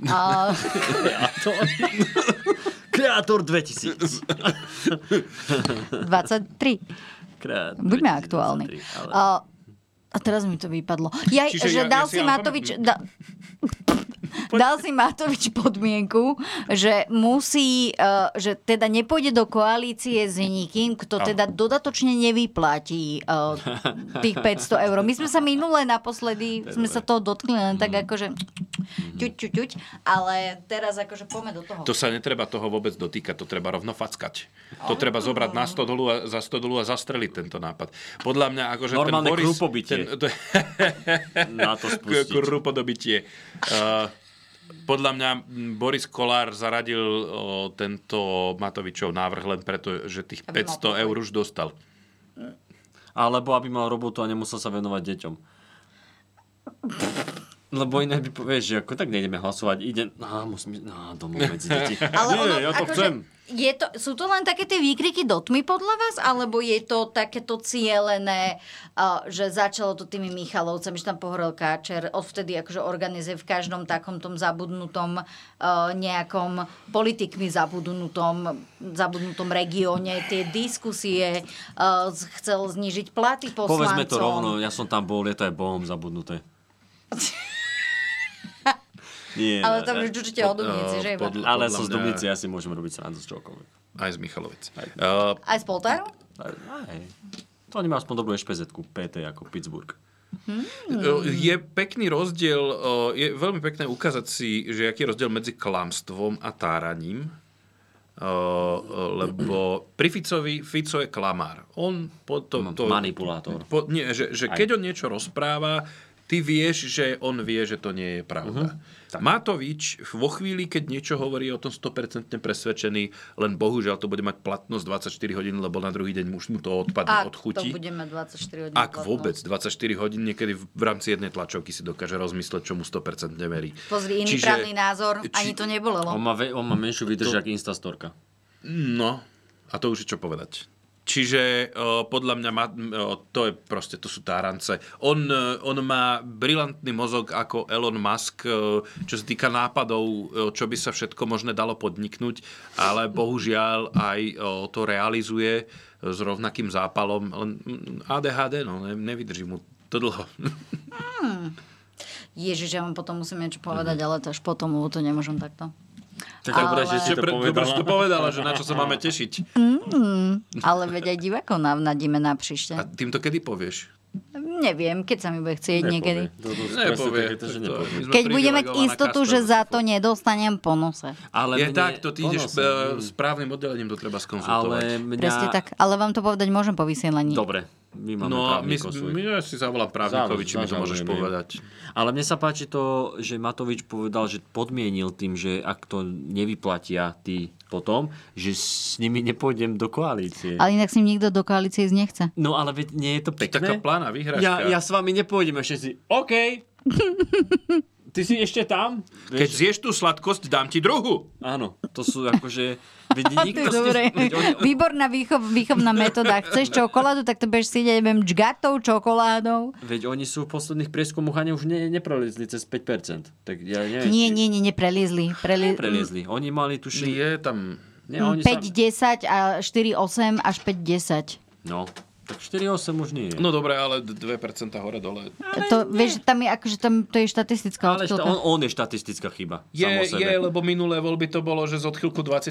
[SPEAKER 3] A... kreator. kreator 2000.
[SPEAKER 1] 23. Kreator Buďme 2023, aktuálni. Ale... A, a teraz mi to vypadlo. Jaj, Čiže že ja, dal ja si Matovič... Ja... Da... Poď. Dal si Matovič podmienku, že musí, uh, že teda nepôjde do koalície s nikým, kto teda dodatočne nevyplatí uh, tých 500 eur. My sme sa minule naposledy, sme sa toho dotkli len tak akože ťuť, ťuť, ťuť, ale teraz akože poďme do toho.
[SPEAKER 2] To sa netreba toho vôbec dotýkať, to treba rovno fackať. To oh. treba zobrať na stodolu a, za stodolu a zastreliť tento nápad. Podľa mňa akože
[SPEAKER 3] Normálne
[SPEAKER 2] ten Boris...
[SPEAKER 3] Krúpobytie.
[SPEAKER 2] Ten, to...
[SPEAKER 3] na to spustiť.
[SPEAKER 2] Krúpodobitie. Uh, podľa mňa Boris Kolár zaradil o, tento Matovičov návrh len preto, že tých 500 eur už dostal.
[SPEAKER 3] Alebo aby mal robotu a nemusel sa venovať deťom. Lebo iné by povieš, že ako tak nejdeme hlasovať, ide, á, musím ísť á, domov medzi deti.
[SPEAKER 1] Ale akože
[SPEAKER 3] Nie, ono, ja to chcem.
[SPEAKER 1] Je to, sú to len také tie výkriky do tmy podľa vás, alebo je to takéto cielené, uh, že začalo to tými Michalovcami, že tam pohorel Káčer, odvtedy akože organizuje v každom takom tom zabudnutom uh, nejakom politikmi zabudnutom, zabudnutom regióne tie diskusie, uh, chcel znižiť platy poslancom.
[SPEAKER 3] Povedzme to rovno, ja som tam bol, je to aj Bohom zabudnuté.
[SPEAKER 1] Nie,
[SPEAKER 3] no,
[SPEAKER 1] ale tam už určite o Dubnici, že? Pod,
[SPEAKER 3] ale so z Dubnici asi môžeme robiť srandu z čokoľvek.
[SPEAKER 2] Aj z Michalovic.
[SPEAKER 1] Aj, uh, aj z Poltáru?
[SPEAKER 3] Aj, aj. To oni má aspoň dobrú ešpezetku, PT ako Pittsburgh.
[SPEAKER 2] Hmm. Je pekný rozdiel, je veľmi pekné ukázať si, že aký je rozdiel medzi klamstvom a táraním. lebo pri Ficovi, Fico je klamár. On po to, to,
[SPEAKER 3] Manipulátor.
[SPEAKER 2] Po, nie, že, že keď on niečo rozpráva, ty vieš, že on vie, že to nie je pravda. Uh-huh. Matovič vo chvíli, keď niečo hovorí o tom 100% presvedčený, len bohužiaľ to bude mať platnosť 24 hodín, lebo na druhý deň už mu to odpadne
[SPEAKER 1] Ak
[SPEAKER 2] od chuti.
[SPEAKER 1] to budeme 24 hodín
[SPEAKER 2] Ak
[SPEAKER 1] platnosť.
[SPEAKER 2] vôbec, 24 hodín niekedy v v rámci jednej tlačovky si dokáže rozmysleť, čo mu 100% neverí.
[SPEAKER 1] Pozri, iný Čiže... právny názor, ani to nebolelo.
[SPEAKER 3] On má, ve- on má menšiu vydrž ako Instastorka.
[SPEAKER 2] No, a to už je čo povedať. Čiže o, podľa mňa ma, o, to je proste, to sú tárance. On, e, on má brilantný mozog ako Elon Musk, e, čo sa týka nápadov, e, čo by sa všetko možné dalo podniknúť, ale bohužiaľ aj o, to realizuje e, s rovnakým zápalom. Len mm, ADHD, no, ne, nevydrží mu to dlho.
[SPEAKER 1] Ježiš, ja vám potom musím niečo
[SPEAKER 3] Mhm.
[SPEAKER 1] povedať, ale to až potom, lebo to nemôžem takto.
[SPEAKER 2] Tak
[SPEAKER 1] Ale- dobré, že si to
[SPEAKER 2] povedala.
[SPEAKER 1] povedala.
[SPEAKER 2] to povedala, že na čo sa máme tešiť.
[SPEAKER 1] Mm, ale veď aj divákov navnadíme na
[SPEAKER 2] A
[SPEAKER 1] príšte.
[SPEAKER 2] tým to kedy povieš?
[SPEAKER 1] Neviem, keď sa mi bude chcieť
[SPEAKER 2] Nepovie.
[SPEAKER 1] niekedy.
[SPEAKER 3] No,
[SPEAKER 2] Nepovie.
[SPEAKER 3] také, to, že nepovie.
[SPEAKER 2] My sme
[SPEAKER 1] Keď budem mať
[SPEAKER 2] privilegovaná
[SPEAKER 1] istotu,
[SPEAKER 2] kasta.
[SPEAKER 1] že za to nedostanem po nose.
[SPEAKER 3] Ale
[SPEAKER 2] je
[SPEAKER 3] mne-
[SPEAKER 2] tak, to ty ideš
[SPEAKER 3] Ono sa-
[SPEAKER 2] e, s právnym oddelením to treba skonzultovať.
[SPEAKER 3] Ale mňa...
[SPEAKER 1] Presne tak. Ale vám to povedať môžem po vysielaní.
[SPEAKER 3] Dobre, my máme
[SPEAKER 2] No a my,
[SPEAKER 3] právnikov svojich.
[SPEAKER 2] my ja si zavolám právnikovi, či mi to
[SPEAKER 3] Zažalujeme
[SPEAKER 2] môžeš
[SPEAKER 3] im.
[SPEAKER 2] povedať.
[SPEAKER 3] Ale mne sa páči to, že Matovič povedal, že podmienil tým, že ak to nevyplatia tí potom, že s nimi nepôjdem do koalície.
[SPEAKER 1] Ale inak s ním nikto do koalície ísť nechce.
[SPEAKER 3] No ale veď nie je to pekné.
[SPEAKER 2] taká plána vyhračka.
[SPEAKER 3] Ja, ja s vami nepôjdem, ešte si, OK, ty si ešte tam?
[SPEAKER 2] Keď zješ tú sladkosť, dám ti druhu.
[SPEAKER 3] Áno, to sú akože... Veď
[SPEAKER 1] A to
[SPEAKER 3] nikto
[SPEAKER 1] je
[SPEAKER 3] s tým-
[SPEAKER 1] dobré.
[SPEAKER 3] veď oni-
[SPEAKER 1] Výborná výchov, výchovná metóda. Chceš čokoládu, tak to budeš si, ja neviem, džgatou, čokoládou.
[SPEAKER 3] Veď oni sú v posledných prieskumoch ani už ne, neprolezli cez 5%. Tak ja neviem,
[SPEAKER 1] Nie,
[SPEAKER 3] či-
[SPEAKER 1] nie, nie, nepreliezli. Preli...
[SPEAKER 3] Nepreliezli. Oni mali tuším...
[SPEAKER 2] Je tam...
[SPEAKER 3] Nie, oni sa...
[SPEAKER 1] 5-10 a 4-8 až 5-10.
[SPEAKER 3] No, tak 4,8 už nie je.
[SPEAKER 2] No dobre, ale 2% hore-dole.
[SPEAKER 1] To, vieš, tam je, akože tam, to je štatistická
[SPEAKER 3] Ale šta,
[SPEAKER 1] odchylka.
[SPEAKER 3] on, on je štatistická chyba.
[SPEAKER 2] Je,
[SPEAKER 3] samo sebe.
[SPEAKER 2] je, lebo minulé voľby to bolo, že z odchylku 20%,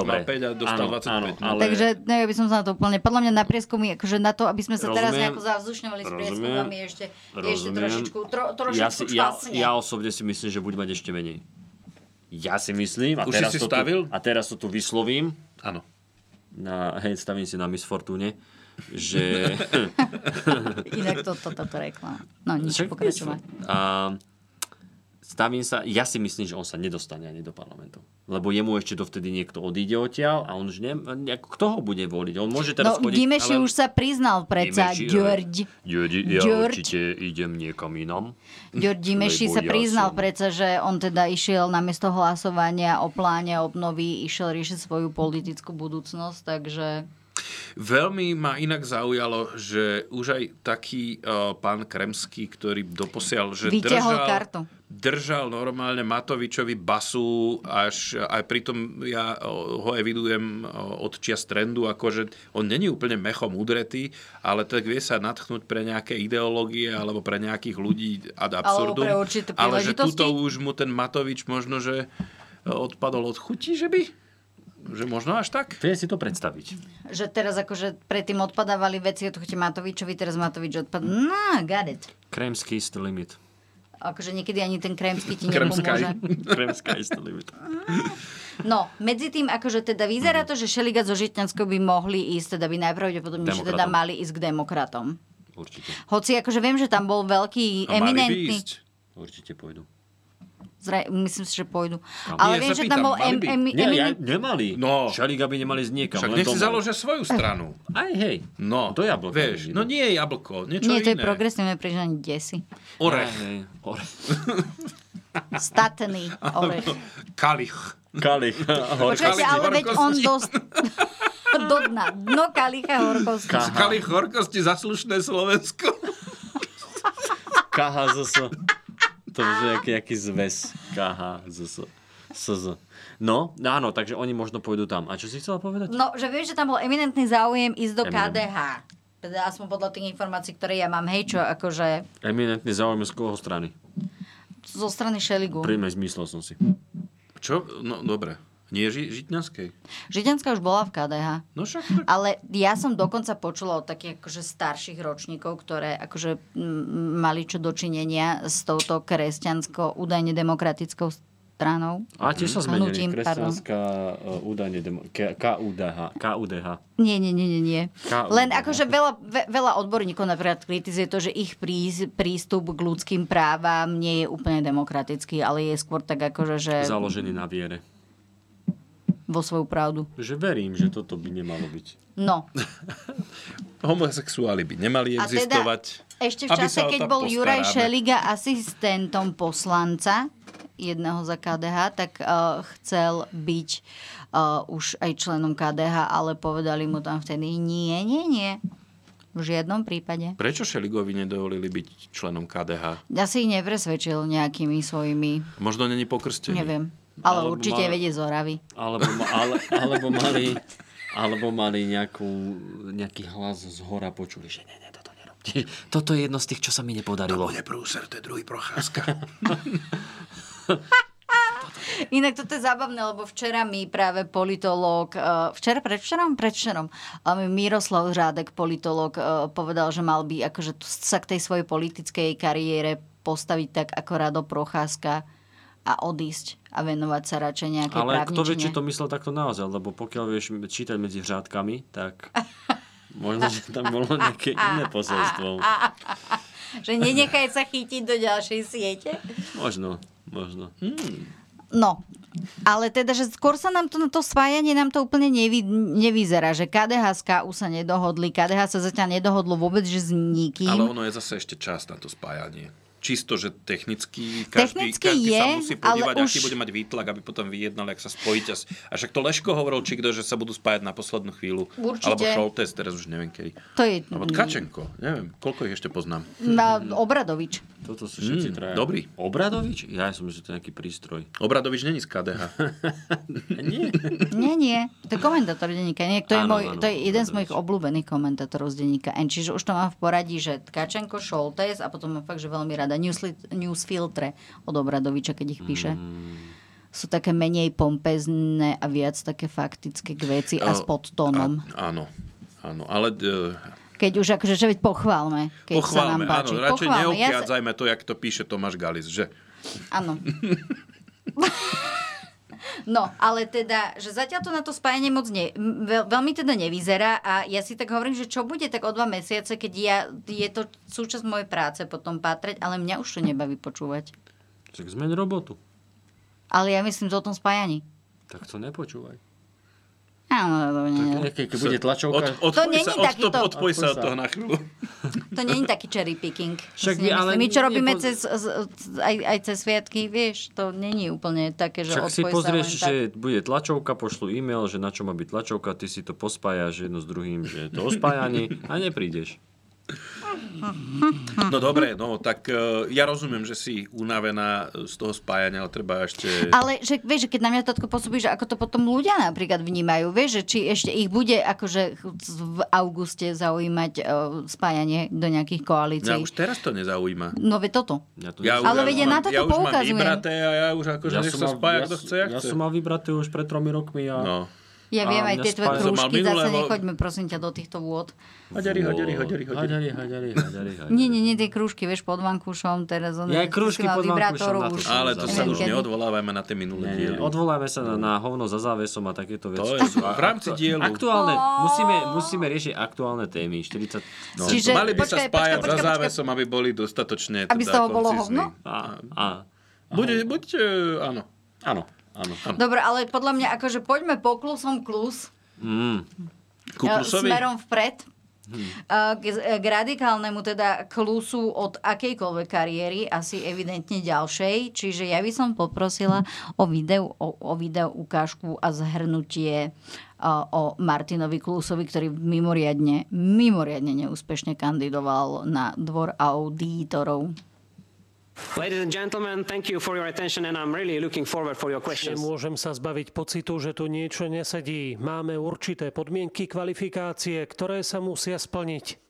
[SPEAKER 3] Dobre.
[SPEAKER 2] mal 5 a dostal
[SPEAKER 3] Áno,
[SPEAKER 2] 25.
[SPEAKER 3] áno, ale-
[SPEAKER 1] Takže neviem, by som sa na to úplne... Podľa mňa na prieskumy, akože na to, aby sme sa teraz
[SPEAKER 3] Rozumiem.
[SPEAKER 1] nejako zavzdušňovali s
[SPEAKER 3] Rozumiem.
[SPEAKER 1] prieskumami, je ešte, je ešte
[SPEAKER 3] Rozumiem.
[SPEAKER 1] trošičku, tro, trošičku
[SPEAKER 3] ja, si, ja,
[SPEAKER 1] špasne.
[SPEAKER 3] ja osobne si myslím, že bude mať ešte menej. Ja si myslím. A
[SPEAKER 2] Už si
[SPEAKER 3] teraz
[SPEAKER 2] si
[SPEAKER 3] to
[SPEAKER 2] stavil?
[SPEAKER 3] Tu, a teraz to tu vyslovím.
[SPEAKER 2] No, Áno.
[SPEAKER 3] Na, hej, stavím si na Miss Fortune, že...
[SPEAKER 1] Inak to, to, táto reklama. No nič,
[SPEAKER 3] Však
[SPEAKER 1] pokračovať.
[SPEAKER 3] myslím. A stavím sa, ja si myslím, že on sa nedostane ani do parlamentu. Lebo jemu ešte dovtedy niekto odíde odtiaľ a on už ne, ako, kto ho bude voliť? On môže teraz
[SPEAKER 1] No,
[SPEAKER 3] chodiť...
[SPEAKER 1] Dimeši už sa priznal predsa,
[SPEAKER 3] Dimeši, ale-
[SPEAKER 1] Ďurď.
[SPEAKER 3] Ďurď, ja
[SPEAKER 1] Ďurď.
[SPEAKER 3] určite idem niekam inam.
[SPEAKER 1] Ďurď Dimeši
[SPEAKER 3] Lebo
[SPEAKER 1] sa
[SPEAKER 3] ja
[SPEAKER 1] priznal
[SPEAKER 3] som-
[SPEAKER 1] predsa, že on teda išiel namiesto hlasovania o pláne obnovy, išiel riešiť svoju politickú budúcnosť, takže...
[SPEAKER 2] Veľmi ma inak zaujalo, že už aj taký uh, pán Kremský, ktorý doposiaľ, že
[SPEAKER 1] Vyťahol
[SPEAKER 2] držal,
[SPEAKER 1] kartu.
[SPEAKER 2] držal normálne Matovičovi basu, až aj pritom ja o, ho evidujem o, od čias trendu, akože on není úplne mechom udretý, ale tak vie sa natchnúť pre nejaké ideológie alebo pre nejakých ľudí ad absurdum.
[SPEAKER 1] pre určité
[SPEAKER 2] ale že
[SPEAKER 1] príležitosti.
[SPEAKER 2] tuto už mu ten Matovič možno, že e, odpadol od chuti, že by? Že možno až tak?
[SPEAKER 3] Viem si to predstaviť.
[SPEAKER 1] Že teraz akože predtým odpadávali veci od chute Matovičovi, teraz Matovič odpadá. No, got it.
[SPEAKER 3] Kremský is the limit.
[SPEAKER 1] Akože niekedy ani ten krémsky ti
[SPEAKER 3] Kremská,
[SPEAKER 1] nepomôže.
[SPEAKER 3] Kremská is the limit.
[SPEAKER 1] No, medzi tým, akože teda vyzerá to, že Šeliga zo Žitňanskou by mohli ísť, teda by najpravdepodobnejšie teda
[SPEAKER 3] Demokratom.
[SPEAKER 1] mali ísť k demokratom.
[SPEAKER 3] Určite.
[SPEAKER 1] Hoci akože viem, že tam bol
[SPEAKER 2] A No, mali
[SPEAKER 1] veľký,
[SPEAKER 2] by
[SPEAKER 1] eminentný...
[SPEAKER 2] ísť?
[SPEAKER 3] Určite pôjdu.
[SPEAKER 1] Zra- myslím si, že pôjdu.
[SPEAKER 3] Kam?
[SPEAKER 2] No,
[SPEAKER 1] Ale
[SPEAKER 2] Nie,
[SPEAKER 1] viem,
[SPEAKER 2] sa
[SPEAKER 1] že
[SPEAKER 2] pýtam,
[SPEAKER 1] tam bol
[SPEAKER 2] mali
[SPEAKER 1] em,
[SPEAKER 2] by?
[SPEAKER 1] em,
[SPEAKER 3] Nie, ja,
[SPEAKER 1] eminent...
[SPEAKER 3] nemali.
[SPEAKER 2] No.
[SPEAKER 3] Šaliga by nemali ísť niekam.
[SPEAKER 2] Však
[SPEAKER 3] len
[SPEAKER 2] nech si
[SPEAKER 3] domov.
[SPEAKER 2] založia svoju stranu.
[SPEAKER 3] Aj hej.
[SPEAKER 2] No,
[SPEAKER 3] Do jablka.
[SPEAKER 2] vieš, no nie je jablko, niečo
[SPEAKER 1] Nie, to je
[SPEAKER 2] iné.
[SPEAKER 1] progresívne prižanie desi.
[SPEAKER 2] Orech.
[SPEAKER 3] Aj, hej. Orech.
[SPEAKER 1] Statný orech.
[SPEAKER 2] Kalich.
[SPEAKER 3] Kalich.
[SPEAKER 2] Kalich
[SPEAKER 1] Počkajte, ale veď
[SPEAKER 2] horkosti.
[SPEAKER 1] on dosť... Do dna. Dno kalicha horkosti.
[SPEAKER 3] Aha.
[SPEAKER 2] Kalich horkosti za slušné Slovensko.
[SPEAKER 3] KHZS. To už je nejaký, nejaký zväz. KHZS. SZ. No, áno, takže oni možno pôjdu tam. A čo si chcela povedať?
[SPEAKER 1] No, že viem, že tam bol eminentný záujem ísť do
[SPEAKER 3] Eminent.
[SPEAKER 1] KDH. Teda aspoň podľa tých informácií, ktoré ja mám. Hej, čo akože
[SPEAKER 3] Eminentný záujem z koho strany?
[SPEAKER 1] zo strany Šeligu.
[SPEAKER 3] Príjme, zmyslel som si.
[SPEAKER 2] Čo? No, dobre. Nie ži- žitňanskej.
[SPEAKER 1] Židianská už bola v KDH.
[SPEAKER 2] No však.
[SPEAKER 1] Ale ja som dokonca počula od takých akože starších ročníkov, ktoré akože m, mali čo dočinenia s touto kresťansko údajne demokratickou stranou.
[SPEAKER 3] A tiež sa zmenili.
[SPEAKER 1] Hnutím, pardon.
[SPEAKER 3] Kresťanská eh, údajne demo- K- KUDH. KUDH.
[SPEAKER 1] Nie, nie, nie, nie, nie.
[SPEAKER 3] Ká-
[SPEAKER 1] Len akože veľa, ve- veľa odborníkov napríklad kritizuje to, že ich prís- prístup k ľudským právam nie je úplne demokratický, ale je skôr tak akože, že
[SPEAKER 3] Založený na viere.
[SPEAKER 1] vo svoju pravdu.
[SPEAKER 3] Že verím, že toto by nemalo byť.
[SPEAKER 1] No.
[SPEAKER 2] Homosexuáli by nemali
[SPEAKER 1] A teda
[SPEAKER 2] existovať.
[SPEAKER 1] ešte v
[SPEAKER 2] aby
[SPEAKER 1] čase,
[SPEAKER 2] sa o
[SPEAKER 1] keď
[SPEAKER 2] to
[SPEAKER 1] bol Juraj
[SPEAKER 2] postaráme.
[SPEAKER 1] Šeliga asistentom poslanca jedného za KDH, tak uh, chcel byť uh, už aj členom KDH, ale povedali mu tam vtedy nie, nie, nie. V žiadnom prípade.
[SPEAKER 2] Prečo Šeligovi nedovolili byť členom KDH?
[SPEAKER 1] Asi ich nepresvedčil nejakými svojimi,
[SPEAKER 2] Možno není pokrstený.
[SPEAKER 1] neviem. Ale
[SPEAKER 3] Alebo
[SPEAKER 1] určite
[SPEAKER 3] mal-
[SPEAKER 1] vedie z Oravy.
[SPEAKER 3] Alebo, ma, ale, alebo mali, alebo mali nejakú, nejaký hlas z hora, počuli, že ne, ne, toto nerobte. Toto je jedno z tých, čo sa mi nepodarilo. To bude prúser, to je druhý procházka.
[SPEAKER 1] Inak toto je zábavné, lebo včera mi práve politológ, e, včera, predvčerom, predvčerom, e, mi Miroslav Žádek, politológ, e, povedal, že mal by akože t- sa k tej svojej politickej kariére postaviť tak ako Rado Procházka a odísť a venovať sa radšej nejakej
[SPEAKER 3] Ale kto vie, či
[SPEAKER 1] právničine.
[SPEAKER 3] to myslel takto naozaj, lebo pokiaľ vieš čítať medzi hřádkami, tak možno, že tam bolo nejaké iné posolstvo.
[SPEAKER 1] Že nenechaj sa chytiť do ďalšej siete?
[SPEAKER 3] Možno, možno.
[SPEAKER 1] Hm?
[SPEAKER 3] Hmm.
[SPEAKER 1] No, ale teda, že skôr sa nám to, to spájanie nám to úplne nevy, nevyzerá, že KDH s KU sa nedohodli, KDH sa zatiaľ nedohodlo vôbec, že s nikým.
[SPEAKER 2] Ale ono je zase ešte čas na to spájanie. Čisto, že technicky každý,
[SPEAKER 1] Technicky
[SPEAKER 2] každý
[SPEAKER 1] je,
[SPEAKER 2] sa musí
[SPEAKER 1] ale
[SPEAKER 2] podívať, aký
[SPEAKER 1] už-
[SPEAKER 2] bude mať výtlak, aby potom vyjednal, ak sa spojiť. A s- A však to Leško hovoril, či kto, že sa budú spájať na poslednú chvíľu.
[SPEAKER 1] Určite. Mm.
[SPEAKER 2] Alebo Šoltes, teraz už neviem kedy.
[SPEAKER 1] To je...
[SPEAKER 2] Alebo Tkačenko, neviem, koľko ich ešte poznám.
[SPEAKER 1] Na Obradovič.
[SPEAKER 3] Toto sú všetci
[SPEAKER 2] Mm,
[SPEAKER 3] traja.
[SPEAKER 2] dobrý.
[SPEAKER 3] Obradovič? Ja som myslel, že to je nejaký prístroj.
[SPEAKER 2] Obradovič není z KDH.
[SPEAKER 1] Nie, nie. To je komentátor denníka. Nie, to, je
[SPEAKER 2] Áno,
[SPEAKER 1] môj,
[SPEAKER 2] áno,
[SPEAKER 1] to je jeden z mojich obľúbených komentátorov z denníka N. Čiže už to mám v poradí, že Tkačenko, Šoltes a potom mám fakt, že veľmi rada newslit, newsfiltre od Obradoviča, keď ich píše.
[SPEAKER 2] Mm.
[SPEAKER 1] Sú také menej pompezné a viac také faktické k veci a s podtónom.
[SPEAKER 2] A, áno, áno, ale... e,
[SPEAKER 1] Keď už akože, že veď pochválme, keď sa
[SPEAKER 2] Pochválme,
[SPEAKER 1] nám páči.
[SPEAKER 2] áno, radšej
[SPEAKER 1] Pochválme, ja sa-
[SPEAKER 2] neobchádzajme to, jak to píše Tomáš Galis, že?
[SPEAKER 1] Áno. No, ale teda, že zatiaľ to na to spájanie moc ne, veľ, veľmi teda nevyzerá a ja si tak hovorím, že čo bude tak o dva mesiace, keď ja, je to súčasť mojej práce potom pátrať, ale mňa už to nebaví počúvať.
[SPEAKER 3] Tak zmeň robotu.
[SPEAKER 1] Ale ja myslím to o tom spájaní.
[SPEAKER 3] Tak to nepočúvaj.
[SPEAKER 1] Áno, to nie,
[SPEAKER 3] Keď bude tlačovka...
[SPEAKER 1] Od- odpoj To není sa- takýto- odstop- odpoj sa od toho
[SPEAKER 2] na chvíľu.
[SPEAKER 1] to nie je taký cherry picking.
[SPEAKER 3] Však
[SPEAKER 1] Však
[SPEAKER 3] je, ale
[SPEAKER 1] My čo
[SPEAKER 3] nie-
[SPEAKER 1] robíme
[SPEAKER 3] nepo-
[SPEAKER 1] cez, z- z- aj, aj cez sviatky, vieš, to není úplne také, že
[SPEAKER 3] Však si
[SPEAKER 1] odpoj sa
[SPEAKER 3] pozrieš,
[SPEAKER 1] len tak.
[SPEAKER 3] že bude tlačovka, pošlu e-mail, že na čo má byť tlačovka, ty si to pospájaš jedno s druhým, že je to o spájaní a neprídeš.
[SPEAKER 2] No dobre, no tak e, ja rozumiem, že si unavená z toho spájania, ale treba ešte...
[SPEAKER 1] Ale že, vieš, že keď na mňa tatko pôsobí, že ako to potom ľudia napríklad vnímajú, vieš, že či ešte ich bude akože v auguste zaujímať e, spájanie do nejakých
[SPEAKER 2] Mňa
[SPEAKER 1] koalícií.
[SPEAKER 2] už teraz to nezaujíma.
[SPEAKER 1] No ve toto.
[SPEAKER 2] Ja už-
[SPEAKER 1] ale
[SPEAKER 2] ja
[SPEAKER 1] veď ja
[SPEAKER 2] už
[SPEAKER 1] na
[SPEAKER 2] mám-
[SPEAKER 1] toto
[SPEAKER 2] ja už mám
[SPEAKER 1] poukazujem.
[SPEAKER 2] vybraté a ja už akože nech sa spája,
[SPEAKER 3] ja,
[SPEAKER 2] kto chce,
[SPEAKER 3] ja,
[SPEAKER 2] jak
[SPEAKER 3] ja
[SPEAKER 2] chce.
[SPEAKER 3] som mal vybraté už pred tromi rokmi a...
[SPEAKER 2] No.
[SPEAKER 1] Ja viem
[SPEAKER 3] A mňa
[SPEAKER 1] aj tie tvoje
[SPEAKER 3] spája- som mal
[SPEAKER 1] krúžky,
[SPEAKER 3] minulé,
[SPEAKER 1] zase
[SPEAKER 3] lebo-
[SPEAKER 1] nechoďme prosím ťa do týchto vôd.
[SPEAKER 2] Haďari,
[SPEAKER 3] No,
[SPEAKER 2] haďari, haďari, haďari.
[SPEAKER 3] Haďari, haďari, haďari, haďari.
[SPEAKER 1] Nie, nie, nie, tie krúžky, vieš, pod vankušom, teraz on
[SPEAKER 3] Ja aj krúžky pod
[SPEAKER 1] vibrátorov
[SPEAKER 3] vankušom, na to
[SPEAKER 1] už.
[SPEAKER 3] som
[SPEAKER 2] Ale to sa
[SPEAKER 1] neviem,
[SPEAKER 2] už
[SPEAKER 1] kedy.
[SPEAKER 2] neodvolávajme na tie minulé
[SPEAKER 3] Nie,
[SPEAKER 2] diely.
[SPEAKER 3] nie, Odvoláme sa na, na hovno za závesom a takéto veci.
[SPEAKER 2] To
[SPEAKER 3] čo
[SPEAKER 2] je
[SPEAKER 3] sú
[SPEAKER 2] v rámci
[SPEAKER 3] aktu-
[SPEAKER 2] dielu.
[SPEAKER 3] Aktuálne, musíme, musíme riešiť aktuálne témy. 40...
[SPEAKER 2] No,
[SPEAKER 1] Čiže-
[SPEAKER 2] mali by
[SPEAKER 1] počkaj,
[SPEAKER 2] sa spájať
[SPEAKER 1] počkaj,
[SPEAKER 2] za
[SPEAKER 1] počkaj,
[SPEAKER 2] závesom, aby boli dostatočne teda
[SPEAKER 1] Aby z toho bolo
[SPEAKER 2] koncizní.
[SPEAKER 1] hovno?
[SPEAKER 3] A, a,
[SPEAKER 2] Buď, buď, e, áno.
[SPEAKER 3] áno, áno.
[SPEAKER 1] Dobre, ale podľa mňa akože poďme poklusom klus.
[SPEAKER 3] Mm.
[SPEAKER 2] Ku plusovi?
[SPEAKER 1] smerom vpred.
[SPEAKER 2] Hm.
[SPEAKER 1] K, k radikálnemu teda klusu od akejkoľvek kariéry, asi evidentne ďalšej. Čiže ja by som poprosila o videu, o, o video ukážku a zhrnutie uh, o Martinovi Klusovi, ktorý mimoriadne, mimoriadne neúspešne kandidoval na dvor auditorov.
[SPEAKER 19] Ladies and gentlemen, thank you for your attention and I'm really looking forward for your questions.
[SPEAKER 20] Nemôžem sa zbaviť pocitu, že tu niečo nesedí. Máme určité podmienky kvalifikácie, ktoré sa musia splniť.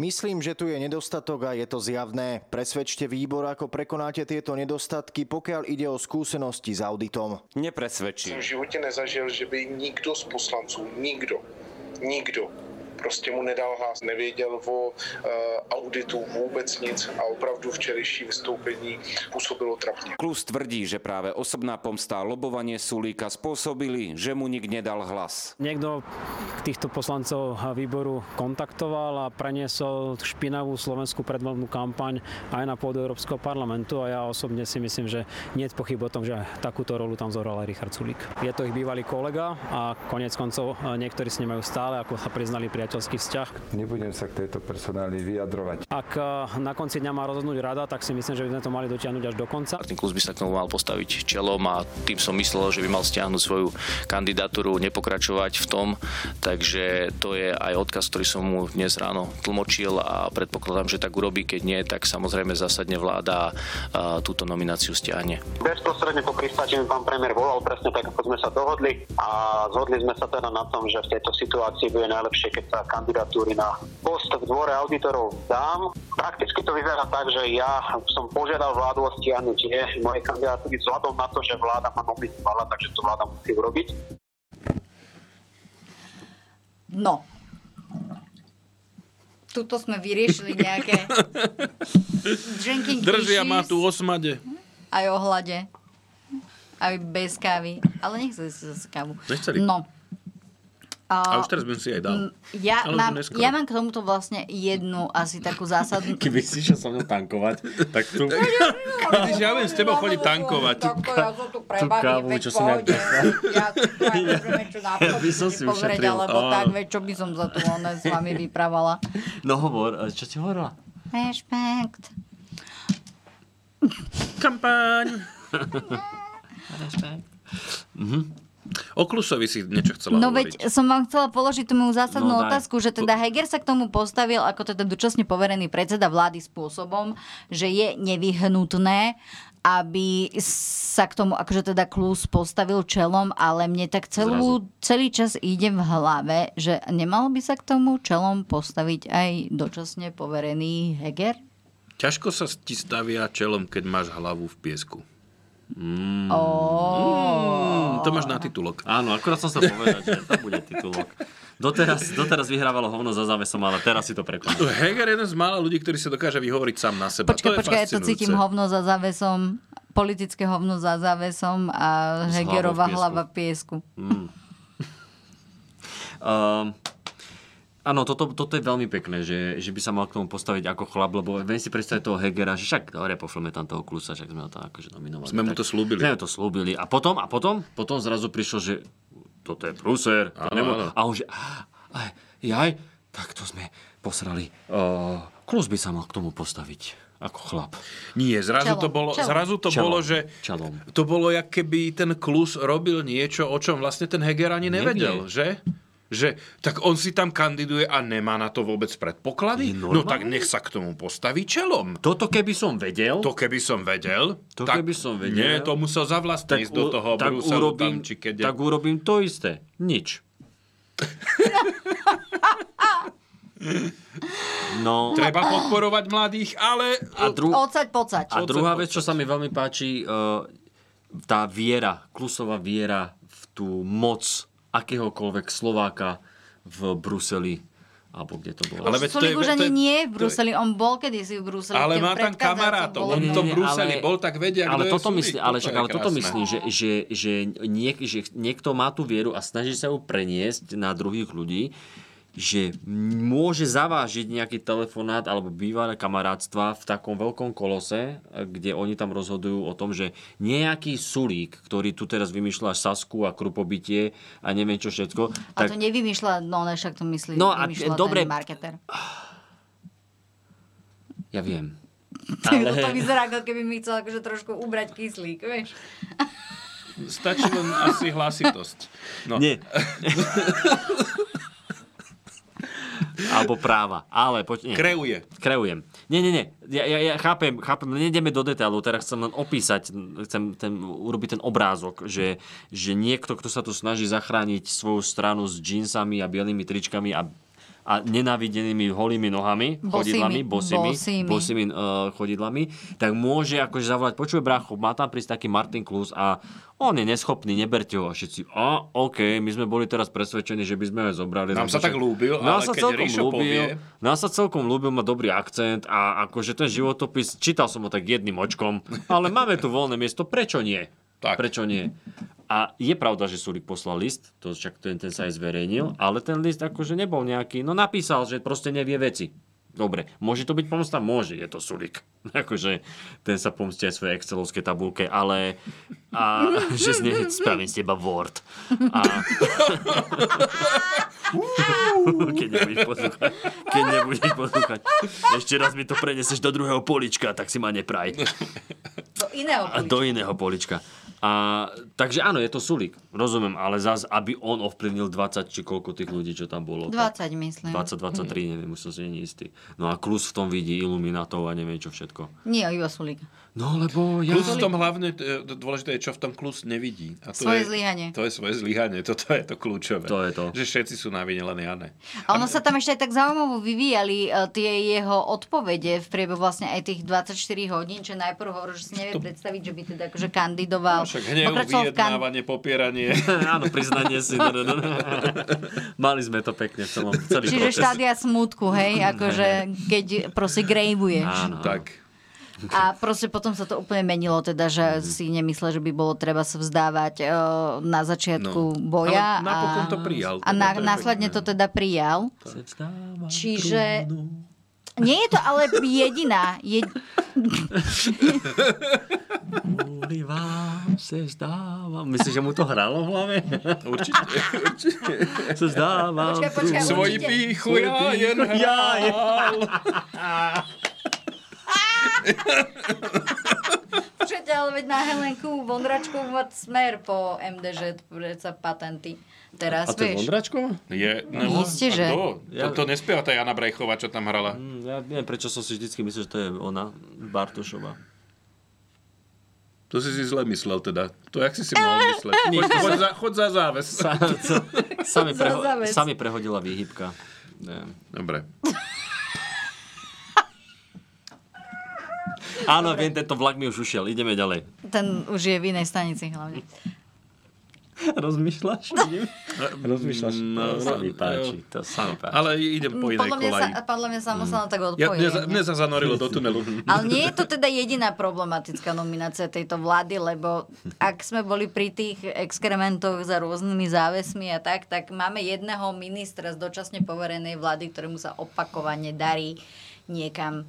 [SPEAKER 21] Myslím, že tu je nedostatok a je to zjavné. Presvedčte výbor, ako prekonáte tieto nedostatky, pokiaľ ide o skúsenosti s auditom.
[SPEAKER 7] Nepresvedčí.
[SPEAKER 22] v životě nezažil, že by nikdo z poslanců, nikdo, nikdo
[SPEAKER 4] prostě mu nedal hlas, nevěděl o eh, auditu vůbec nic a opravdu včerejší vystoupení působilo trapně.
[SPEAKER 7] Klus tvrdí, že práve osobná pomsta a lobovanie Sulíka spôsobili, že mu nik nedal hlas.
[SPEAKER 22] Niekto týchto poslancov výboru kontaktoval a preniesol špinavú slovenskú predvolebnú kampaň aj na pôdu Európskeho parlamentu a ja osobne si myslím, že nie je pochyb o tom, že takúto rolu tam zohral aj Richard Sulík. Je to ich bývalý kolega a konec koncov e, niektorí s ním majú stále, ako sa priznali, priateľský vzťah.
[SPEAKER 23] Nebudem sa k tejto personáli vyjadrovať.
[SPEAKER 22] Ak na konci dňa má rozhodnúť rada, tak si myslím, že by sme to mali dotiahnuť až do konca.
[SPEAKER 24] Martin Klus by sa k tomu mal postaviť čelom a tým som myslel, že by mal stiahnuť svoju kandidatúru, nepokračovať v tom. Takže to je aj odkaz, ktorý som mu dnes ráno tlmočil a predpokladám, že tak urobí. Keď nie, tak samozrejme zásadne vláda a túto nomináciu stiahne.
[SPEAKER 25] Bezprostredne po pristáti mi pán premiér volal presne tak, ako sme sa dohodli a zhodli sme sa teda na tom, že v tejto situácii bude najlepšie, keď sa kandidatúry na post v dvore auditorov dám. Prakticky to vyzerá tak, že ja som požiadal vládu o stiahnutie moje kandidatúry vzhľadom na to, že vláda ma nominovala, takže to vláda musí urobiť.
[SPEAKER 1] No. Tuto sme vyriešili nejaké drinking
[SPEAKER 2] Držia
[SPEAKER 1] issues,
[SPEAKER 2] ma tu osmade.
[SPEAKER 1] aj ohľade. Aj bez kávy. Ale nechceli si zase kávu.
[SPEAKER 2] Nechceli.
[SPEAKER 1] No.
[SPEAKER 2] A už teraz by som si aj dal.
[SPEAKER 1] m, Ja,
[SPEAKER 2] Ale už
[SPEAKER 1] mám,
[SPEAKER 2] je neskoro.
[SPEAKER 1] ja mám k tomuto vlastne jednu asi takú zásadnú...
[SPEAKER 3] Keby si išiel so mnou tankovať, tak tu...
[SPEAKER 2] Vidíš, ja viem s tebou chodiť tankovať.
[SPEAKER 3] tú kávu, čo si napísal. Ja by som si
[SPEAKER 1] Pozrieť,
[SPEAKER 3] ušetril.
[SPEAKER 1] alebo tak,
[SPEAKER 3] Áno.
[SPEAKER 1] veď čo by som za tu ona s vami vyprávala.
[SPEAKER 3] No hovor, a čo si hovorila?
[SPEAKER 1] Rešpekt.
[SPEAKER 2] Kampaň. Mhm. O Klusovi si niečo chcela
[SPEAKER 1] No
[SPEAKER 2] hovoriť.
[SPEAKER 1] veď som vám chcela položiť tú moju zásadnú
[SPEAKER 2] No daj.
[SPEAKER 1] otázku, že teda Heger sa k tomu postavil ako teda dočasne poverený predseda vlády spôsobom, že je nevyhnutné, aby sa k tomu akože teda Klus postavil čelom, ale mne tak celú, celý čas ide v hlave, že nemal by sa k tomu čelom postaviť aj dočasne poverený Heger?
[SPEAKER 2] Ťažko sa ti stavia čelom, keď máš hlavu v piesku. Mm.
[SPEAKER 1] Oh.
[SPEAKER 2] To máš na titulok.
[SPEAKER 3] Áno, akorát som sa povedať, že to bude titulok. Doteraz, doteraz vyhrávalo hovno za závesom, ale teraz si to prekonal.
[SPEAKER 2] Heger je jeden z mála ľudí, ktorý sa dokáže vyhovoriť sám na seba.
[SPEAKER 1] Počkaj,
[SPEAKER 2] to je
[SPEAKER 1] počkaj, ja
[SPEAKER 2] fascinujúce.
[SPEAKER 1] to cítim hovno za závesom, politické hovno za závesom a
[SPEAKER 3] S hlavou v
[SPEAKER 1] Hegerová
[SPEAKER 3] piesku.
[SPEAKER 1] hlava v piesku.
[SPEAKER 3] Mm. Ehm, Áno, toto, toto je veľmi pekné, že, že by sa mal k tomu postaviť ako chlap, lebo viem si predstaviť toho Hegera, že však dobre, pošleme tam toho klusa, však sme ho tam akože nominovali.
[SPEAKER 2] Sme mu
[SPEAKER 3] tak-
[SPEAKER 2] to slúbili.
[SPEAKER 3] Sme mu to slúbili. A potom, a potom, potom zrazu prišlo, že toto je prúser. to
[SPEAKER 2] Áno,
[SPEAKER 3] nemo-
[SPEAKER 2] áno.
[SPEAKER 3] A on že, "Á, aj, jaj, tak to sme posrali. Uh, klus by sa mal k tomu postaviť ako chlap.
[SPEAKER 2] Nie, zrazu to bolo, zrazu to bolo že
[SPEAKER 3] Čelom.
[SPEAKER 2] to bolo, jak keby ten Klus robil niečo, o čom vlastne ten Heger ani nevedel,
[SPEAKER 3] Nevie.
[SPEAKER 2] že? že tak on si tam kandiduje a nemá na to vôbec predpoklady? No tak nech sa k tomu postaví čelom.
[SPEAKER 3] Toto keby som vedel...
[SPEAKER 2] To keby som vedel...
[SPEAKER 3] To
[SPEAKER 2] tak,
[SPEAKER 3] keby som vedel-
[SPEAKER 2] Nie, to musel za vlastne ísť do
[SPEAKER 3] u-
[SPEAKER 2] toho
[SPEAKER 3] tak
[SPEAKER 2] Bruselu
[SPEAKER 3] urobím,
[SPEAKER 2] tam, či keď je.
[SPEAKER 3] tak urobím to isté. Nič. no.
[SPEAKER 2] Treba podporovať mladých, ale...
[SPEAKER 3] A dru-
[SPEAKER 1] Ocať, pocať.
[SPEAKER 3] A druhá vec, čo sa mi veľmi páči, eh, tá viera, klusová viera v tú moc akéhokoľvek Slováka v Bruseli, alebo kde to bolo.
[SPEAKER 2] Ale veď
[SPEAKER 1] Sulik už ani nie je v Bruseli, on bol kedysi v Bruseli.
[SPEAKER 2] Ale
[SPEAKER 1] keď
[SPEAKER 2] má tam
[SPEAKER 1] predchádzajúco
[SPEAKER 2] kamarátov,
[SPEAKER 1] bolo-
[SPEAKER 2] on to v Bruseli bol, tak vedia, kto
[SPEAKER 3] ale
[SPEAKER 2] je
[SPEAKER 3] toto
[SPEAKER 2] Sulík.
[SPEAKER 3] myslí, ale,
[SPEAKER 2] Toto
[SPEAKER 3] čak,
[SPEAKER 2] je
[SPEAKER 3] ale toto
[SPEAKER 2] krásne.
[SPEAKER 3] myslím, že, že, že, niek, že niekto má tú vieru a snaží sa ju preniesť na druhých ľudí, že môže zavážiť nejaký telefonát alebo bývalé kamarátstva v takom veľkom kolose, kde oni tam rozhodujú o tom, že nejaký sulík, ktorý tu teraz vymýšľa Sasku a krupobytie a neviem čo všetko,
[SPEAKER 1] A to nevymýšľa, no ne, však to myslí,
[SPEAKER 3] No
[SPEAKER 1] no,
[SPEAKER 3] a t-
[SPEAKER 1] a vymýšľa
[SPEAKER 3] dobre.
[SPEAKER 1] ten marketer.
[SPEAKER 3] ja viem.
[SPEAKER 1] Ale... To vyzerá, ako keby mi chcel akože trošku ubrať kyslík, vieš.
[SPEAKER 2] Stačí len asi hlasitosť. No.
[SPEAKER 3] Nie. Alebo práva. Ale poč- nie.
[SPEAKER 2] Kreuje.
[SPEAKER 3] Kreujem. Nie, nie, nie. Ja, ja, ja chápem, chápem. no Nejdeme do detailov. Teraz chcem len opísať, chcem ten, urobiť ten obrázok, že, že niekto, kto sa tu snaží zachrániť svoju stranu s džínsami a bielými tričkami a a nenávidenými holými nohami, chodidlami, bosými, bosými, bosými uh, chodidlami, tak môže akože zavolať, počuje brácho, má tam prísť taký Martin Klus a on je neschopný, neberte ho. A všetci, a OK, my sme boli teraz presvedčení, že by sme ho zobrali.
[SPEAKER 2] Nám
[SPEAKER 3] lebo
[SPEAKER 2] sa
[SPEAKER 3] však-
[SPEAKER 2] tak ľúbil,
[SPEAKER 3] Nám
[SPEAKER 2] ale
[SPEAKER 3] sa
[SPEAKER 2] keď
[SPEAKER 3] celkom
[SPEAKER 2] Ríšo
[SPEAKER 3] ľúbil,
[SPEAKER 2] povie-
[SPEAKER 3] Nám No sa celkom ľúbil, má dobrý akcent a akože ten životopis, čítal som ho tak jedným očkom, ale máme tu voľné miesto, prečo nie? Tak. Prečo nie? A je pravda, že Sulik poslal list, to však ten, ten sa aj zverejnil, ale ten list akože nebol nejaký, no napísal, že proste nevie veci. Dobre, môže to byť pomsta? Môže, je to Sulik. Akože ten sa pomstia aj svojej excelovskej tabulke, ale a, že z nej spravím z teba Word. A, keď nebudeš poslúchať. Keď nebudeš poslúchať. Ešte raz mi to preneseš do druhého polička, tak si ma nepraj.
[SPEAKER 1] Do iného
[SPEAKER 3] A do iného polička. A, takže áno, je to Sulík, rozumiem, ale zas, aby on ovplyvnil 20 či koľko tých ľudí, čo tam bolo. tak
[SPEAKER 1] 20 myslím.
[SPEAKER 3] 20, 23, neviem, už som si není istý. No a Klus v tom vidí iluminátov a neviem čo všetko.
[SPEAKER 1] Nie, iba Sulík.
[SPEAKER 3] No lebo
[SPEAKER 2] ja... Klus v tom hlavne, e, dôležité je, čo v tom klus nevidí. A to je,
[SPEAKER 1] Svoje zlyhanie.
[SPEAKER 2] To je svoje zlyhanie, toto je to kľúčové.
[SPEAKER 3] To je to.
[SPEAKER 2] Že všetci sú na vine, len ja ne.
[SPEAKER 1] A ono sa tam ešte aj tak zaujímavo vyvíjali e, tie jeho odpovede v priebehu vlastne aj tých 24 hodín, čo najprv hovoril, že si nevie predstaviť, že by teda akože kandidoval.
[SPEAKER 2] No, Však hnev,
[SPEAKER 1] Pokračoval v kan-
[SPEAKER 2] vyjednávanie, popieranie.
[SPEAKER 3] Áno, priznanie si. No, no, no. Mali sme to pekne v celom, celý
[SPEAKER 1] Čiže
[SPEAKER 3] proces.
[SPEAKER 1] štádia smutku,
[SPEAKER 2] Mm-hmm.
[SPEAKER 1] hej, akože keď proste grejvuješ.
[SPEAKER 3] No.
[SPEAKER 2] Tak.
[SPEAKER 1] A proste potom sa to úplne menilo, teda, že
[SPEAKER 2] Mm-hmm.
[SPEAKER 1] si nemyslel, že by bolo treba sa vzdávať e, na začiatku
[SPEAKER 2] No.
[SPEAKER 1] boja.
[SPEAKER 2] Ale napokon
[SPEAKER 1] a,
[SPEAKER 2] to prijal,
[SPEAKER 1] A
[SPEAKER 2] teda,
[SPEAKER 1] na,
[SPEAKER 2] to je
[SPEAKER 1] následne to teda prijal. Čiže... Nie je to ale jediná. Je...
[SPEAKER 3] Kvôli vám se vzdávam. Myslíš, že mu to hralo v hlave?
[SPEAKER 2] Určite.
[SPEAKER 3] Se vzdávam.
[SPEAKER 2] Počkaj, počkaj, Svoji určite. pýchu
[SPEAKER 3] Svoji
[SPEAKER 2] ja
[SPEAKER 3] pýchu
[SPEAKER 2] jen
[SPEAKER 3] ja jen-
[SPEAKER 1] Počujete, ale veď na Helenku Vondračku má smer po MDŽ, predsa patenty. Teraz, vieš.
[SPEAKER 3] Vondračková?
[SPEAKER 2] Je,
[SPEAKER 1] no,
[SPEAKER 2] a
[SPEAKER 1] Isté, že.
[SPEAKER 2] kto? To, to nespieva tá Jana Brejchová, čo tam hrala.
[SPEAKER 3] Mm, Ja neviem, prečo som si vždycky myslel, že to je ona, Bartošová.
[SPEAKER 2] To si si zle myslel teda. To jak si si mal mysleť? Choď,
[SPEAKER 3] to
[SPEAKER 2] choď,
[SPEAKER 3] sa-
[SPEAKER 2] za, choď za záves.
[SPEAKER 3] Sa, sa, sami,
[SPEAKER 2] Za
[SPEAKER 3] preho-
[SPEAKER 2] záves.
[SPEAKER 3] sami prehodila výhybka. Neviem.
[SPEAKER 2] Dobre.
[SPEAKER 3] Áno, viem, tento vlak mi už ušiel. Ideme ďalej.
[SPEAKER 1] Ten už je v inej stanici hlavne.
[SPEAKER 3] Rozmýšľaš? Rozmýšľaš? No, to sa mi páči. To sa mi páči.
[SPEAKER 2] Ale idem po inej
[SPEAKER 1] Podľa mňa, sa,
[SPEAKER 2] kolaji. Mm.
[SPEAKER 1] podľa mňa samo sa na tak
[SPEAKER 2] Ja,
[SPEAKER 1] odpojí.
[SPEAKER 2] mne, za- mne sa zanorilo do tunelu.
[SPEAKER 1] Ale nie je to teda jediná problematická nominácia tejto vlády, lebo ak sme boli pri tých exkrementoch za rôznymi závesmi a tak, tak máme jedného ministra z dočasne poverenej vlády, ktorému sa opakovane darí niekam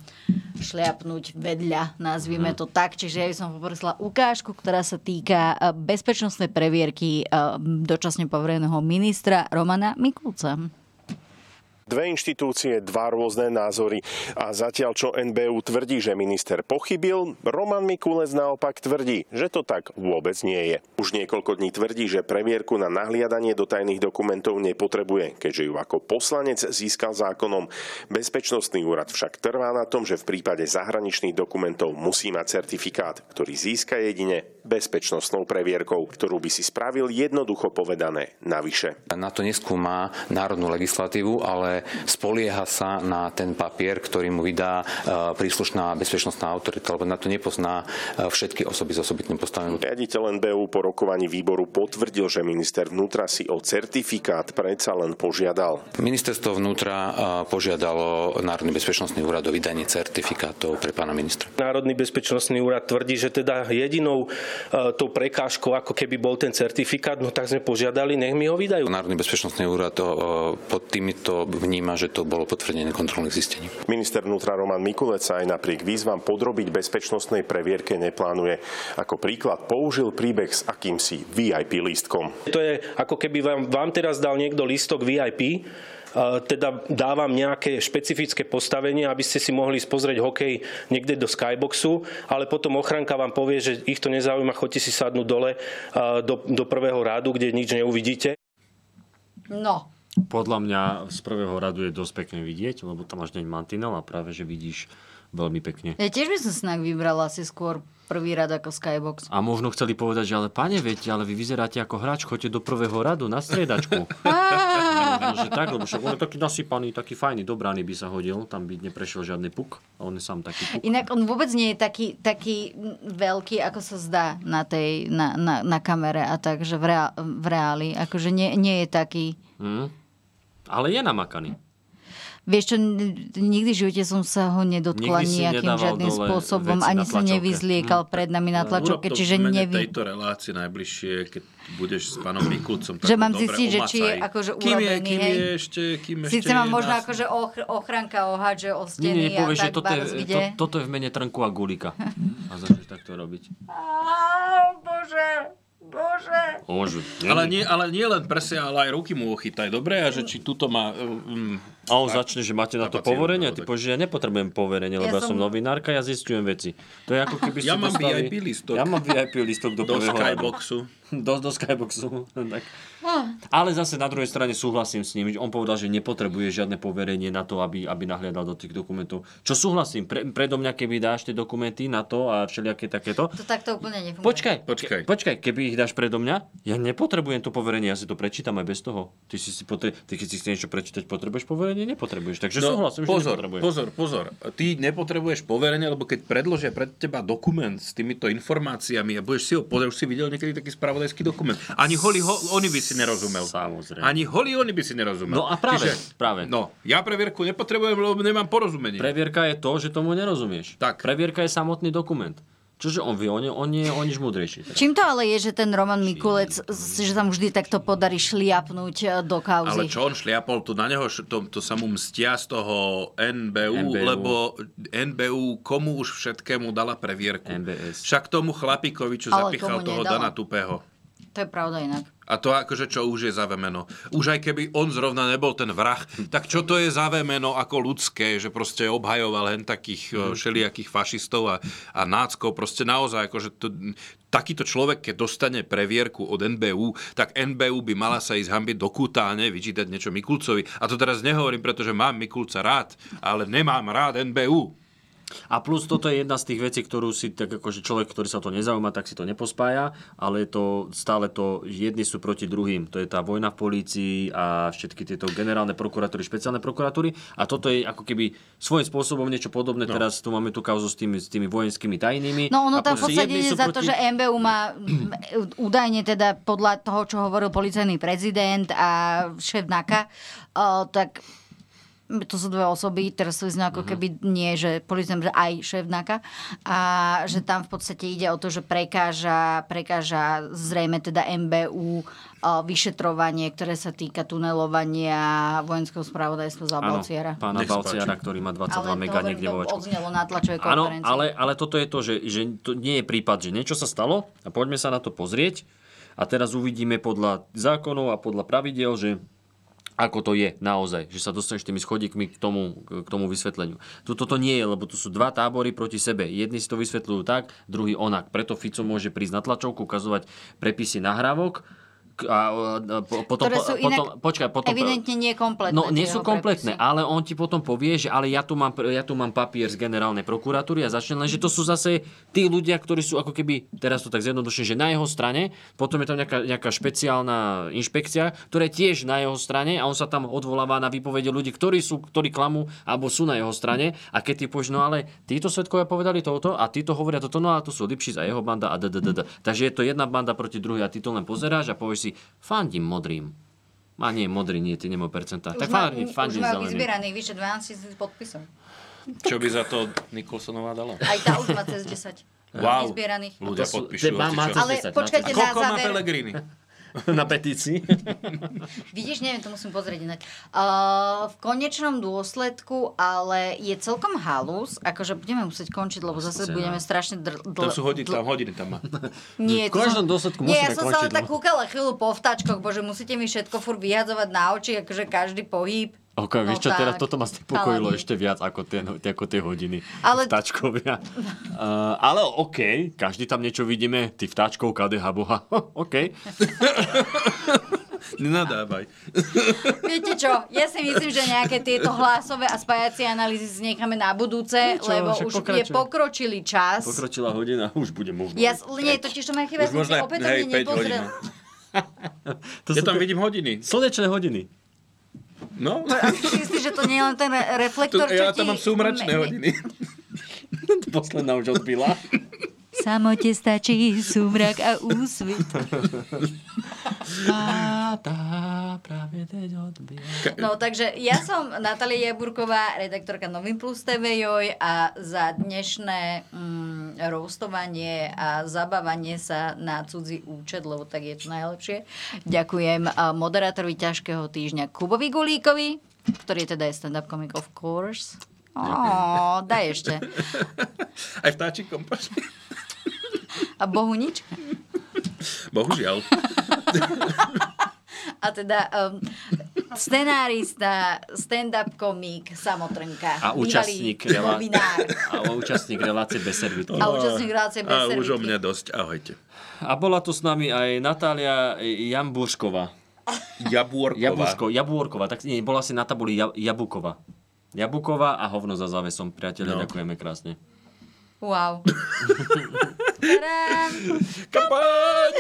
[SPEAKER 1] šliapnúť vedľa, nazvime to tak. Čiže ja by som poprosila ukážku, ktorá sa týka eh, bezpečnostnej previerky eh, dočasne povereného ministra Romana Mikulca.
[SPEAKER 5] Dve inštitúcie, dva rôzne názory. A zatiaľ, čo NBU tvrdí, že minister pochybil, Roman Mikulec naopak tvrdí, že to tak vôbec nie je. Už niekoľko dní tvrdí, že previerku na nahliadanie do tajných dokumentov nepotrebuje, keďže ju ako poslanec získal zákonom. Bezpečnostný úrad však trvá na tom, že v prípade zahraničných dokumentov musí mať certifikát, ktorý získa jedine bezpečnostnou previerkou, ktorú by si spravil jednoducho povedané navyše.
[SPEAKER 6] Na to neskúma národnú legislatívu, ale spolieha sa na ten papier, ktorý mu vydá e, príslušná bezpečnostná autorita, lebo na to nepozná e, všetky osoby s osobitným postavením.
[SPEAKER 5] Riaditeľ NBU po rokovaní výboru potvrdil, že minister vnútra si o certifikát predsa len požiadal.
[SPEAKER 6] Ministerstvo vnútra e, požiadalo Národný bezpečnostný úrad o vydanie certifikátov pre pána ministra.
[SPEAKER 8] Národný bezpečnostný úrad tvrdí, že teda jedinou e, tou prekážkou, ako keby bol ten certifikát, no tak sme požiadali, nech mi ho vydajú.
[SPEAKER 6] Národný bezpečnostný úrad o, o, pod týmito vníma, že to bolo potvrdenie kontrolných zistení.
[SPEAKER 5] Minister vnútra Roman Mikulec sa aj napriek výzvam podrobiť bezpečnostnej previerke neplánuje. Ako príklad použil príbeh s akýmsi VIP lístkom.
[SPEAKER 8] To je ako keby vám, vám teraz dal niekto listok VIP, e, teda dávam nejaké špecifické postavenie, aby ste si mohli spozrieť hokej niekde do skyboxu, ale potom ochranka vám povie, že ich to nezaujíma, chodte si sadnúť dole e, do, do prvého rádu, kde nič neuvidíte.
[SPEAKER 1] No,
[SPEAKER 3] Podľa mňa z prvého radu je dosť pekne vidieť, lebo tam máš deň mantinel a práve, že vidíš veľmi pekne.
[SPEAKER 1] Ja tiež by som snak vybrala asi skôr prvý rad ako Skybox.
[SPEAKER 3] A možno chceli povedať, že ale pane, viete, ale vy vyzeráte ako hráč, choďte do prvého radu na striedačku. Možno, že tak, lebo však on je taký nasypaný, taký fajný, dobraný by sa hodil, tam by neprešiel žiadny puk a on je sám taký puk.
[SPEAKER 1] Inak on vôbec nie je taký, taký veľký, ako sa zdá na, tej, na, na, na kamere a tak, že v, reá, v reáli. Akože nie, nie je taký...
[SPEAKER 3] Mm. Ale je namakaný.
[SPEAKER 1] Vieš čo, n- nikdy v živote som sa ho nedotkla
[SPEAKER 3] Nikdy si
[SPEAKER 1] nejakým
[SPEAKER 3] nedával
[SPEAKER 1] žiadnym
[SPEAKER 3] dole
[SPEAKER 1] spôsobom,
[SPEAKER 3] veci
[SPEAKER 1] ani
[SPEAKER 3] na
[SPEAKER 1] sa
[SPEAKER 3] tlačovke.
[SPEAKER 1] nevyzliekal pred nami na
[SPEAKER 2] Hm.
[SPEAKER 1] tlačovke,
[SPEAKER 2] No, Urob to
[SPEAKER 1] čiže
[SPEAKER 2] v mene
[SPEAKER 1] nevy...
[SPEAKER 2] tejto relácie najbližšie, keď budeš s pánom Mikulcom. tak
[SPEAKER 1] Že
[SPEAKER 2] ho
[SPEAKER 1] mám
[SPEAKER 2] dobre
[SPEAKER 1] zistiť, že či je
[SPEAKER 2] omacaj.
[SPEAKER 1] akože
[SPEAKER 2] kým je,
[SPEAKER 1] urobený,
[SPEAKER 2] kým
[SPEAKER 1] hej?
[SPEAKER 2] je ešte, kým ešte
[SPEAKER 1] Síce
[SPEAKER 2] je
[SPEAKER 1] mám možno
[SPEAKER 2] nás-
[SPEAKER 1] akože ochr- ochranka ohádže o
[SPEAKER 3] Nie, nie,
[SPEAKER 1] steny a
[SPEAKER 3] povieš, že
[SPEAKER 1] tak
[SPEAKER 3] toto je, to,
[SPEAKER 1] kde.
[SPEAKER 3] toto je v mene Trnku a Gulika. A začneš takto robiť.
[SPEAKER 1] Bože, bože.
[SPEAKER 2] Ale nie, ale nie len prsia, ale aj ruky mu ochytaj, dobre? A že či tuto má... Um,
[SPEAKER 3] a on začne, že máte na to poverenie, ty povieš, že ja nepotrebujem poverenie, lebo ja,
[SPEAKER 2] no, Ja
[SPEAKER 3] som
[SPEAKER 2] som-
[SPEAKER 3] novinárka, ja zistujem veci. To je ako keby
[SPEAKER 2] Ja
[SPEAKER 3] ste
[SPEAKER 2] mám
[SPEAKER 3] dostali...
[SPEAKER 2] VIP listok.
[SPEAKER 3] Ja mám VIP listok do,
[SPEAKER 2] Do
[SPEAKER 3] prvého radu.
[SPEAKER 2] Skyboxu.
[SPEAKER 3] Do, do Skyboxu. tak. Ale zase na druhej strane súhlasím s ním. že On povedal, že nepotrebuje žiadne poverenie na to, aby, aby nahliadal do tých dokumentov. Čo súhlasím, pre, predo mňa, keby dáš tie dokumenty na to a všelijaké takéto,
[SPEAKER 1] To takto úplne nefunguje.
[SPEAKER 3] Počkaj, počkaj. Ke, počkaj, keby ich dáš predo mňa, ja nepotrebujem to poverenie, ja si to prečítam aj bez toho. Ty, si si potre- ty keď si chceš niečo prečítať, potrebuješ poverenie? Nepotrebuješ. Takže no, súhlasím,
[SPEAKER 2] pozor,
[SPEAKER 3] že nepotrebuješ.
[SPEAKER 2] pozor, pozor. Ty nepotrebuješ poverenie, lebo keď predložia pred teba dokument s týmito informáciami a budeš si ho pozrieť, už si videl niekedy taký spravodajský dokument. Ani holi ho, oni by si nerozumel.
[SPEAKER 3] Samozrejme.
[SPEAKER 2] Ani holi oni by si nerozumel.
[SPEAKER 3] No a práve, práve.
[SPEAKER 2] No, ja previerku nepotrebujem, lebo nemám porozumenie.
[SPEAKER 3] Previerka je to, že tomu nerozumieš. Tak. Previerka je samotný dokument. Čože on vie, on je, on je o nič múdrejší. teraz.
[SPEAKER 1] Čím to ale je, že ten Roman Mikulec, s- že tam vždy takto podarí šliapnúť e, do
[SPEAKER 2] Ale
[SPEAKER 1] kauzy?
[SPEAKER 2] čo on šliapol, to na neho, š- to, to sa mu mstia z toho NBU,
[SPEAKER 3] NBU.
[SPEAKER 2] lebo NBU komu už všetkému dala previerku.
[SPEAKER 3] NBS.
[SPEAKER 2] Však tomu chlapíkovi, čo
[SPEAKER 1] Ale
[SPEAKER 2] zapichal
[SPEAKER 1] komu
[SPEAKER 2] toho Dana
[SPEAKER 1] nedala.
[SPEAKER 2] Tupého.
[SPEAKER 1] To je pravda inak.
[SPEAKER 2] A to akože čo už je zavemeno. Už aj keby on zrovna nebol ten vrah, tak čo to je zavemeno ako ľudské, že proste obhajoval len takých mm. všelijakých fašistov a, a náckov. Proste naozaj, akože to, takýto človek, keď dostane previerku od NBU, tak NBU by mala sa ísť hambiť do kúta a ne vyčítať niečo Mikulcovi. A to teraz nehovorím, pretože mám Mikulca rád, ale nemám rád NBU.
[SPEAKER 3] A plus toto je jedna z tých vecí, ktorú si tak akože človek, ktorý sa o to nezaujíma, tak si to nepospája, ale je to stále to jedni sú proti druhým. To je tá vojna v polícii a všetky tieto generálne prokuratúry, špeciálne prokuratúry a toto je ako keby svojím spôsobom niečo podobné. No. Teraz tu máme tú kauzu s tými, s tými vojenskými tajnými.
[SPEAKER 1] No
[SPEAKER 3] A
[SPEAKER 1] ono tam v
[SPEAKER 3] proste
[SPEAKER 1] podstate
[SPEAKER 3] jedni
[SPEAKER 1] ide
[SPEAKER 3] sú
[SPEAKER 1] za to, že MBU má m, údajne teda podľa toho, čo hovoril policajný prezident a šéf NAKA, o, tak to sú dve osoby, teraz sú ako
[SPEAKER 3] Mhm.
[SPEAKER 1] keby nie, že policajný, že aj šéf NAKA a že tam v podstate ide o to, že prekáža, prekáža zrejme teda MBU o, vyšetrovanie, ktoré sa týka tunelovania vojenského spravodajstva za
[SPEAKER 3] Áno,
[SPEAKER 1] Balciara.
[SPEAKER 3] pána
[SPEAKER 1] Ale
[SPEAKER 3] Balciara, ktorý má 22
[SPEAKER 1] to
[SPEAKER 3] mega
[SPEAKER 1] hovorím,
[SPEAKER 3] niekde
[SPEAKER 1] to
[SPEAKER 3] vo vačku.
[SPEAKER 1] Odznelo na tlačovej
[SPEAKER 3] Áno,
[SPEAKER 1] konferencii.
[SPEAKER 3] ale, ale toto je to, že, že to nie je prípad, že niečo sa stalo a poďme sa na to pozrieť a teraz uvidíme podľa zákonov a podľa pravidel, že ako to je naozaj, že sa dostaneš tými schodíkmi k tomu, k tomu vysvetleniu. Toto to nie je, lebo tu sú dva tábory proti sebe. Jedni si to vysvetľujú tak, druhý onak. Preto Fico môže prísť na tlačovku, ukazovať prepisy nahrávok k- a, a, a po- potom,
[SPEAKER 1] ktoré sú inak
[SPEAKER 3] potom, počkaj, potom,
[SPEAKER 1] evidentne nie kompletné.
[SPEAKER 3] No, nie
[SPEAKER 1] tie
[SPEAKER 3] sú
[SPEAKER 1] jeho
[SPEAKER 3] kompletné,
[SPEAKER 1] prepisy.
[SPEAKER 3] ale on ti potom povie, že ale ja tu mám, ja tu mám papier z generálnej prokuratúry a začne len, že to sú zase tí ľudia, ktorí sú ako keby, teraz to tak zjednoduším, že na jeho strane, potom je tam nejaká, nejaká špeciálna inšpekcia, ktorá je tiež na jeho strane a on sa tam odvoláva na výpovede ľudí, ktorí, sú, ktorí klamú alebo sú na jeho strane a keď ty povieš, no ale títo svetkovia povedali toto a títo hovoria toto, no a tu sú Lipšic a jeho banda a d, d, d, d. Takže je to jedna banda proti druhej a ty to len pozeráš a povieš si, fandím modrým. A nie, modrý nie, ty nemá percentá. Tak
[SPEAKER 1] už má,
[SPEAKER 3] fandím,
[SPEAKER 1] už
[SPEAKER 3] fandím
[SPEAKER 1] má
[SPEAKER 3] zeleným.
[SPEAKER 1] vyzbieraných vyše 12 tisíc podpisov.
[SPEAKER 2] Čo by za to Nikolsonová dala?
[SPEAKER 1] Aj tá už má cez 10
[SPEAKER 2] Wow.
[SPEAKER 1] vyzbieraných.
[SPEAKER 2] Ľudia
[SPEAKER 3] To sú-
[SPEAKER 2] podpíšu.
[SPEAKER 3] má- má
[SPEAKER 2] hocičo.
[SPEAKER 1] Ale
[SPEAKER 2] A
[SPEAKER 1] počkajte, na
[SPEAKER 2] koľko má
[SPEAKER 1] záver-
[SPEAKER 2] Pelegrini?
[SPEAKER 3] Na petícii.
[SPEAKER 1] Vidíš, neviem, to musím pozrieť inak. Uh, v konečnom dôsledku, ale je celkom halus, akože budeme musieť končiť, lebo zase
[SPEAKER 2] Scéna.
[SPEAKER 3] no.
[SPEAKER 1] budeme strašne dr- dl-
[SPEAKER 2] Tam sú hodiny,
[SPEAKER 1] dl-
[SPEAKER 2] tam hodiny tam má.
[SPEAKER 1] Nie,
[SPEAKER 2] V každom
[SPEAKER 1] to
[SPEAKER 2] dôsledku
[SPEAKER 1] nie,
[SPEAKER 2] musíme
[SPEAKER 1] ja som sa
[SPEAKER 2] končiť,
[SPEAKER 1] len tak
[SPEAKER 2] no.
[SPEAKER 1] kúkala chvíľu po vtáčkoch, bože, musíte mi všetko fur vyhadzovať na oči, akože každý pohyb.
[SPEAKER 3] Ok, no vieš čo,
[SPEAKER 1] tak.
[SPEAKER 3] teraz toto ma znepokojilo
[SPEAKER 1] Chalani.
[SPEAKER 3] ešte viac ako tie, no- ako tie hodiny
[SPEAKER 1] Ale-
[SPEAKER 3] vtáčkovia. Uh, ale OK, každý tam niečo vidíme, ty vtáčkov, KDH, boha, OK.
[SPEAKER 2] Nenadávaj.
[SPEAKER 1] Viete čo, ja si myslím, že nejaké tieto hlasové a spájacie analýzy si necháme na budúce,
[SPEAKER 3] Niečo,
[SPEAKER 1] lebo
[SPEAKER 3] však
[SPEAKER 1] už
[SPEAKER 3] pokračuj.
[SPEAKER 1] je pokročilý čas.
[SPEAKER 3] Pokročila hodina, už bude možno.
[SPEAKER 1] Ja, s- nie, totiž to ma chyba,
[SPEAKER 3] Už
[SPEAKER 1] som
[SPEAKER 3] možno aj-
[SPEAKER 1] si
[SPEAKER 3] hej,
[SPEAKER 1] opätovne
[SPEAKER 3] päť
[SPEAKER 1] nepozrela.
[SPEAKER 3] To ja tam vidím hodiny. Slnečné hodiny.
[SPEAKER 2] No,
[SPEAKER 1] Myslíš, že to nie je len ten re- reflektor, čo ti... me-
[SPEAKER 3] Posledná už odbila.
[SPEAKER 1] Samote stačí súmrak a úsvit.
[SPEAKER 3] Tá, tá, práve teď odbila.
[SPEAKER 1] No takže ja som Natália Jaburková, redaktorka Novin Plus TV Joj a za dnešné mm, roustovanie a zabávanie sa na cudzí účet, lebo tak je to najlepšie. Ďakujem a moderátorovi ťažkého týždňa Kubovi Gulíkovi, ktorý teda je stand-up comic of course. Ó, daj ešte.
[SPEAKER 2] Aj vtáčikom. pošli.
[SPEAKER 1] A Bohu nič.
[SPEAKER 2] Bohužiaľ.
[SPEAKER 1] A teda um, scenárista, stand-up komik, samotrnka.
[SPEAKER 3] A
[SPEAKER 1] bývalý
[SPEAKER 3] účastník, rela...
[SPEAKER 1] novinár.
[SPEAKER 3] a účastník relácie bez servitu.
[SPEAKER 1] A účastník relácie bez
[SPEAKER 2] A už o
[SPEAKER 1] servitky.
[SPEAKER 2] mňa dosť. Ahojte.
[SPEAKER 3] A bola tu s nami aj Natália e, Jambúršková.
[SPEAKER 2] Jabúrková.
[SPEAKER 3] Jabúrko, Jabúrková, tak nie, bola si na tabuli ja, Jabuková. Jabuková a hovno za závesom, priatelia, no. ďakujeme krásne.
[SPEAKER 1] Wow.
[SPEAKER 2] Kampaň!